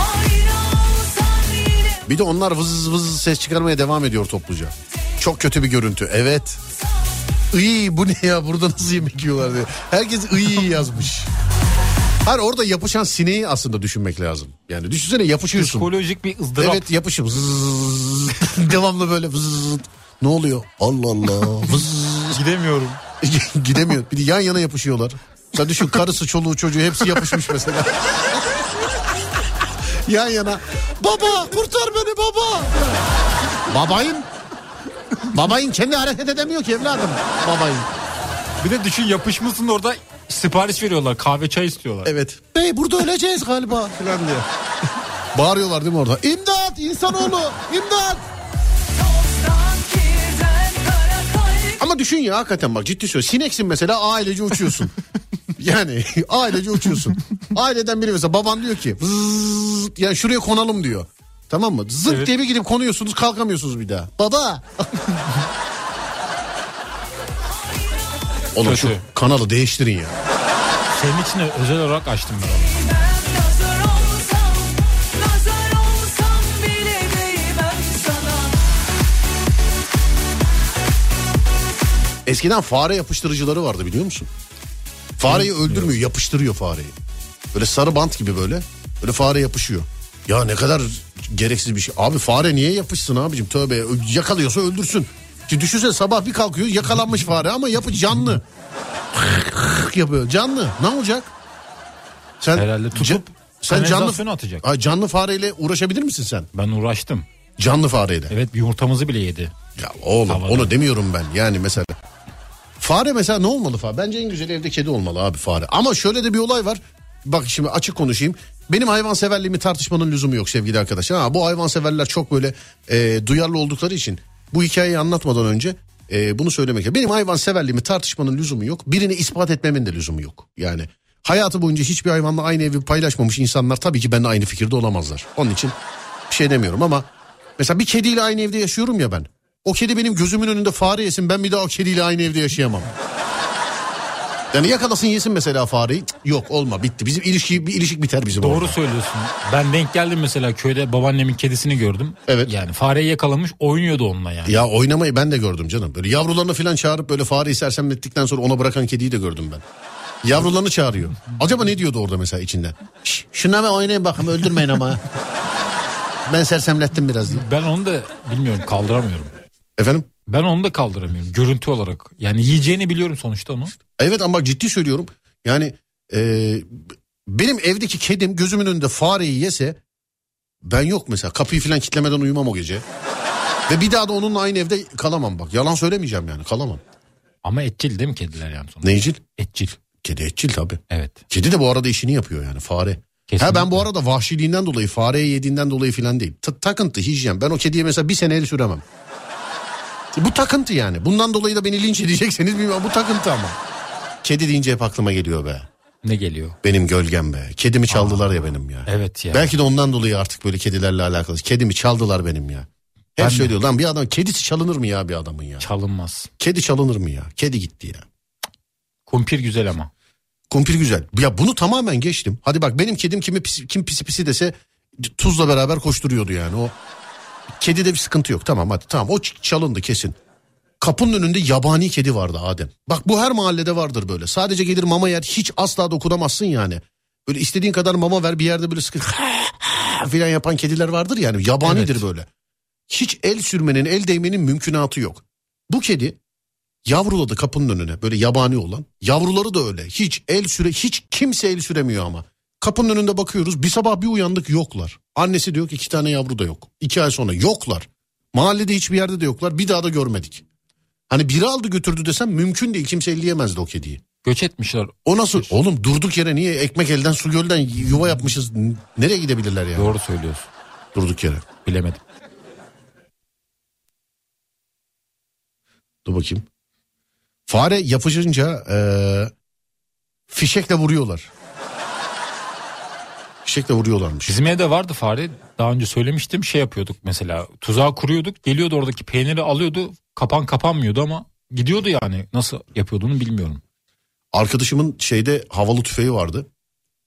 S6: Ayrı olsan yine
S1: Bir de onlar vız vız ses çıkarmaya devam ediyor topluca. Çok kötü bir görüntü. Evet. İyi bu ne ya burada nasıl yemek yiyorlar diye. Herkes iyi yazmış. Hayır orada yapışan sineği aslında düşünmek lazım. Yani düşünsene yapışıyorsun.
S2: Psikolojik bir ızdırap.
S1: Evet yapışım. Zzzz. Devamlı böyle vız. Ne oluyor? Allah Allah. Vız.
S2: Gidemiyorum.
S1: Gidemiyor. Bir de yan yana yapışıyorlar. Sen düşün karısı, çoluğu, çocuğu hepsi yapışmış mesela. yan yana. Baba kurtar beni baba. Babayım. Babayın kendi hareket edemiyor ki evladım. Babayım.
S2: Bir de düşün yapışmışsın orada sipariş veriyorlar. Kahve çay istiyorlar.
S1: Evet. Bey burada öleceğiz galiba falan diye. Bağırıyorlar değil mi orada? İmdat insanoğlu imdat.
S6: tozdan kirden kara kalp
S1: Ama Ama düşün ya hakikaten bak ciddi söylüyorum. Sineksin mesela ailece uçuyorsun. yani ailece uçuyorsun. Aileden biri mesela baban diyor ki "Zıt, ya şuraya konalım diyor. Tamam mı? Zıt
S2: Evet.
S1: diye bir gidip konuyorsunuz kalkamıyorsunuz bir daha. Baba. Oğlum şu
S2: Kötü.
S1: kanalı değiştirin ya.
S2: Senin için de özel olarak açtım ben onu.
S6: Ben nazar olsam, nazar olsam bile değmem sana.
S1: Eskiden fare yapıştırıcıları vardı biliyor musun? Fareyi öldürmüyor yapıştırıyor fareyi. Böyle sarı bant gibi böyle. Böyle fare yapışıyor. Ya ne kadar gereksiz bir şey. Abi fare niye yapışsın abicim tövbe ö- yakalıyorsa öldürsün. Ki düşünsene sabah bir kalkıyor yakalanmış fare ama yapı canlı. yapıyor canlı ne olacak? Sen
S2: Herhalde tutup
S1: ca- sen canlı
S2: kanalizasyona atacak.
S1: Ha, canlı fareyle uğraşabilir misin sen?
S2: Ben uğraştım.
S1: Canlı fareyle.
S2: Evet bir yumurtamızı bile yedi.
S1: Ya oğlum
S2: Havada.
S1: onu demiyorum ben yani mesela. Fare mesela ne olmalı fare? Bence en güzel evde kedi olmalı abi fare. Ama şöyle de bir olay var. Bak şimdi açık konuşayım. Benim hayvanseverliğimi tartışmanın lüzumu yok sevgili arkadaşlar. Ha, bu hayvanseverler çok böyle e, duyarlı oldukları için bu hikayeyi anlatmadan önce e, bunu söylemek. Benim hayvanseverliğimi tartışmanın lüzumu yok. Birini ispat etmemin de lüzumu yok. Yani hayatı boyunca hiçbir hayvanla aynı evi paylaşmamış insanlar tabii ki benimle aynı fikirde olamazlar. Onun için bir şey demiyorum ama mesela bir kediyle aynı evde yaşıyorum ya ben. O kedi benim gözümün önünde fare yesin ben bir daha o kediyle aynı evde yaşayamam. Yani yakalasın yesin mesela fareyi. Cık, Yok olma bitti. Bizim ilişki bir ilişik biter bizim
S2: Doğru
S1: orada.
S2: söylüyorsun. Ben denk geldim mesela köyde babaannemin kedisini gördüm.
S1: Evet.
S2: Yani fareyi yakalamış oynuyordu onunla yani.
S1: Ya oynamayı ben de gördüm canım. Böyle yavrularını falan çağırıp böyle fareyi sersemlettikten sonra ona bırakan kediyi de gördüm ben. Yavrularını çağırıyor. Acaba ne diyordu orada mesela içinden? Şş, şuna bir oynayın bakın öldürmeyin ama. ben sersemlettim biraz diye.
S2: Ben onu da bilmiyorum kaldıramıyorum.
S1: Efendim?
S2: Ben onu da kaldıramıyorum görüntü olarak. Yani yiyeceğini biliyorum sonuçta onu.
S1: Evet ama bak ciddi söylüyorum. Yani e, benim evdeki kedim gözümün önünde fareyi yese ben yok mesela. Kapıyı falan kitlemeden uyumam o gece. Ve bir daha da onunla aynı evde kalamam bak. Yalan söylemeyeceğim yani kalamam.
S2: Ama etçil değil mi kediler yani sonuçta?
S1: Neycil?
S2: Etçil.
S1: Kedi etçil tabii.
S2: Evet.
S1: Kedi de bu arada işini yapıyor yani fare. Ha
S2: Kesinlikle.
S1: ben bu arada vahşiliğinden dolayı fareyi yediğinden dolayı filan değil. Ta- takıntı hijyen. Ben o kediye mesela bir sene el süremem. Bu takıntı yani. Bundan dolayı da beni linç edecekseniz bilmiyorum. Bu takıntı ama. Kedi deyince hep aklıma geliyor be.
S2: Ne geliyor?
S1: Benim gölgem be. Kedimi çaldılar ya benim ya.
S2: Evet ya.
S1: Belki de ondan dolayı artık böyle kedilerle alakalı. Kedimi çaldılar benim ya. Hep
S2: Ben de.
S1: söylüyor lan bir adam kedisi çalınır mı ya bir adamın ya?
S2: Çalınmaz.
S1: Kedi çalınır mı ya? Kedi gitti ya.
S2: Kumpir güzel ama.
S1: Kumpir güzel. Ya bunu tamamen geçtim. Hadi bak benim kedim kimi pis- kim pisi pisi dese tuzla beraber koşturuyordu yani o. Kedide bir sıkıntı yok. Tamam hadi tamam o ç- çalındı kesin. Kapının önünde yabani kedi vardı Adem. Bak bu her mahallede vardır böyle. Sadece gelir mama yer hiç asla dokunamazsın yani. Böyle istediğin kadar mama ver bir yerde böyle sıkıntı filan yapan kediler vardır yani. Yabanidir
S2: Evet.
S1: böyle. Hiç el sürmenin el değmenin mümkünatı yok. Bu kedi yavruladı kapının önüne böyle yabani olan. Yavruları da öyle. Hiç el süre hiç kimse el süremiyor ama. Kapının önünde bakıyoruz bir sabah bir uyandık yoklar. Annesi diyor ki iki tane yavru da yok. İki ay sonra yoklar. Mahallede hiçbir yerde de yoklar bir daha da görmedik. Hani biri aldı götürdü desem mümkün değil kimse elleyemezdi o kediyi.
S2: Göç etmişler.
S1: O nasıl oğlum durduk yere niye ekmek elden su gölden yuva yapmışız N- nereye gidebilirler yani
S2: Doğru söylüyorsun.
S1: durduk yere.
S2: Bilemedim.
S1: Dur bakayım. Fare yapışınca eee, fişekle vuruyorlar. Fişekle vuruyorlarmış.
S2: Bizim evde vardı fare. Daha önce söylemiştim. Şey yapıyorduk mesela. Tuzağı kuruyorduk. Geliyordu oradaki peyniri alıyordu. Kapan kapanmıyordu ama gidiyordu yani. Nasıl yapıyorduğunu bilmiyorum.
S1: Arkadaşımın şeyde havalı tüfeği vardı.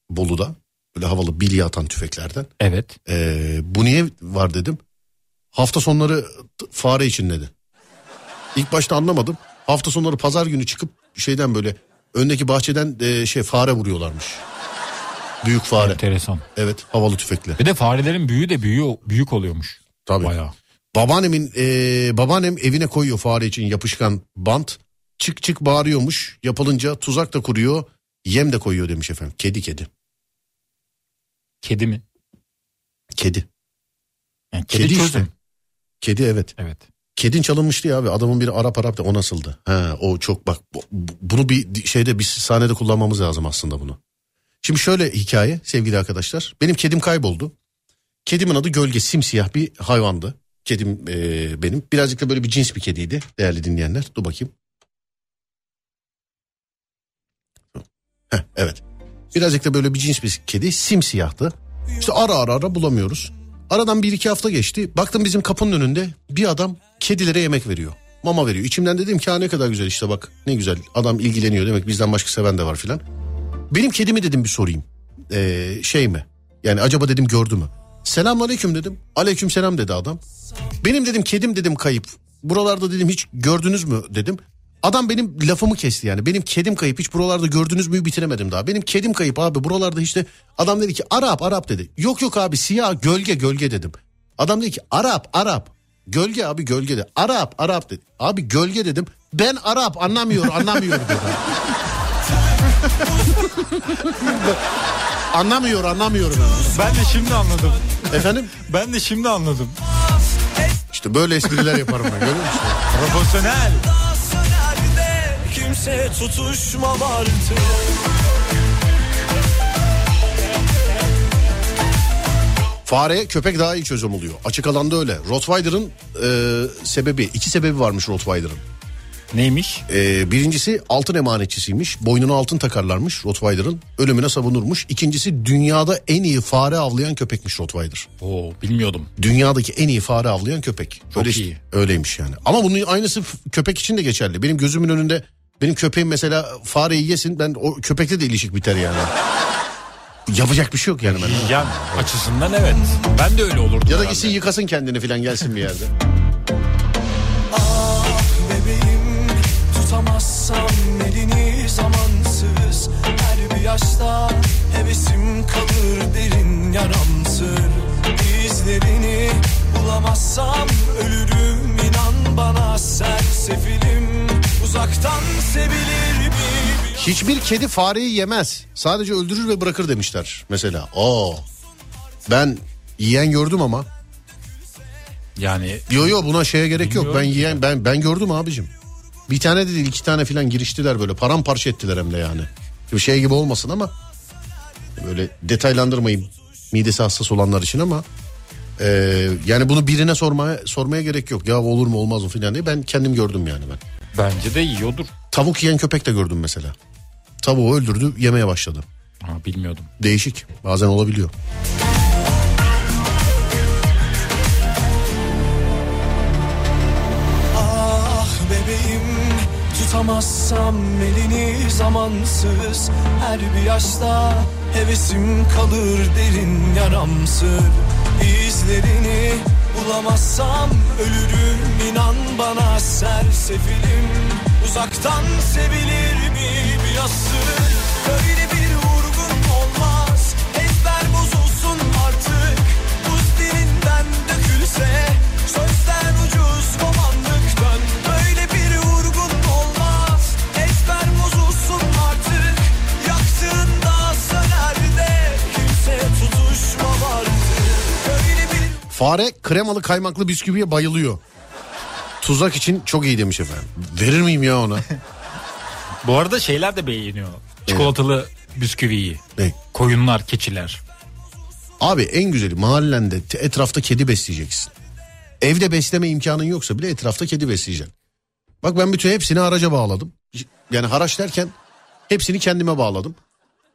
S1: Bolu'da. Böyle havalı bilye atan tüfeklerden.
S2: Evet.
S1: Eee, bu niye var dedim. Hafta sonları t- fare için dedi. İlk başta anlamadım. Hafta sonları pazar günü çıkıp şeyden böyle öndeki bahçeden eee, şey fare vuruyorlarmış. Büyük fare.
S2: Enteresan.
S1: Evet havalı tüfekle.
S2: Bir de farelerin büyüğü de büyüğü, büyük oluyormuş.
S1: Tabii.
S2: Bayağı.
S1: Babaannemin eee, babaannem evine koyuyor fare için yapışkan bant. Çık çık bağırıyormuş. Yapılınca tuzak da kuruyor. Yem de koyuyor demiş efendim. Kedi kedi.
S2: Kedi mi?
S1: Kedi.
S2: Yani kedi,
S1: Kedi
S2: çözüm.
S1: işte. Kedi evet.
S2: Evet.
S1: Kedin çalınmıştı ya abi. Adamın biri Arap Arap da o nasıldı? Ha, o çok bak bu- bu- bunu bir di- şeyde bir sahnede kullanmamız lazım aslında bunu. Şimdi şöyle hikaye sevgili arkadaşlar. Benim kedim kayboldu. Kedimin adı Gölge simsiyah bir e, hayvandı. Kedim eee, benim. Birazcık da böyle bir cins bir kediydi değerli dinleyenler. Dur bakayım. Heh, evet. Birazcık da böyle bir cins bir kedi simsiyahtı. İşte ara ara ara bulamıyoruz. Aradan bir iki hafta geçti. Baktım bizim kapının önünde bir adam kedilere yemek veriyor. Mama veriyor. İçimden dedim ki ha ne kadar güzel işte bak ne güzel. Adam ilgileniyor demek bizden başka seven de var filan. Benim kedimi dedim bir sorayım. Ee, şey mi? Yani acaba dedim gördü mü? Selamünaleyküm dedim. Aleyküm selam dedi adam. Benim dedim kedim dedim kayıp. Buralarda dedim hiç gördünüz mü dedim. Adam benim lafımı kesti yani. Benim kedim kayıp hiç buralarda gördünüz mü bitiremedim daha. Benim kedim kayıp abi buralarda işte. Adam dedi ki Arap Arap dedi. Yok yok abi siyah gölge gölge dedim. Adam dedi ki Arap Arap. Gölge abi gölge dedi. Arap Arap dedi. Abi gölge dedim. Ben Arap anlamıyor anlamıyor dedi. anlamıyor anlamıyorum.
S2: Ben de şimdi anladım.
S1: Efendim
S2: Ben de şimdi anladım.
S1: işte böyle espriler yaparım ben görüyor musun?
S2: Profesyonel.
S3: Daha söner de kimse tutuşmam artık
S1: Fare köpek daha iyi çözüm oluyor. Açık alanda öyle. Rottweiler'ın e, sebebi iki sebebi varmış Rottweiler'ın.
S2: Neymiş?
S1: E, birincisi altın emanetçisiymiş. Boynuna altın takarlarmış Rottweiler'ın. Ölümüne savunurmuş. İkincisi dünyada en iyi fare avlayan köpekmiş Rottweiler.
S2: Oo bilmiyordum.
S1: Dünyadaki en iyi fare avlayan köpek.
S2: Çok
S1: Öyle-
S2: iyi.
S1: Öyleymiş yani. Ama bunun aynısı f- köpek için de geçerli. Benim gözümün önünde benim köpeğim mesela fareyi yesin ben o köpekle de ilişik biter yani. Yapacak bir şey yok yani. Ben.
S2: Yani açısından evet. Ben de öyle
S1: Ya da
S2: olurdum. herhalde.
S1: gitsin yıkasın kendini filan gelsin bir yerde.
S5: Bebeğim tutamazsam elini zamansız Her bir yaşta hevesim kalır derin yaramsır İzlerini bulamazsam ölürüm inan bana sersefilim Uzaktan sevilir bir
S1: Hiçbir kedi fareyi yemez. Sadece öldürür ve bırakır demişler mesela. Oo. Ben yiyen gördüm ama.
S2: Yani
S1: Yo yo buna şeye gerek yok. Ben
S2: Bilmiyorum ki
S1: yiyen ben ben gördüm abicim. Bir tane de değil iki tane filan giriştiler böyle paramparça ettiler hem de yani. Bir şey gibi olmasın ama böyle detaylandırmayayım midesi hassas olanlar için ama eee, yani bunu birine sormaya sormaya gerek yok. Ya olur mu olmaz mı filan diye ben kendim gördüm yani ben.
S2: bence de yiyordur.
S1: Tavuk yiyen köpek de gördüm mesela. Tavuğu öldürdü yemeye başladı.
S2: Ha, bilmiyordum.
S1: Değişik. Bazen olabiliyor.
S5: Ah bebeğim tutamazsam elini zamansız Her bir yaşta hevesim kalır derin yaramsır İzlerini bulamazsam ölürüm inan bana sersefilim Uzaktan sevilir mi bir yasır Böyle bir vurgun olmaz ezber bozulsun artık Buz dilinden dökülse Sözden ucuz komandıktan Böyle bir vurgun olmaz Ezber bozulsun artık Yaktığında söner de Kimse tutuşma artık Böyle bir
S1: Fare kremalı kaymaklı bisküviye bayılıyor. Tuzak için çok iyi demiş efendim. Verir miyim ya ona?
S2: Bu arada şeyler de beğeniyor. Çikolatalı bisküviyi.
S1: Ne?
S2: Koyunlar, keçiler.
S1: Abi en güzeli mahallende te- etrafta kedi besleyeceksin. Evde besleme imkanın yoksa bile etrafta kedi besleyeceksin. Bak ben bütün hepsini haraca bağladım. Yani haraç derken hepsini kendime bağladım.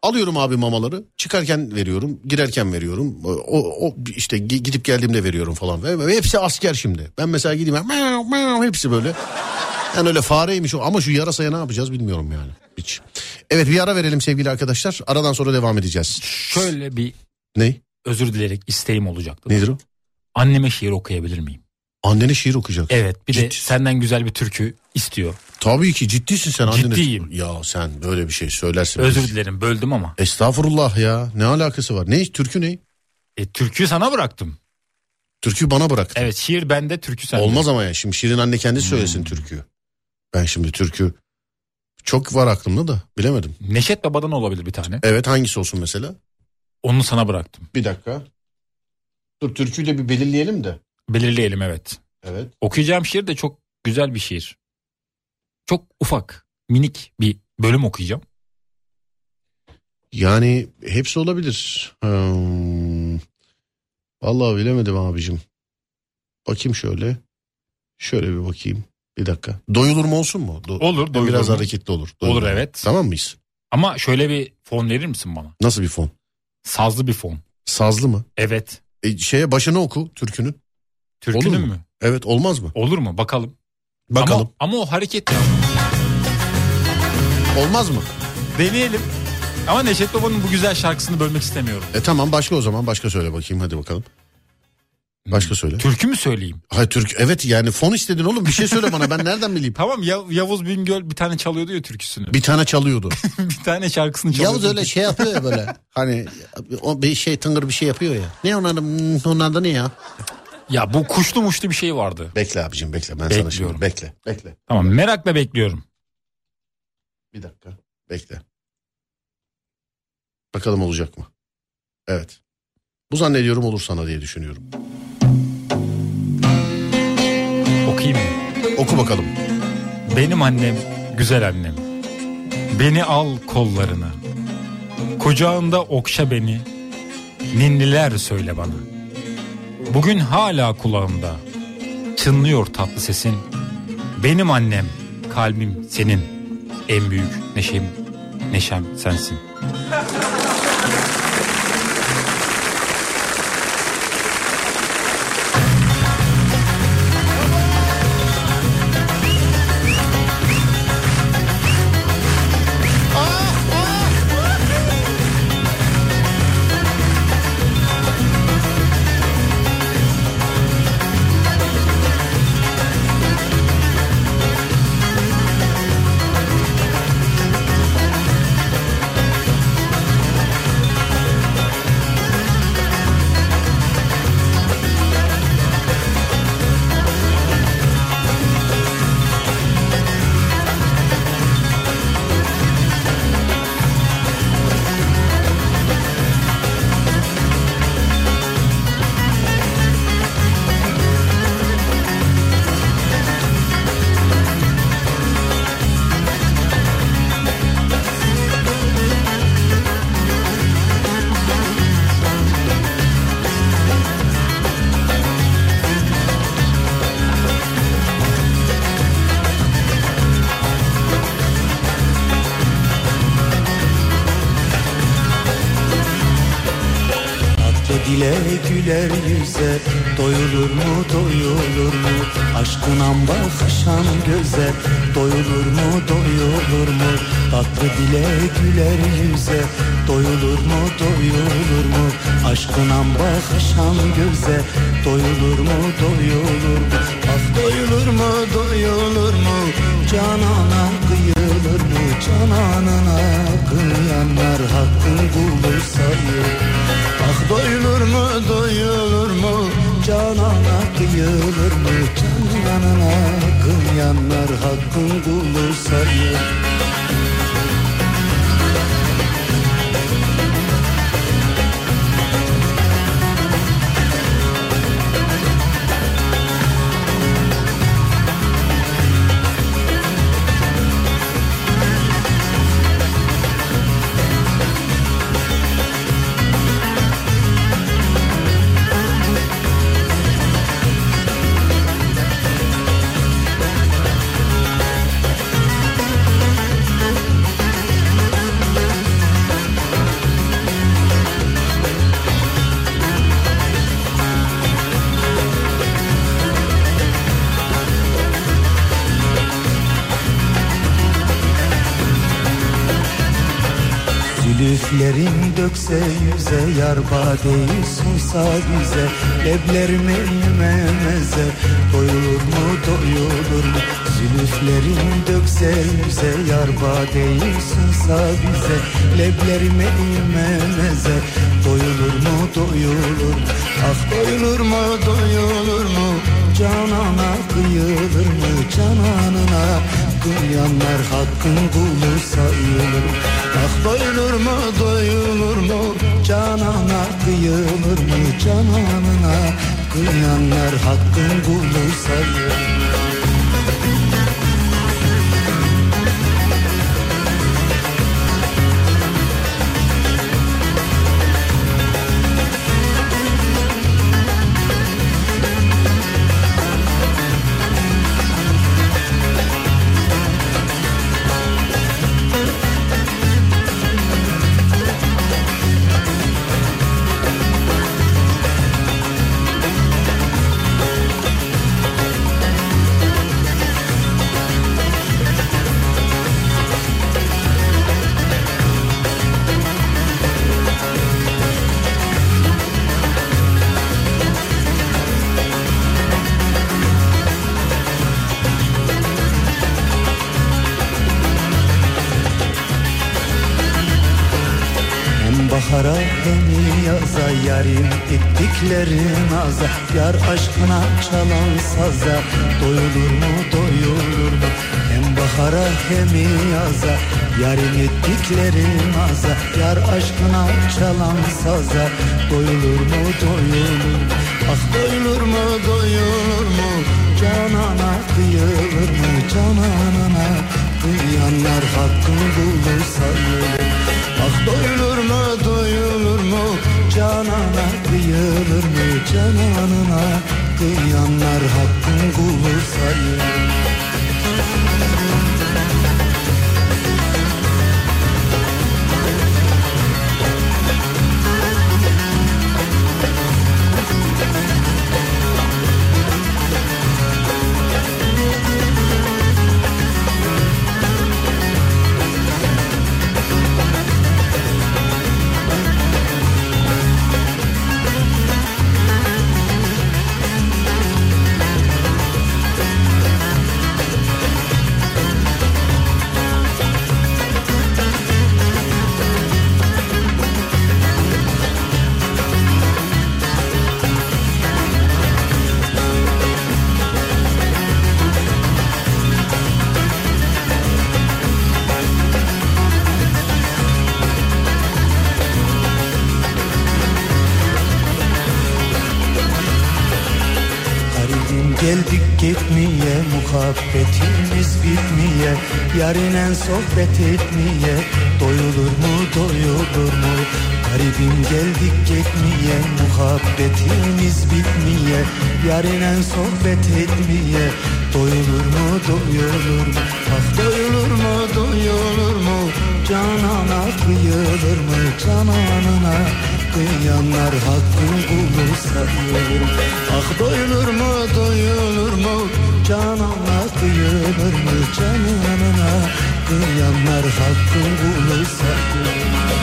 S1: Alıyorum abi mamaları çıkarken veriyorum girerken veriyorum o, o işte gi- gidip geldiğimde veriyorum falan ve ve hepsi asker şimdi ben mesela gideyim ben, meow, meow, hepsi böyle yani öyle fareymiş o ama şu yarasaya ne yapacağız bilmiyorum yani hiç evet bir ara verelim sevgili arkadaşlar aradan sonra devam edeceğiz
S2: Şöyle bir
S1: ne
S2: özür dileyerek isteğim olacaktı.
S1: nedir o
S2: Anneme şiir okuyabilir miyim?
S1: Annene şiir okuyacak.
S2: Evet bir de
S1: Ciddi.
S2: senden güzel bir türkü istiyor.
S1: Tabii ki ciddisin sen annene.
S2: Ciddiyim.
S1: Ya sen böyle bir şey söylersin.
S2: Özür dilerim böldüm ama.
S1: Estağfurullah ya. Ne alakası var? Ne? Türkü ne?
S2: E, türküyü sana bıraktım.
S1: Türkü bana bıraktı.
S2: Evet Hmm. şiir bende türkü sende.
S1: Olmaz ama ya. Şimdi Şirin anne kendisi söylesin türküyü. Ben şimdi türkü çok var aklımda da bilemedim.
S2: Neşet Baba'dan olabilir bir tane.
S1: Evet hangisi olsun mesela?
S2: Onu sana bıraktım.
S1: Bir dakika. Dur türküyü de bir belirleyelim de.
S2: Belirleyelim evet.
S1: Evet.
S2: Okuyacağım şiir de çok güzel bir şiir. Çok ufak, minik bir bölüm okuyacağım.
S1: Yani hepsi olabilir. Hmm. Vallahi bilemedim abicim. Bakayım şöyle. Şöyle bir bakayım. Bir dakika. Doyulur mu olsun mu? Do-
S2: Olur,
S1: O
S2: doyulur
S1: biraz
S2: mu?
S1: hareketli olur.
S2: Olur,
S1: Doyulur.
S2: evet.
S1: Tamam mıyız?
S2: Ama şöyle bir fon verir misin bana?
S1: Nasıl bir fon?
S2: Sazlı bir fon.
S1: Sazlı mı?
S2: Evet.
S1: E, şeye başını oku türkünün.
S2: Türkünün
S1: Olur
S2: mü?
S1: mu? Evet olmaz mı?
S2: Olur mu? Bakalım.
S1: Bakalım.
S2: Ama, ama o hareket ya.
S1: Olmaz mı?
S2: Deneyelim. Ama Neşet Baba'nın bu güzel şarkısını bölmek istemiyorum.
S1: E tamam başka o zaman başka söyle bakayım hadi bakalım.
S2: Hmm.
S1: Başka söyle.
S2: Türkü mü söyleyeyim?
S1: Hayır Türk evet yani fon istedin oğlum bir şey söyle bana ben nereden bileyim?
S2: Tamam Ya- Yavuz Bingöl bir tane çalıyordu ya türküsünü.
S1: Bir tane çalıyordu.
S2: bir tane şarkısını çalıyordu.
S4: Yavuz öyle şey yapıyor ya böyle.
S1: Hani o bir şey tıngır bir şey yapıyor ya. Ne onun adı, Hmm, onun adı ne ya?
S2: Ya bu kuşlu muşlu bir şey vardı.
S1: Bekle abicim bekle ben sana
S2: Bekliyorum.
S1: şimdi bekle. Bekle
S2: Tamam merakla bekliyorum.
S1: bir dakika bekle. Bakalım olacak mı? Evet. Bu zannediyorum olur sana diye düşünüyorum.
S2: Okuyayım mı?
S1: Oku bakalım.
S2: Benim annem, güzel annem. Beni al kollarına. Kucağında okşa beni. Ninniler söyle bana. Bugün hala kulağımda. Çınlıyor tatlı sesin. Benim annem, kalbim senin. En büyük neşem, neşem sensin.
S7: Tatlı dile güler yüze Doyulur mu doyulur mu Aşkına bakışan göze Doyulur mu doyulur mu Tatlı dile güler yüze Doyulur mu doyulur mu Aşkına bakışan göze Doyulur mu doyulur mu Ah doyulur mu doyulur mu Canana kıyılır mu Cananına kıyanlar Hakkın kulu sayılır Ah doyulur mu doyulur mu Canana kıyılır mı Cananına kıyanlar Hakkın kulu sayılır Zülüflerin dökse yüze Yar badeyi sunsa bize Leblerimi yememeze Doyulur mu doyulur mu Zülüflerin dökse yüze Yar badeyi sunsa bize Leblerimi yememeze Doyulur mu doyulur mu Ah doyulur mu doyulur mu Canana kıyılır mı Cananına kıyanlar Hakkın kulu sayılır mı? Ah doyulur mu doyulur mu Canana kıyılır mı Cananına kıyanlar Hakkın kulu sayılır Kara beni yaza yarim ettiklerin aza Yar aşkına çalan saza Doyulur mu doyulur mu Hem bahara hem yaza Yarim ettiklerin aza Yar aşkına çalan saza Doyulur mu doyulur mu Ah doyulur mu doyulur mu Canana kıyılır mı Canana kıyanlar hakkını bulursa ölür Ah doyulur mu doyulur mu canana kıyılır mı cananına kıyanlar hakkın kulu sayılır. Garibim geldik gitmeye Muhabbetimiz bitmeye Yarinen sohbet etmeye Doyulur mu doyulur mu Garibim geldik gitmeye Muhabbetimiz bitmeye Yarinen sohbet etmeye Doyulur mu doyulur mu Ah doyulur mu doyulur mu Canana kıyılır mı Cananına kıyanlar hakkını bulur sayılır Ah doyulur mu doyulur mu Canana kıyılır mı Cananına kıyanlar hakkını bulur sayılır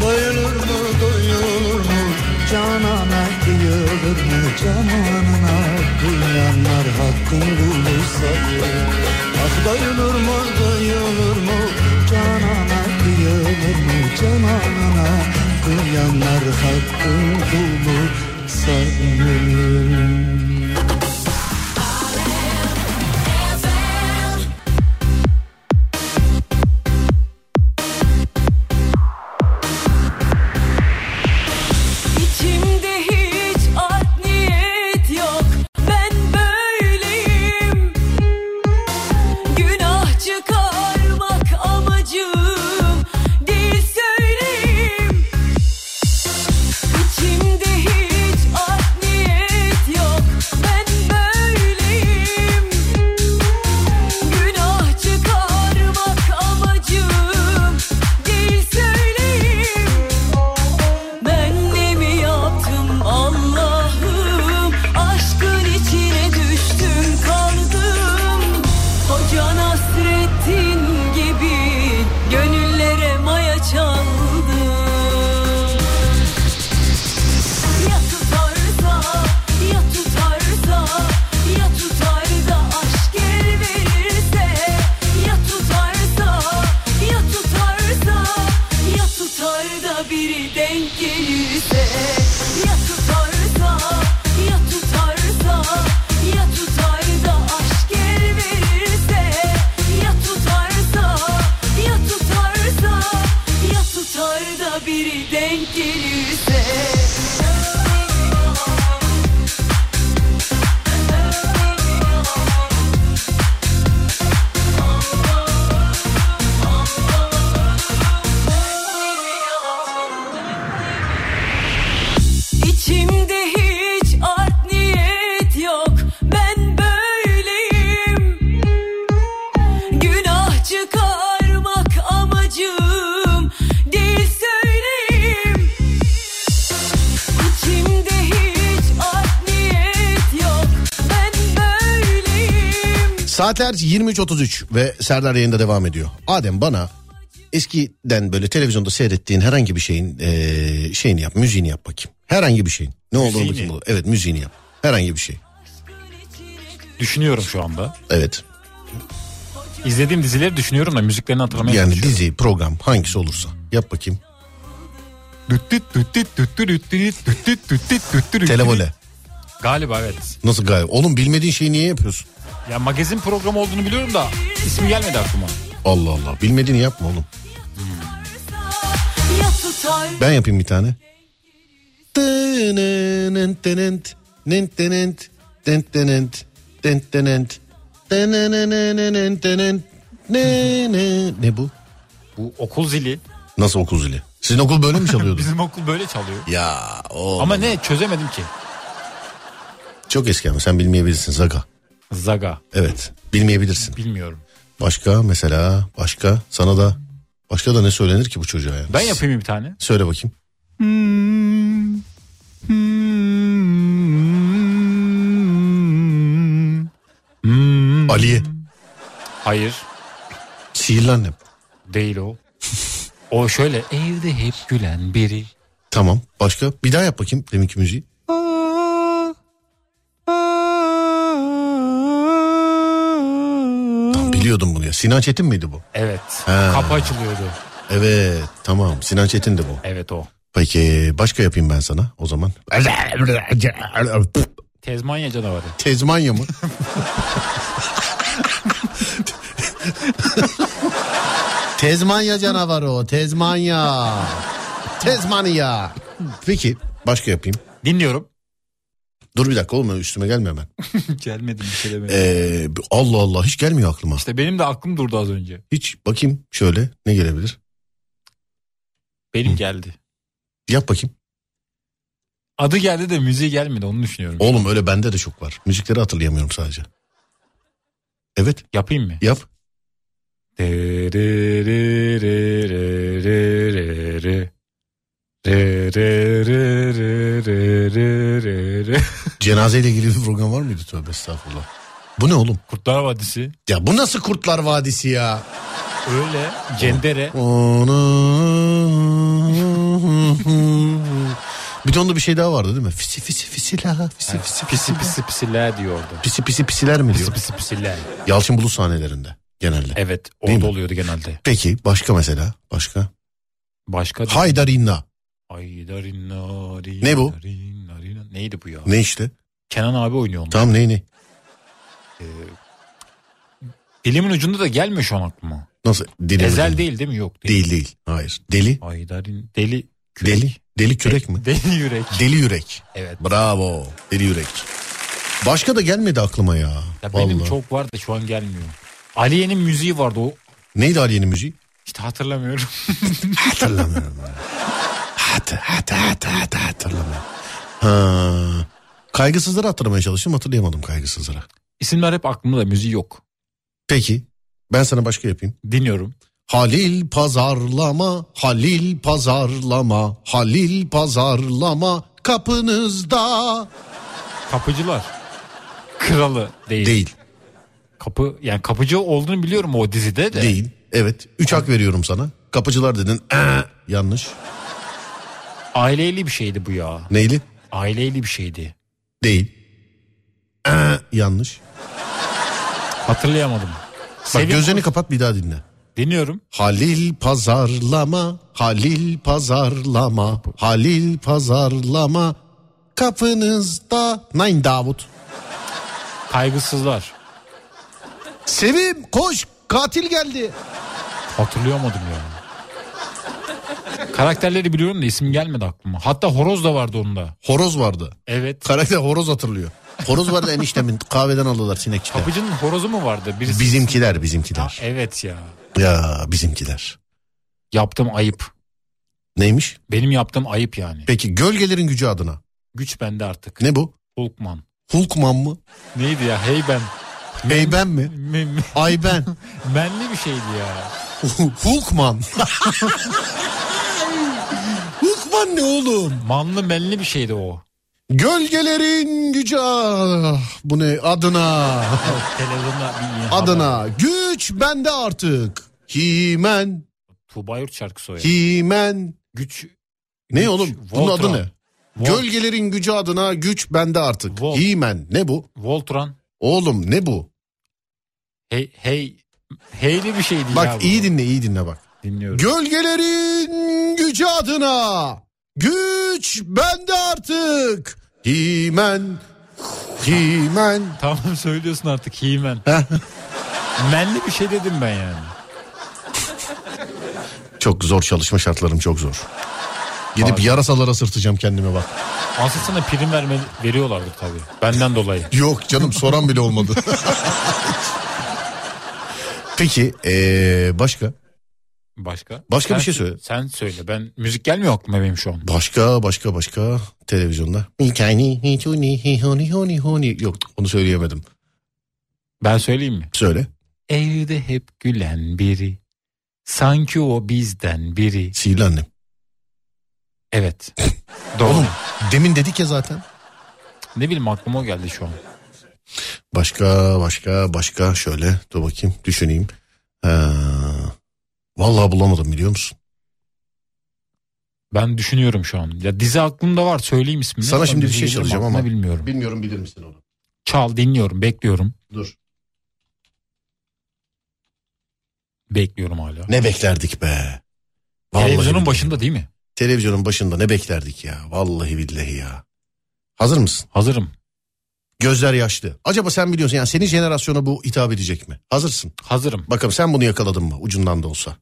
S7: Doyulur mu doyulur mu canana kıyılır mı cananına kıyanlar hakkın bulursa Ah doyulur mu doyulur mu canana kıyılır mı cananına kıyanlar hakkın bulursa
S6: İçimde hiç art niyet yok Ben böyleyim Günah çıkarmak amacım Değil söyleyeyim İçimde hiç art niyet yok
S1: Saatler 23.33 ve Serdar yayında devam ediyor. Adem bana eskiden böyle televizyonda seyrettiğin herhangi bir şeyin eee, şeyini yap, müziğini yap bakayım. Herhangi bir şeyin. Ne olduğunu
S2: Müziğini?
S1: bakayım. bu- Evet müziğini yap. Herhangi bir şey.
S2: Düşünüyorum şu anda.
S1: Evet.
S2: İzlediğim dizileri düşünüyorum da müziklerini hatırlamaya
S1: Yani
S2: çalışıyorum.
S1: dizi, program hangisi olursa yap bakayım.
S2: Düt düt düt düt düt düt düt düt düt düt düt düt düt düt düt.
S1: Televole.
S2: Galiba evet.
S1: Nasıl gayet? Oğlum bilmediğin şeyi niye yapıyorsun?
S2: Ya magazin programı olduğunu biliyorum da ismi gelmedi aklıma.
S1: Allah Allah. Bilmediğini yapma oğlum.
S6: Ya tutar
S1: Ben yapayım bir tane. Tınınınt tınınt, nınt tınınt, tınt tınınt, tınt tınınt, tınınınınınınt tınınt, nı nı. Ne bu?
S2: Bu okul zili.
S1: Nasıl okul zili? Sizin okul böyle mi çalıyordu?
S2: Bizim okul böyle çalıyor.
S1: ya o
S2: Ama ne çözemedim ki.
S1: çok eski ama sen bilmeyebilirsin Zaga.
S2: Zaga.
S1: Evet bilmeyebilirsin.
S2: Bilmiyorum.
S1: Başka mesela başka sana da başka da ne söylenir ki bu çocuğa ya?
S2: Ben yapayım bir tane.
S1: Söyle bakayım. Ali'ye.
S2: Hayır.
S1: Sihirli annem.
S2: Değil o. O şöyle. Evde hep gülen biri.
S1: Tamam. Başka? Bir daha yap bakayım deminki müziği. Tamam biliyordum bunu ya. Sinan Çetin miydi bu?
S2: Evet.
S1: Ha.
S2: Kapı açılıyordu.
S1: Evet tamam Sinan Çetin de bu.
S2: Evet o.
S1: Peki başka yapayım ben sana o zaman.
S2: Tezmanya canavarı.
S1: Tezmanya mı? Tezmanya canavarı o. Tezmanya. Tezmanya. Peki başka yapayım.
S2: Dinliyorum.
S1: Dur bir dakika oğlum üstüme gelme hemen.
S2: Gelmedim bir şey demedim.
S1: Ee, Allah Allah hiç gelmiyor aklıma.
S2: İşte benim de aklım durdu az önce.
S1: Hiç bakayım şöyle ne gelebilir?
S2: Benim geldi.
S1: Yap bakayım.
S2: Adı geldi de müziği gelmedi onu düşünüyorum.
S1: Oğlum öyle bende de çok var. Müzikleri hatırlayamıyorum sadece. Evet
S2: Yapayım mı?
S1: yap. Cenazeyle ilgili bir program var mıydı tövbe estağfurullah. Bu ne oğlum?
S2: Kurtlar Vadisi
S1: Ya bu nasıl Kurtlar Vadisi ya?
S2: öyle cendere
S1: bir de onda bir şey daha vardı değil mi? Fisi fisi fisila, fisi fisi
S2: pisi
S1: fisi pisi.
S2: pisi pisiler diyor orada.
S1: Pisi pisi pisiler mi
S2: Pisi
S1: diyor?
S2: pisi pisiler.
S1: Yalçın Bulut sahnelerinde genelde.
S2: Evet
S1: Değil mi?
S2: orada oluyordu genelde.
S1: Peki başka mesela? Başka?
S2: Başka da-
S1: Haydar İnna.
S2: Ay darin narin,
S1: Ne bu?
S2: darin narin. Neydi bu ya?
S1: Ne işte?
S2: Kenan abi oynuyor onu.
S1: Tam ney ne?
S2: Dilimin ucunda da gelmiyor şu an aklıma.
S1: Nasıl? Deli
S2: Ezel
S1: mi?
S2: değil değil mi? Yok değil.
S1: Değil değil. Hayır. Deli.
S2: Ay darin deli. kürek.
S1: Deli. Deli kürek mi?
S2: Deli yürek.
S1: Deli yürek.
S2: Evet.
S1: Bravo. Deli yürek. Başka da gelmedi aklıma ya.
S2: Ya benim
S1: Vallahi.
S2: çok var da şu an gelmiyor. Aliye'nin müziği vardı o.
S1: Neydi Aliye'nin müziği?
S2: İşte hatırlamıyorum.
S1: Hatırlamıyorum. Hatı hatı hatı hatı hatırlamıyorum. Ha. Kaygısızları hatırlamaya çalıştım hatırlayamadım kaygısızları.
S2: İsimler hep aklımda da müziği yok.
S1: Peki ben sana başka yapayım.
S2: Dinliyorum.
S1: Halil pazarlama, Halil pazarlama, Halil pazarlama kapınızda.
S2: Kapıcılar. Kralı değil.
S1: Değil,
S2: Kapı yani kapıcı olduğunu biliyorum o dizide de.
S1: değil. Evet, üç hak veriyorum sana. Kapıcılar dedin, "Ee, yanlış.
S2: Aileyle bir şeydi bu ya.
S1: Neyli?
S2: Aileyle bir şeydi.
S1: Değil. Ee, yanlış.
S2: Hatırlayamadım.
S1: Bak
S2: Sevim-
S1: gözlerini kapat bir daha dinle.
S2: Dinliyorum.
S1: Halil pazarlama, Halil pazarlama, Halil pazarlama kapınızda Nain Davut.
S2: Kaygısızlar.
S1: Sevim koş katil geldi.
S2: Hatırlayamadım ya. Karakterleri biliyorum da isim gelmedi aklıma. Hatta horoz da vardı onda.
S1: Horoz vardı.
S2: Evet.
S1: Karakter horoz hatırlıyor. Horoz vardı eniştemin kahveden aldılar sinekçide.
S2: Kapıcının horozu mu vardı? Birisi...
S1: Bizimkiler bizimkiler.
S2: Evet ya.
S1: Ya bizimkiler.
S2: Yaptım ayıp.
S1: Neymiş?
S2: Benim yaptığım ayıp yani.
S1: Peki gölgelerin gücü adına.
S2: Güç bende artık.
S1: Ne bu?
S2: Hulkman.
S1: Hulkman mı?
S2: Neydi ya? Hey ben.
S1: Eyben mi?
S2: Me- me-
S1: Ayben.
S2: Menli bir şeydi ya.
S1: Hulkman. Hulkman ne oğlum?
S2: Manlı menli bir şeydi o.
S1: Gölgelerin gücü ah, bu ne Adına
S2: Televizyonda bir yine haber.
S1: Adına güç bende artık Himen
S2: Tuğba Yurt şarkısı o ya.
S1: Himen
S2: Güç.
S1: Ne
S2: Güç,
S1: oğlum bunun adı
S2: Voltron.
S1: ne
S2: Vol-
S1: Gölgelerin gücü adına güç bende artık
S2: Volt.
S1: Himen ne bu
S2: Voltron.
S1: oğlum ne bu
S2: Hey, hey, heyli bir şeydi ya
S1: Bak
S2: bu.
S1: iyi dinle iyi dinle bak
S2: Dinliyorum.
S1: Gölgelerin gücü adına güç bende artık. Himen, himen.
S2: Tamam söylüyorsun artık He-Man.
S1: Heh.
S2: Menli bir şey dedim ben yani.
S1: Çok zor çalışma şartlarım çok zor. Gidip
S2: Abi.
S1: yarasalara sırtacağım kendime bak.
S2: Aslında sana prim verme, veriyorlardır tabii. Benden dolayı.
S1: Yok canım soran bile olmadı. Peki ee, başka?
S2: Başka?
S1: Başka
S2: Sen-
S1: bir şey söyle.
S2: Sen söyle. Ben müzik gelmiyor aklıma benim şu an.
S1: Başka başka başka televizyonda. Yok onu söyleyemedim.
S2: Ben söyleyeyim mi?
S1: Söyle.
S2: Evde hep gülen biri. Sanki o bizden biri.
S1: Sihirli annem.
S2: Evet. Doğru.
S1: Oğlum demin dedik ya zaten.
S2: Ne bileyim aklıma o geldi şu an.
S1: Başka başka başka şöyle dur bakayım düşüneyim. Ee, vallahi bulamadım biliyor musun?
S2: Ben düşünüyorum şu an. Ya dizi aklımda var söyleyeyim ismini.
S1: Sana
S2: Ama
S1: şimdi bir
S2: dizi
S1: şey
S2: geliyor mu
S1: soracağım
S2: aklıma
S1: ama-
S2: Bilmiyorum.
S1: Bilmiyorum bilir misin onu?
S2: Çal dinliyorum bekliyorum.
S1: Dur.
S2: Bekliyorum hala.
S1: Ne beklerdik be? Vallahi
S2: Televizyonun
S1: billahi.
S2: başında değil mi?
S1: Televizyonun başında ne beklerdik ya? Vallahi billahi ya. Hazır mısın?
S2: Hazırım.
S1: Gözler yaşlı. Acaba sen biliyorsun yani senin jenerasyona bu hitap edecek mi? Hazırsın.
S2: Hazırım.
S1: Bakalım sen bunu yakaladın mı ucundan da olsa.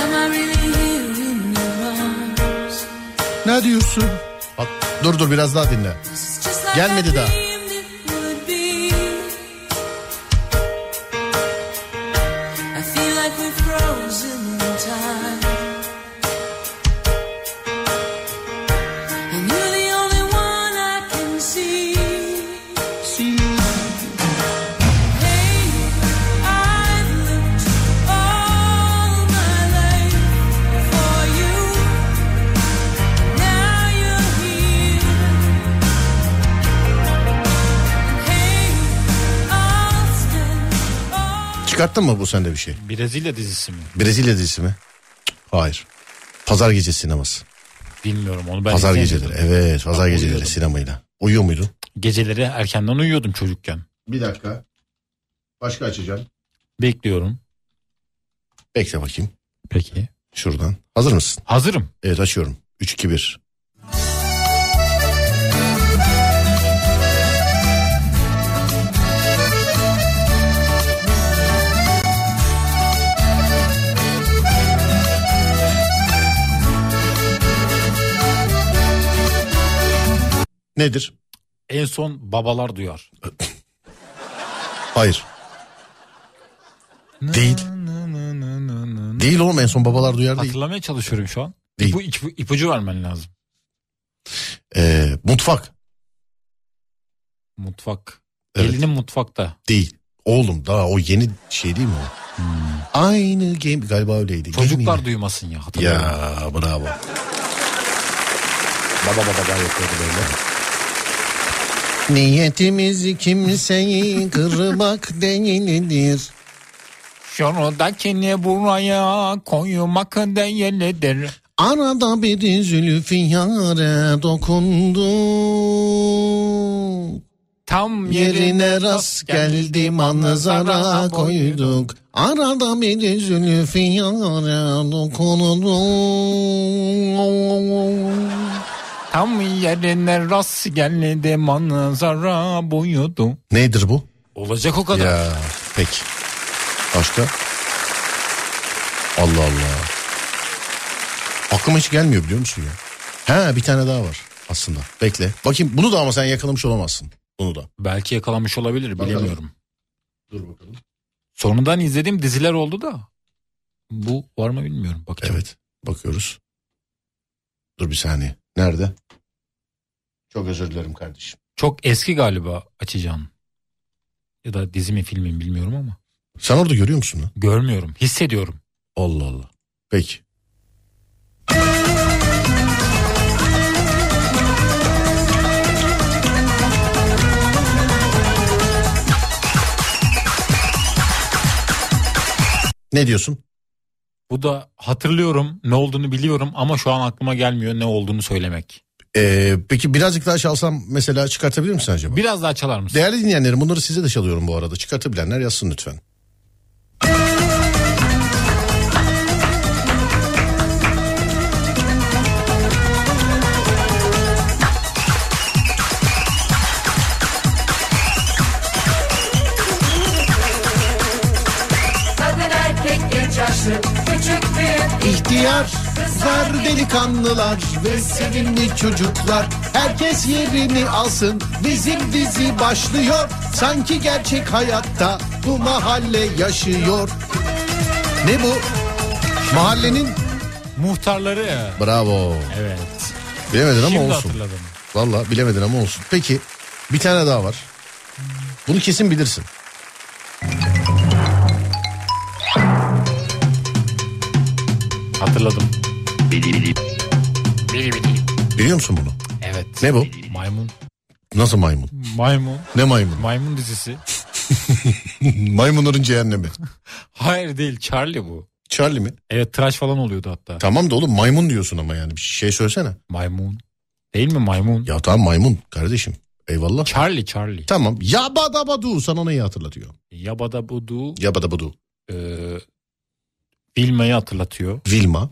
S6: Am I really here in your arms?
S1: Ne diyorsun? Bak, dur dur biraz daha dinle.
S6: It's just like
S1: Gelmedi
S6: I
S1: daha.
S6: dreamed it would be. I feel like we're frozen in time. And you're the only one I can see. Hey, I've looked all my life for you. Now you're here.
S1: Çıkarttın mı bu sende bir şey?
S2: Brezilya dizisi mi?
S1: Brezilya dizisi mi? Cık, Hayır. Pazar gecesi sineması.
S2: Bilmiyorum onu ben
S1: pazar
S2: izleyemiyordum.
S1: geceleri. Evet, pazar
S2: Ben
S1: geceleri
S2: uyuyordum.
S1: sinemayla. Uyuyor muydun?
S2: Geceleri erkenden uyuyordum çocukken.
S1: Bir dakika. Başka açacağım.
S2: Bekliyorum.
S1: Bekle bakayım.
S2: Peki.
S1: Şuradan. Hazır mısın?
S2: Hazırım.
S1: Evet açıyorum. 3 2 1. Nedir?
S2: En son babalar duyar.
S1: Hayır. Değil. Değil oğlum en son babalar duyar değil.
S2: Hatırlamaya çalışıyorum şu an.
S1: Değil.
S2: Bu ipu, ipucu vermen lazım.
S1: Ee, mutfak
S2: Mutfak.
S1: Evet.
S2: Gelinin mutfakta.
S1: değil. Oğlum daha o yeni şey değil mi o? Aynı game galiba öyleydi.
S2: Çocuklar
S1: Game
S2: duymasın ya.
S1: yine. Ya
S2: Hatırlıyorum.
S1: bravo.
S2: Baba baba baba yapıyordu böyle.
S1: Niyetimiz kimseyi kırmak değildir.
S2: Şunu da kini buraya koymak değildir.
S1: Arada bir zülfiyare dokundu.
S2: Tam
S1: Yerine rast geldi manzara koyduk. Arada bir zülfiyare dokundu.
S2: Tam yerine rast geldi manzara boyudu.
S1: Nedir bu?
S2: Olacak o kadar.
S1: Ya peki. Başka? Allah Allah. Aklıma hiç gelmiyor biliyor musun ya? Ha bir tane daha var aslında. Bekle. Bakayım bunu da ama sen yakalamış olamazsın. Bunu da.
S2: Belki yakalanmış olabilir bilemiyorum.
S1: Dur bakalım.
S2: Sonradan izlediğim diziler oldu da. Bu var mı bilmiyorum. Bakacağım.
S1: Evet bakıyoruz. Dur bir saniye. Nerede? Çok özür dilerim kardeşim.
S2: Çok eski galiba açacağım. Ya da dizi mi film mi bilmiyorum ama.
S1: Sen orada görüyor musun lan?
S2: Görmüyorum. Hissediyorum.
S1: Allah Allah. Peki. Ne diyorsun?
S2: Bu da hatırlıyorum ne olduğunu biliyorum ama şu an aklıma gelmiyor ne olduğunu söylemek.
S1: Ee, peki birazcık daha çalsam mesela çıkartabilir misin acaba?
S2: Biraz daha çalar mısın?
S1: Değerli dinleyenlerim bunları size de çalıyorum bu arada. Çıkartabilenler yazsın lütfen.
S6: Kadın erkek genç yaşlı küçük büyük
S1: İhtiyar, zar delikanlılar ve sevimli çocuklar. Herkes yerini alsın. Bizim dizi başlıyor. Sanki gerçek hayatta bu mahalle yaşıyor. Ne bu? Mahallenin...
S2: Muhtarları ya.
S1: Bravo.
S2: Evet.
S1: Bilemedin ama
S2: Şimdi
S1: olsun.
S2: hatırladım.
S1: Valla bilemedin ama olsun. Peki bir tane daha var. Bunu kesin bilirsin.
S2: Hatırladım.
S1: Biliyor musun bunu?
S2: Evet.
S1: Ne bu?
S2: Maymun.
S1: Nasıl maymun?
S2: Maymun.
S1: Ne maymun?
S2: Maymun dizisi.
S1: Maymunların cehennemi.
S2: Hayır değil Charlie bu.
S1: Charlie mi?
S2: Evet tıraş falan oluyordu hatta.
S1: Tamam da oğlum maymun diyorsun ama yani bir şey söylesene.
S2: Maymun. Değil mi maymun?
S1: Ya tamam maymun kardeşim. Eyvallah.
S2: Charlie Charlie.
S1: Tamam. Yabadabadu sana onu iyi hatırlatıyor.
S2: Yabada budu
S1: Yabadabadu.
S2: e, Vilma'yı hatırlatıyor.
S1: Vilma.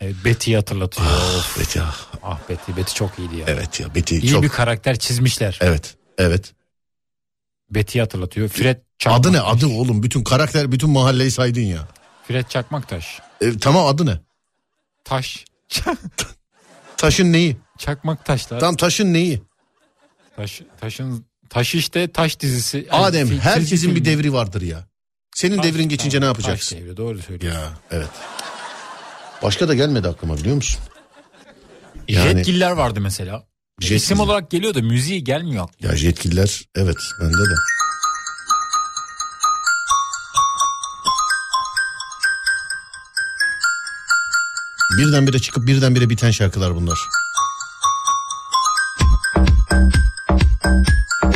S2: Evet, Betty'yi hatırlatıyor. Of,
S1: Evet ya.
S2: ah Betty. Betty çok iyiydi ya.
S1: Evet ya. Beti
S2: İyi
S1: çok.
S2: bir karakter çizmişler.
S1: Evet. Evet.
S2: Betty'yi hatırlatıyor. Fred Çakmak.
S1: Adı ne? Adı oğlum. Bütün karakter, bütün mahalleyi saydın ya.
S2: Fred Çakmaktaş.
S1: E, tamam adı ne?
S2: Taş.
S1: Taşın neyi?
S2: Çakmaktaşlar.
S1: Tam taşın neyi?
S2: Taş, taşın taş işte taş dizisi. Yani
S1: Adem
S2: çizgi
S1: herkesin bir
S2: film.
S1: devri vardır ya. Senin
S2: Taş,
S1: devrin geçince ne
S2: tamam,
S1: yapacaksın?
S2: Taş devri doğru söylüyorsun.
S1: Ya evet. Başka da gelmedi aklıma biliyor musun? Yani-
S2: Jetgiller vardı mesela.
S1: Jetgiller.
S2: İsim olarak geliyor da müziği gelmiyor aklıma.
S1: Ya yetkililer evet bende de. Birdenbire çıkıp birdenbire biten şarkılar bunlar.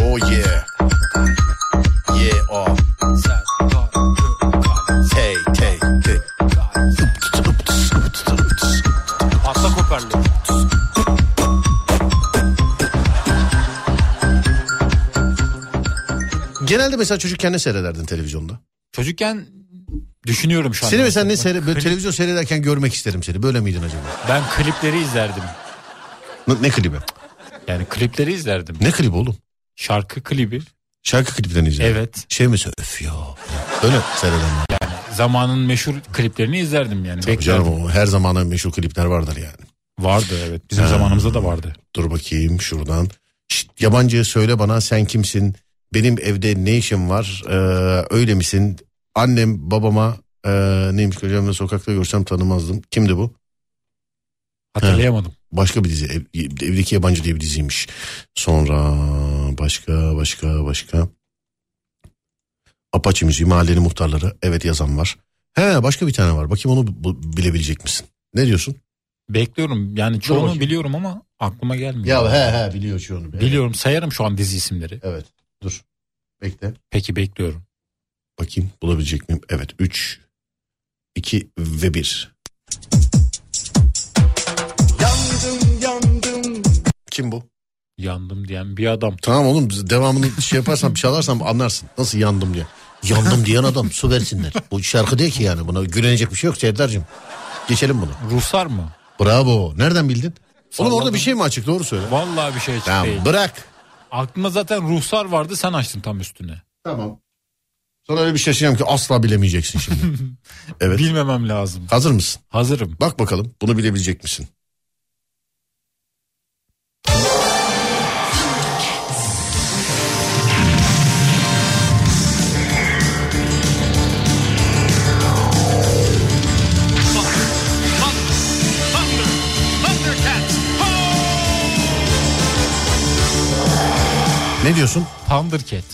S1: Oh yeah. Yeah oh. Hey hey hey.
S2: Atla koparlı.
S1: Genelde mesela çocukken ne seyrederrdin televizyonda?
S2: Çocukken düşünüyorum şu an.
S1: Seni mesela ne seyre- böyle televizyon seyrederken görmek isterim seni. Böyle miydin acaba?
S2: Ben klipleri izlerdim.
S1: Ne, ne klibi?
S2: Yani klipleri izlerdim.
S1: Ne klibi oğlum?
S2: Şarkı klibi.
S1: Şarkı kliplerini izledim.
S2: Evet.
S1: Şey mi sö- öf ya. Öyle seyredenler.
S2: Zamanın meşhur kliplerini izlerdim yani.
S1: Tabii
S2: Beklerdim.
S1: canım o her zamanın meşhur klipler vardır yani.
S2: Vardı evet. Bizim
S1: Ha.
S2: zamanımızda da vardı.
S1: Dur bakayım şuradan. Şşt, yabancı söyle bana sen kimsin? Benim evde ne işim var? Ee, öyle misin? Annem babama e, neymiş kocamla sokakta görsem tanımazdım. Kimdi bu?
S2: Hatırlayamadım.
S1: Başka bir dizi. Ev- evdeki yabancı diye bir diziymiş. Sonra başka başka başka. Apache müziği mahallenin muhtarları. Evet yazan var. He başka bir tane var. Bakayım onu bu- bilebilecek misin? Ne diyorsun?
S2: Bekliyorum. Yani çoğunu
S1: bakayım.
S2: biliyorum ama aklıma gelmiyor.
S1: Ya he he biliyor şu onu.
S2: Biliyorum sayarım şu an dizi isimleri.
S1: Evet dur. Bekle.
S2: Peki bekliyorum.
S1: Bakayım bulabilecek miyim? Evet 3, 2 ve 1.
S5: Yandım yandım
S1: Kim bu?
S2: Yandım diyen bir adam.
S1: Tamam oğlum biz devamını şey yaparsam çalarsam anlarsın. Nasıl yandım diye. Yandım diyen adam su versinler. Bu şarkı değil ki yani buna gülenecek bir şey yok Sevdar'cığım. Geçelim bunu.
S2: Ruslar mı?
S1: Bravo. Nereden bildin?
S2: Salladım.
S1: Oğlum orada bir şey mi açık doğru söyle.
S2: Vallahi bir şey açık
S1: Tamam
S2: değil.
S1: bırak.
S2: Aklımda zaten ruhsar vardı sen açtın tam üstüne.
S1: Tamam. Sonra öyle bir şaşıracağım ki asla bilemeyeceksin şimdi. evet.
S2: Bilmemem lazım.
S1: Hazır mısın?
S2: Hazırım.
S1: Bak bakalım bunu bilebilecek misin? Ne diyorsun?
S2: Thundercat.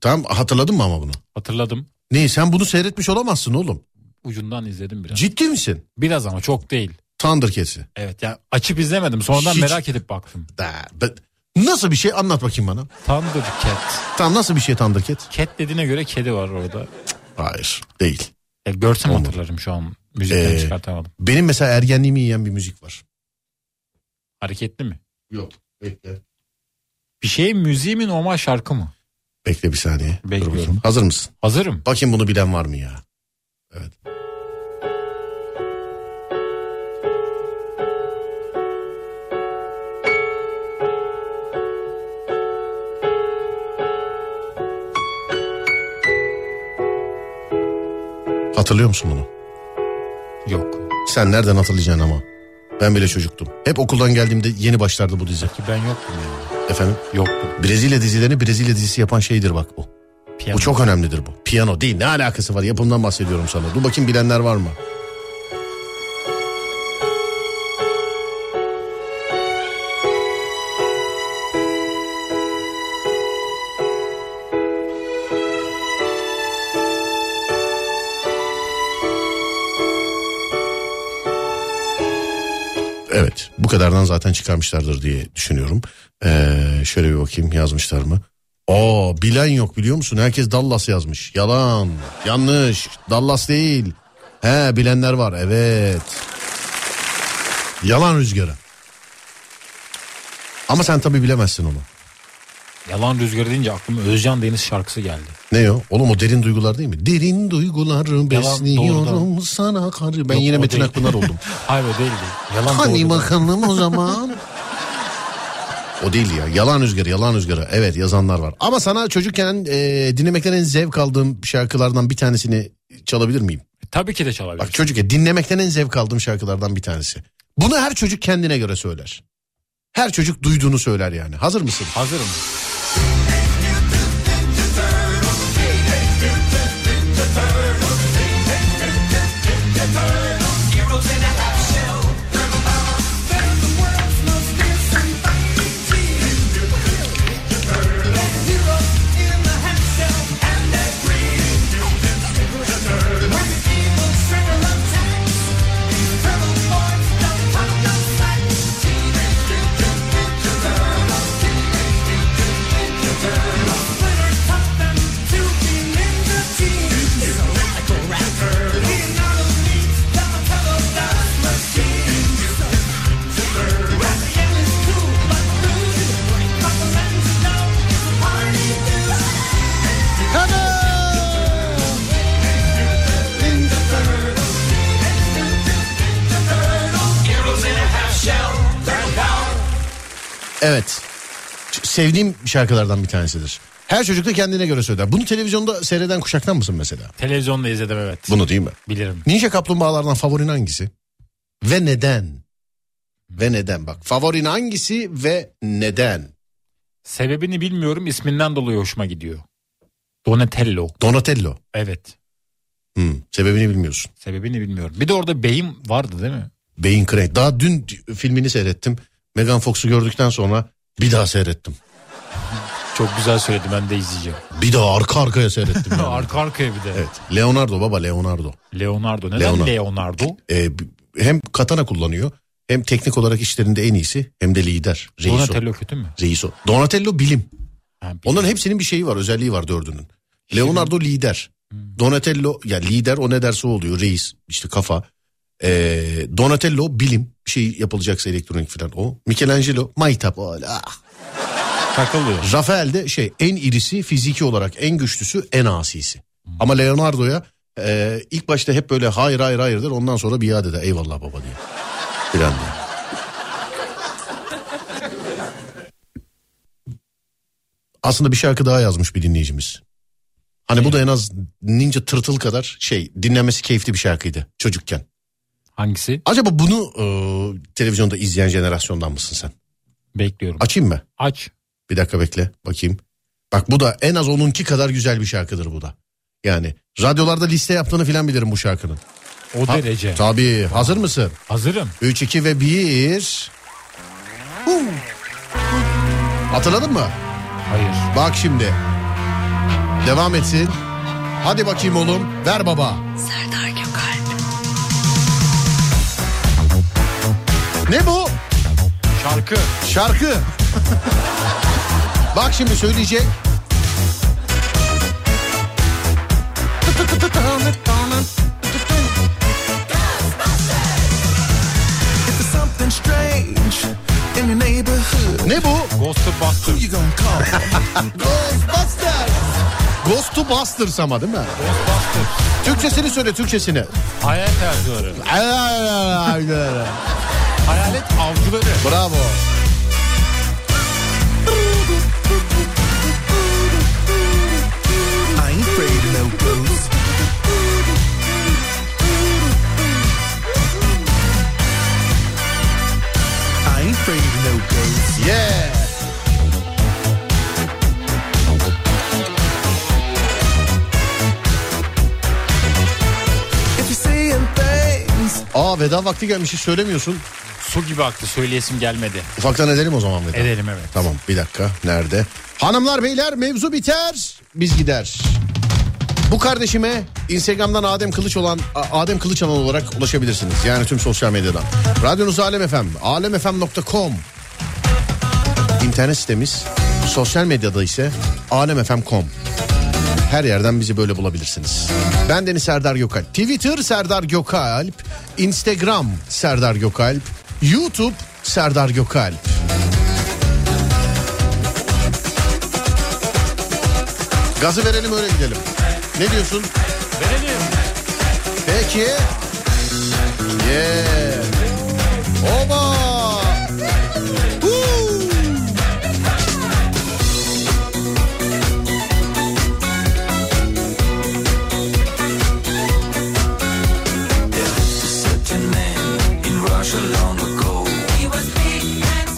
S1: Tamam hatırladın mı ama bunu?
S2: Hatırladım.
S1: Ne sen bunu seyretmiş olamazsın oğlum.
S2: Ucundan izledim biraz.
S1: Ciddi misin?
S2: Biraz ama çok değil.
S1: Thundercats'i.
S2: Evet ya açıp izlemedim. Sonradan
S1: Hiç-
S2: merak edip baktım.
S1: Da- da- Nasıl bir şey anlat bakayım bana.
S2: Thundercat.
S1: Tam nasıl bir şey Thundercat?
S2: Cat dediğine göre kedi var orada.
S1: Hayır değil.
S2: Ya görsem
S1: Olmadı.
S2: hatırlarım şu an. Müzikten
S1: Ee,
S2: çıkartamadım.
S1: Benim mesela ergenliğimi yiyen bir müzik var.
S2: Hareketli mi?
S1: Yok bekle.
S2: Bir şey müziği mi normal şarkı mı?
S1: Bekle bir saniye. Dur
S2: Bekliyorum.
S1: bakayım. Hazır mısın?
S2: Hazırım.
S1: Bakayım bunu bilen var mı ya? Evet. Hatırlıyor musun bunu?
S2: Yok.
S1: Sen nereden hatırlayacaksın ama? Ben bile çocuktum. Hep okuldan geldiğimde yeni başlardı bu dizi.
S2: Ki ben yoktum yani.
S1: Efendim?
S2: Yoktum.
S1: Brezilya dizilerini Brezilya dizisi yapan şeydir bak bu.
S2: Piyano.
S1: Bu çok önemlidir bu. Piyano değil ne alakası var yapımdan bahsediyorum sana. Dur bakayım bilenler var mı? Evet bu kadardan zaten çıkarmışlardır diye düşünüyorum. Ee, şöyle bir bakayım yazmışlar mı? Aa bilen yok biliyor musun? Herkes Dallas yazmış. Yalan. Yanlış. Dallas değil. He bilenler var evet. Yalan rüzgarı. Ama sen tabii bilemezsin onu.
S2: Yalan rüzgarı deyince aklıma Özcan Deniz şarkısı geldi.
S1: Ne o? Oğlum o derin duygular değil mi? Derin duyguları besliyorum
S2: doğrudan.
S1: sana karı. Ben
S2: Yok,
S1: yine
S2: o
S1: Metin
S2: değil.
S1: Akpınar oldum.
S2: Hayır o değildi. Yalan
S1: Hani
S2: doğrudan.
S1: bakalım o zaman. o değil ya. Yalan rüzgarı, yalan rüzgarı. Evet yazanlar var. Ama sana çocukken e, dinlemekten en zevk aldığım şarkılardan bir tanesini çalabilir miyim?
S2: Tabii ki de çalabilir.
S1: Bak çocukken dinlemekten en zevk aldığım şarkılardan bir tanesi. Bunu her çocuk kendine göre söyler. Her çocuk duyduğunu söyler yani. Hazır mısın?
S2: Hazırım.
S1: Evet. Ç- Sevdiğim şarkılardan bir tanesidir. Her çocuk da kendine göre söyler. Bunu televizyonda seyreden kuşaktan mısın mesela?
S2: Televizyonda izledim evet.
S1: Bunu değil mi?
S2: Bilirim.
S1: Ninja kaplumbağalardan favorin hangisi? Ve neden? Ve neden bak. Favorin hangisi ve neden?
S2: Sebebini bilmiyorum isminden dolayı hoşuma gidiyor. Donatello.
S1: Donatello.
S2: Evet.
S1: Hmm, sebebini bilmiyorsun.
S2: Sebebini bilmiyorum. Bir de orada beyim vardı değil mi?
S1: Beyin Crank. Daha dün filmini seyrettim. Megan Fox'u gördükten sonra bir daha seyrettim.
S2: Çok güzel söyledi ben de izleyeceğim.
S1: Bir daha arka arkaya seyrettim. yani.
S2: Arka arkaya bir de.
S1: evet. Leonardo baba Leonardo.
S2: Leonardo. Neden
S1: Leonardo.
S2: Leonardo?
S1: Ee, b- hem katana kullanıyor hem teknik olarak işlerinde en iyisi hem de lider. Reis o.
S2: Donatello kötü mü?
S1: Reis o. Donatello bilim.
S2: Ha,
S1: Onların hepsinin bir şeyi var özelliği var dördünün. Leonardo lider. Donatello ya lider o ne derse o oluyor reis işte kafa. Ee, Donatello bilim bir şey yapılacaksa elektronik falan o. Michelangelo maytap o öyle, ah.
S2: takılıyor.
S1: Rafael de şey en irisi fiziki olarak en güçlüsü en asisi. Ama Leonardo'ya e, ilk başta hep böyle hayır hayır hayır der ondan sonra biat eder eyvallah baba diye. Filan diye. Aslında bir şarkı daha yazmış bir dinleyicimiz. Hani bu da en az Ninja Tırtıl kadar şey dinlenmesi keyifli bir şarkıydı çocukken.
S2: Hangisi?
S1: Acaba bunu e, televizyonda izleyen jenerasyondan mısın sen?
S2: Bekliyorum.
S1: Açayım mı?
S2: Aç.
S1: Bir dakika bekle bakayım. Bak bu da en az onunki kadar güzel bir şarkıdır bu da. Yani radyolarda liste yaptığını filan bilirim bu şarkının.
S2: O
S1: Ha-
S2: derece.
S1: Tabii hazır mısın?
S2: Hazırım.
S1: 3, 2 ve 1. Hatırladın mı?
S2: Hayır.
S1: Bak şimdi. Devam etsin. Hadi bakayım oğlum. Ver baba.
S6: Serdar Gökalp.
S1: Ne bu?
S2: Şarkı.
S1: Şarkı. Bak şimdi söyleyecek.
S3: If there's something strange in your neighborhood,
S1: Ne bu?
S3: who
S2: Ghostbusters.
S3: you gonna call?
S1: Ghostbusters. Ghostbusters ama değil mi? Türkçesini söyle Türkçesini.
S2: Hayal tercihleri. Hayalet avcıları.
S1: Bravo.
S3: I ain't afraid of no ghosts. I ain't afraid of no ghosts.
S1: Yeah.
S3: If you're seeing things
S1: Aa veda vakti gelmiş hiç söylemiyorsun.
S2: Su gibi aktı söyleyesim gelmedi.
S1: Ufaktan edelim o zaman veda.
S2: Edelim evet.
S1: Tamam bir dakika nerede? Hanımlar beyler mevzu biter biz gider. Bu kardeşime Instagram'dan Adem Kılıç olan A- Adem Kılıç alan olarak ulaşabilirsiniz. Yani tüm sosyal medyadan. Radyonuz Alem FM, alemfm.com. İnternet sitemiz sosyal medyada ise alemfm.com. Her yerden bizi böyle bulabilirsiniz. Ben Deniz Serdar Gökalp. Twitter Serdar Gökalp. Instagram Serdar Gökalp. YouTube Serdar Gökalp. Gazı verelim öyle gidelim. Ne diyorsun?
S2: Verelim.
S1: Peki. Yeah. Oba. Huu.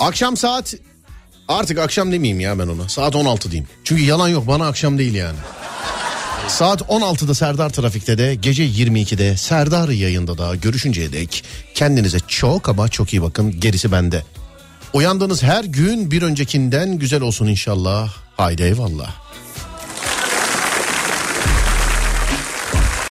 S1: Akşam saat artık akşam demeyeyim ya ben ona. Saat 16 diyeyim. Çünkü yalan yok bana akşam değil yani. Saat 16'da Serdar Trafik'te de gece 22'de Serdar yayında da görüşünceye dek kendinize çok ama çok iyi bakın gerisi bende. Uyandığınız her gün bir öncekinden güzel olsun inşallah. Haydi eyvallah.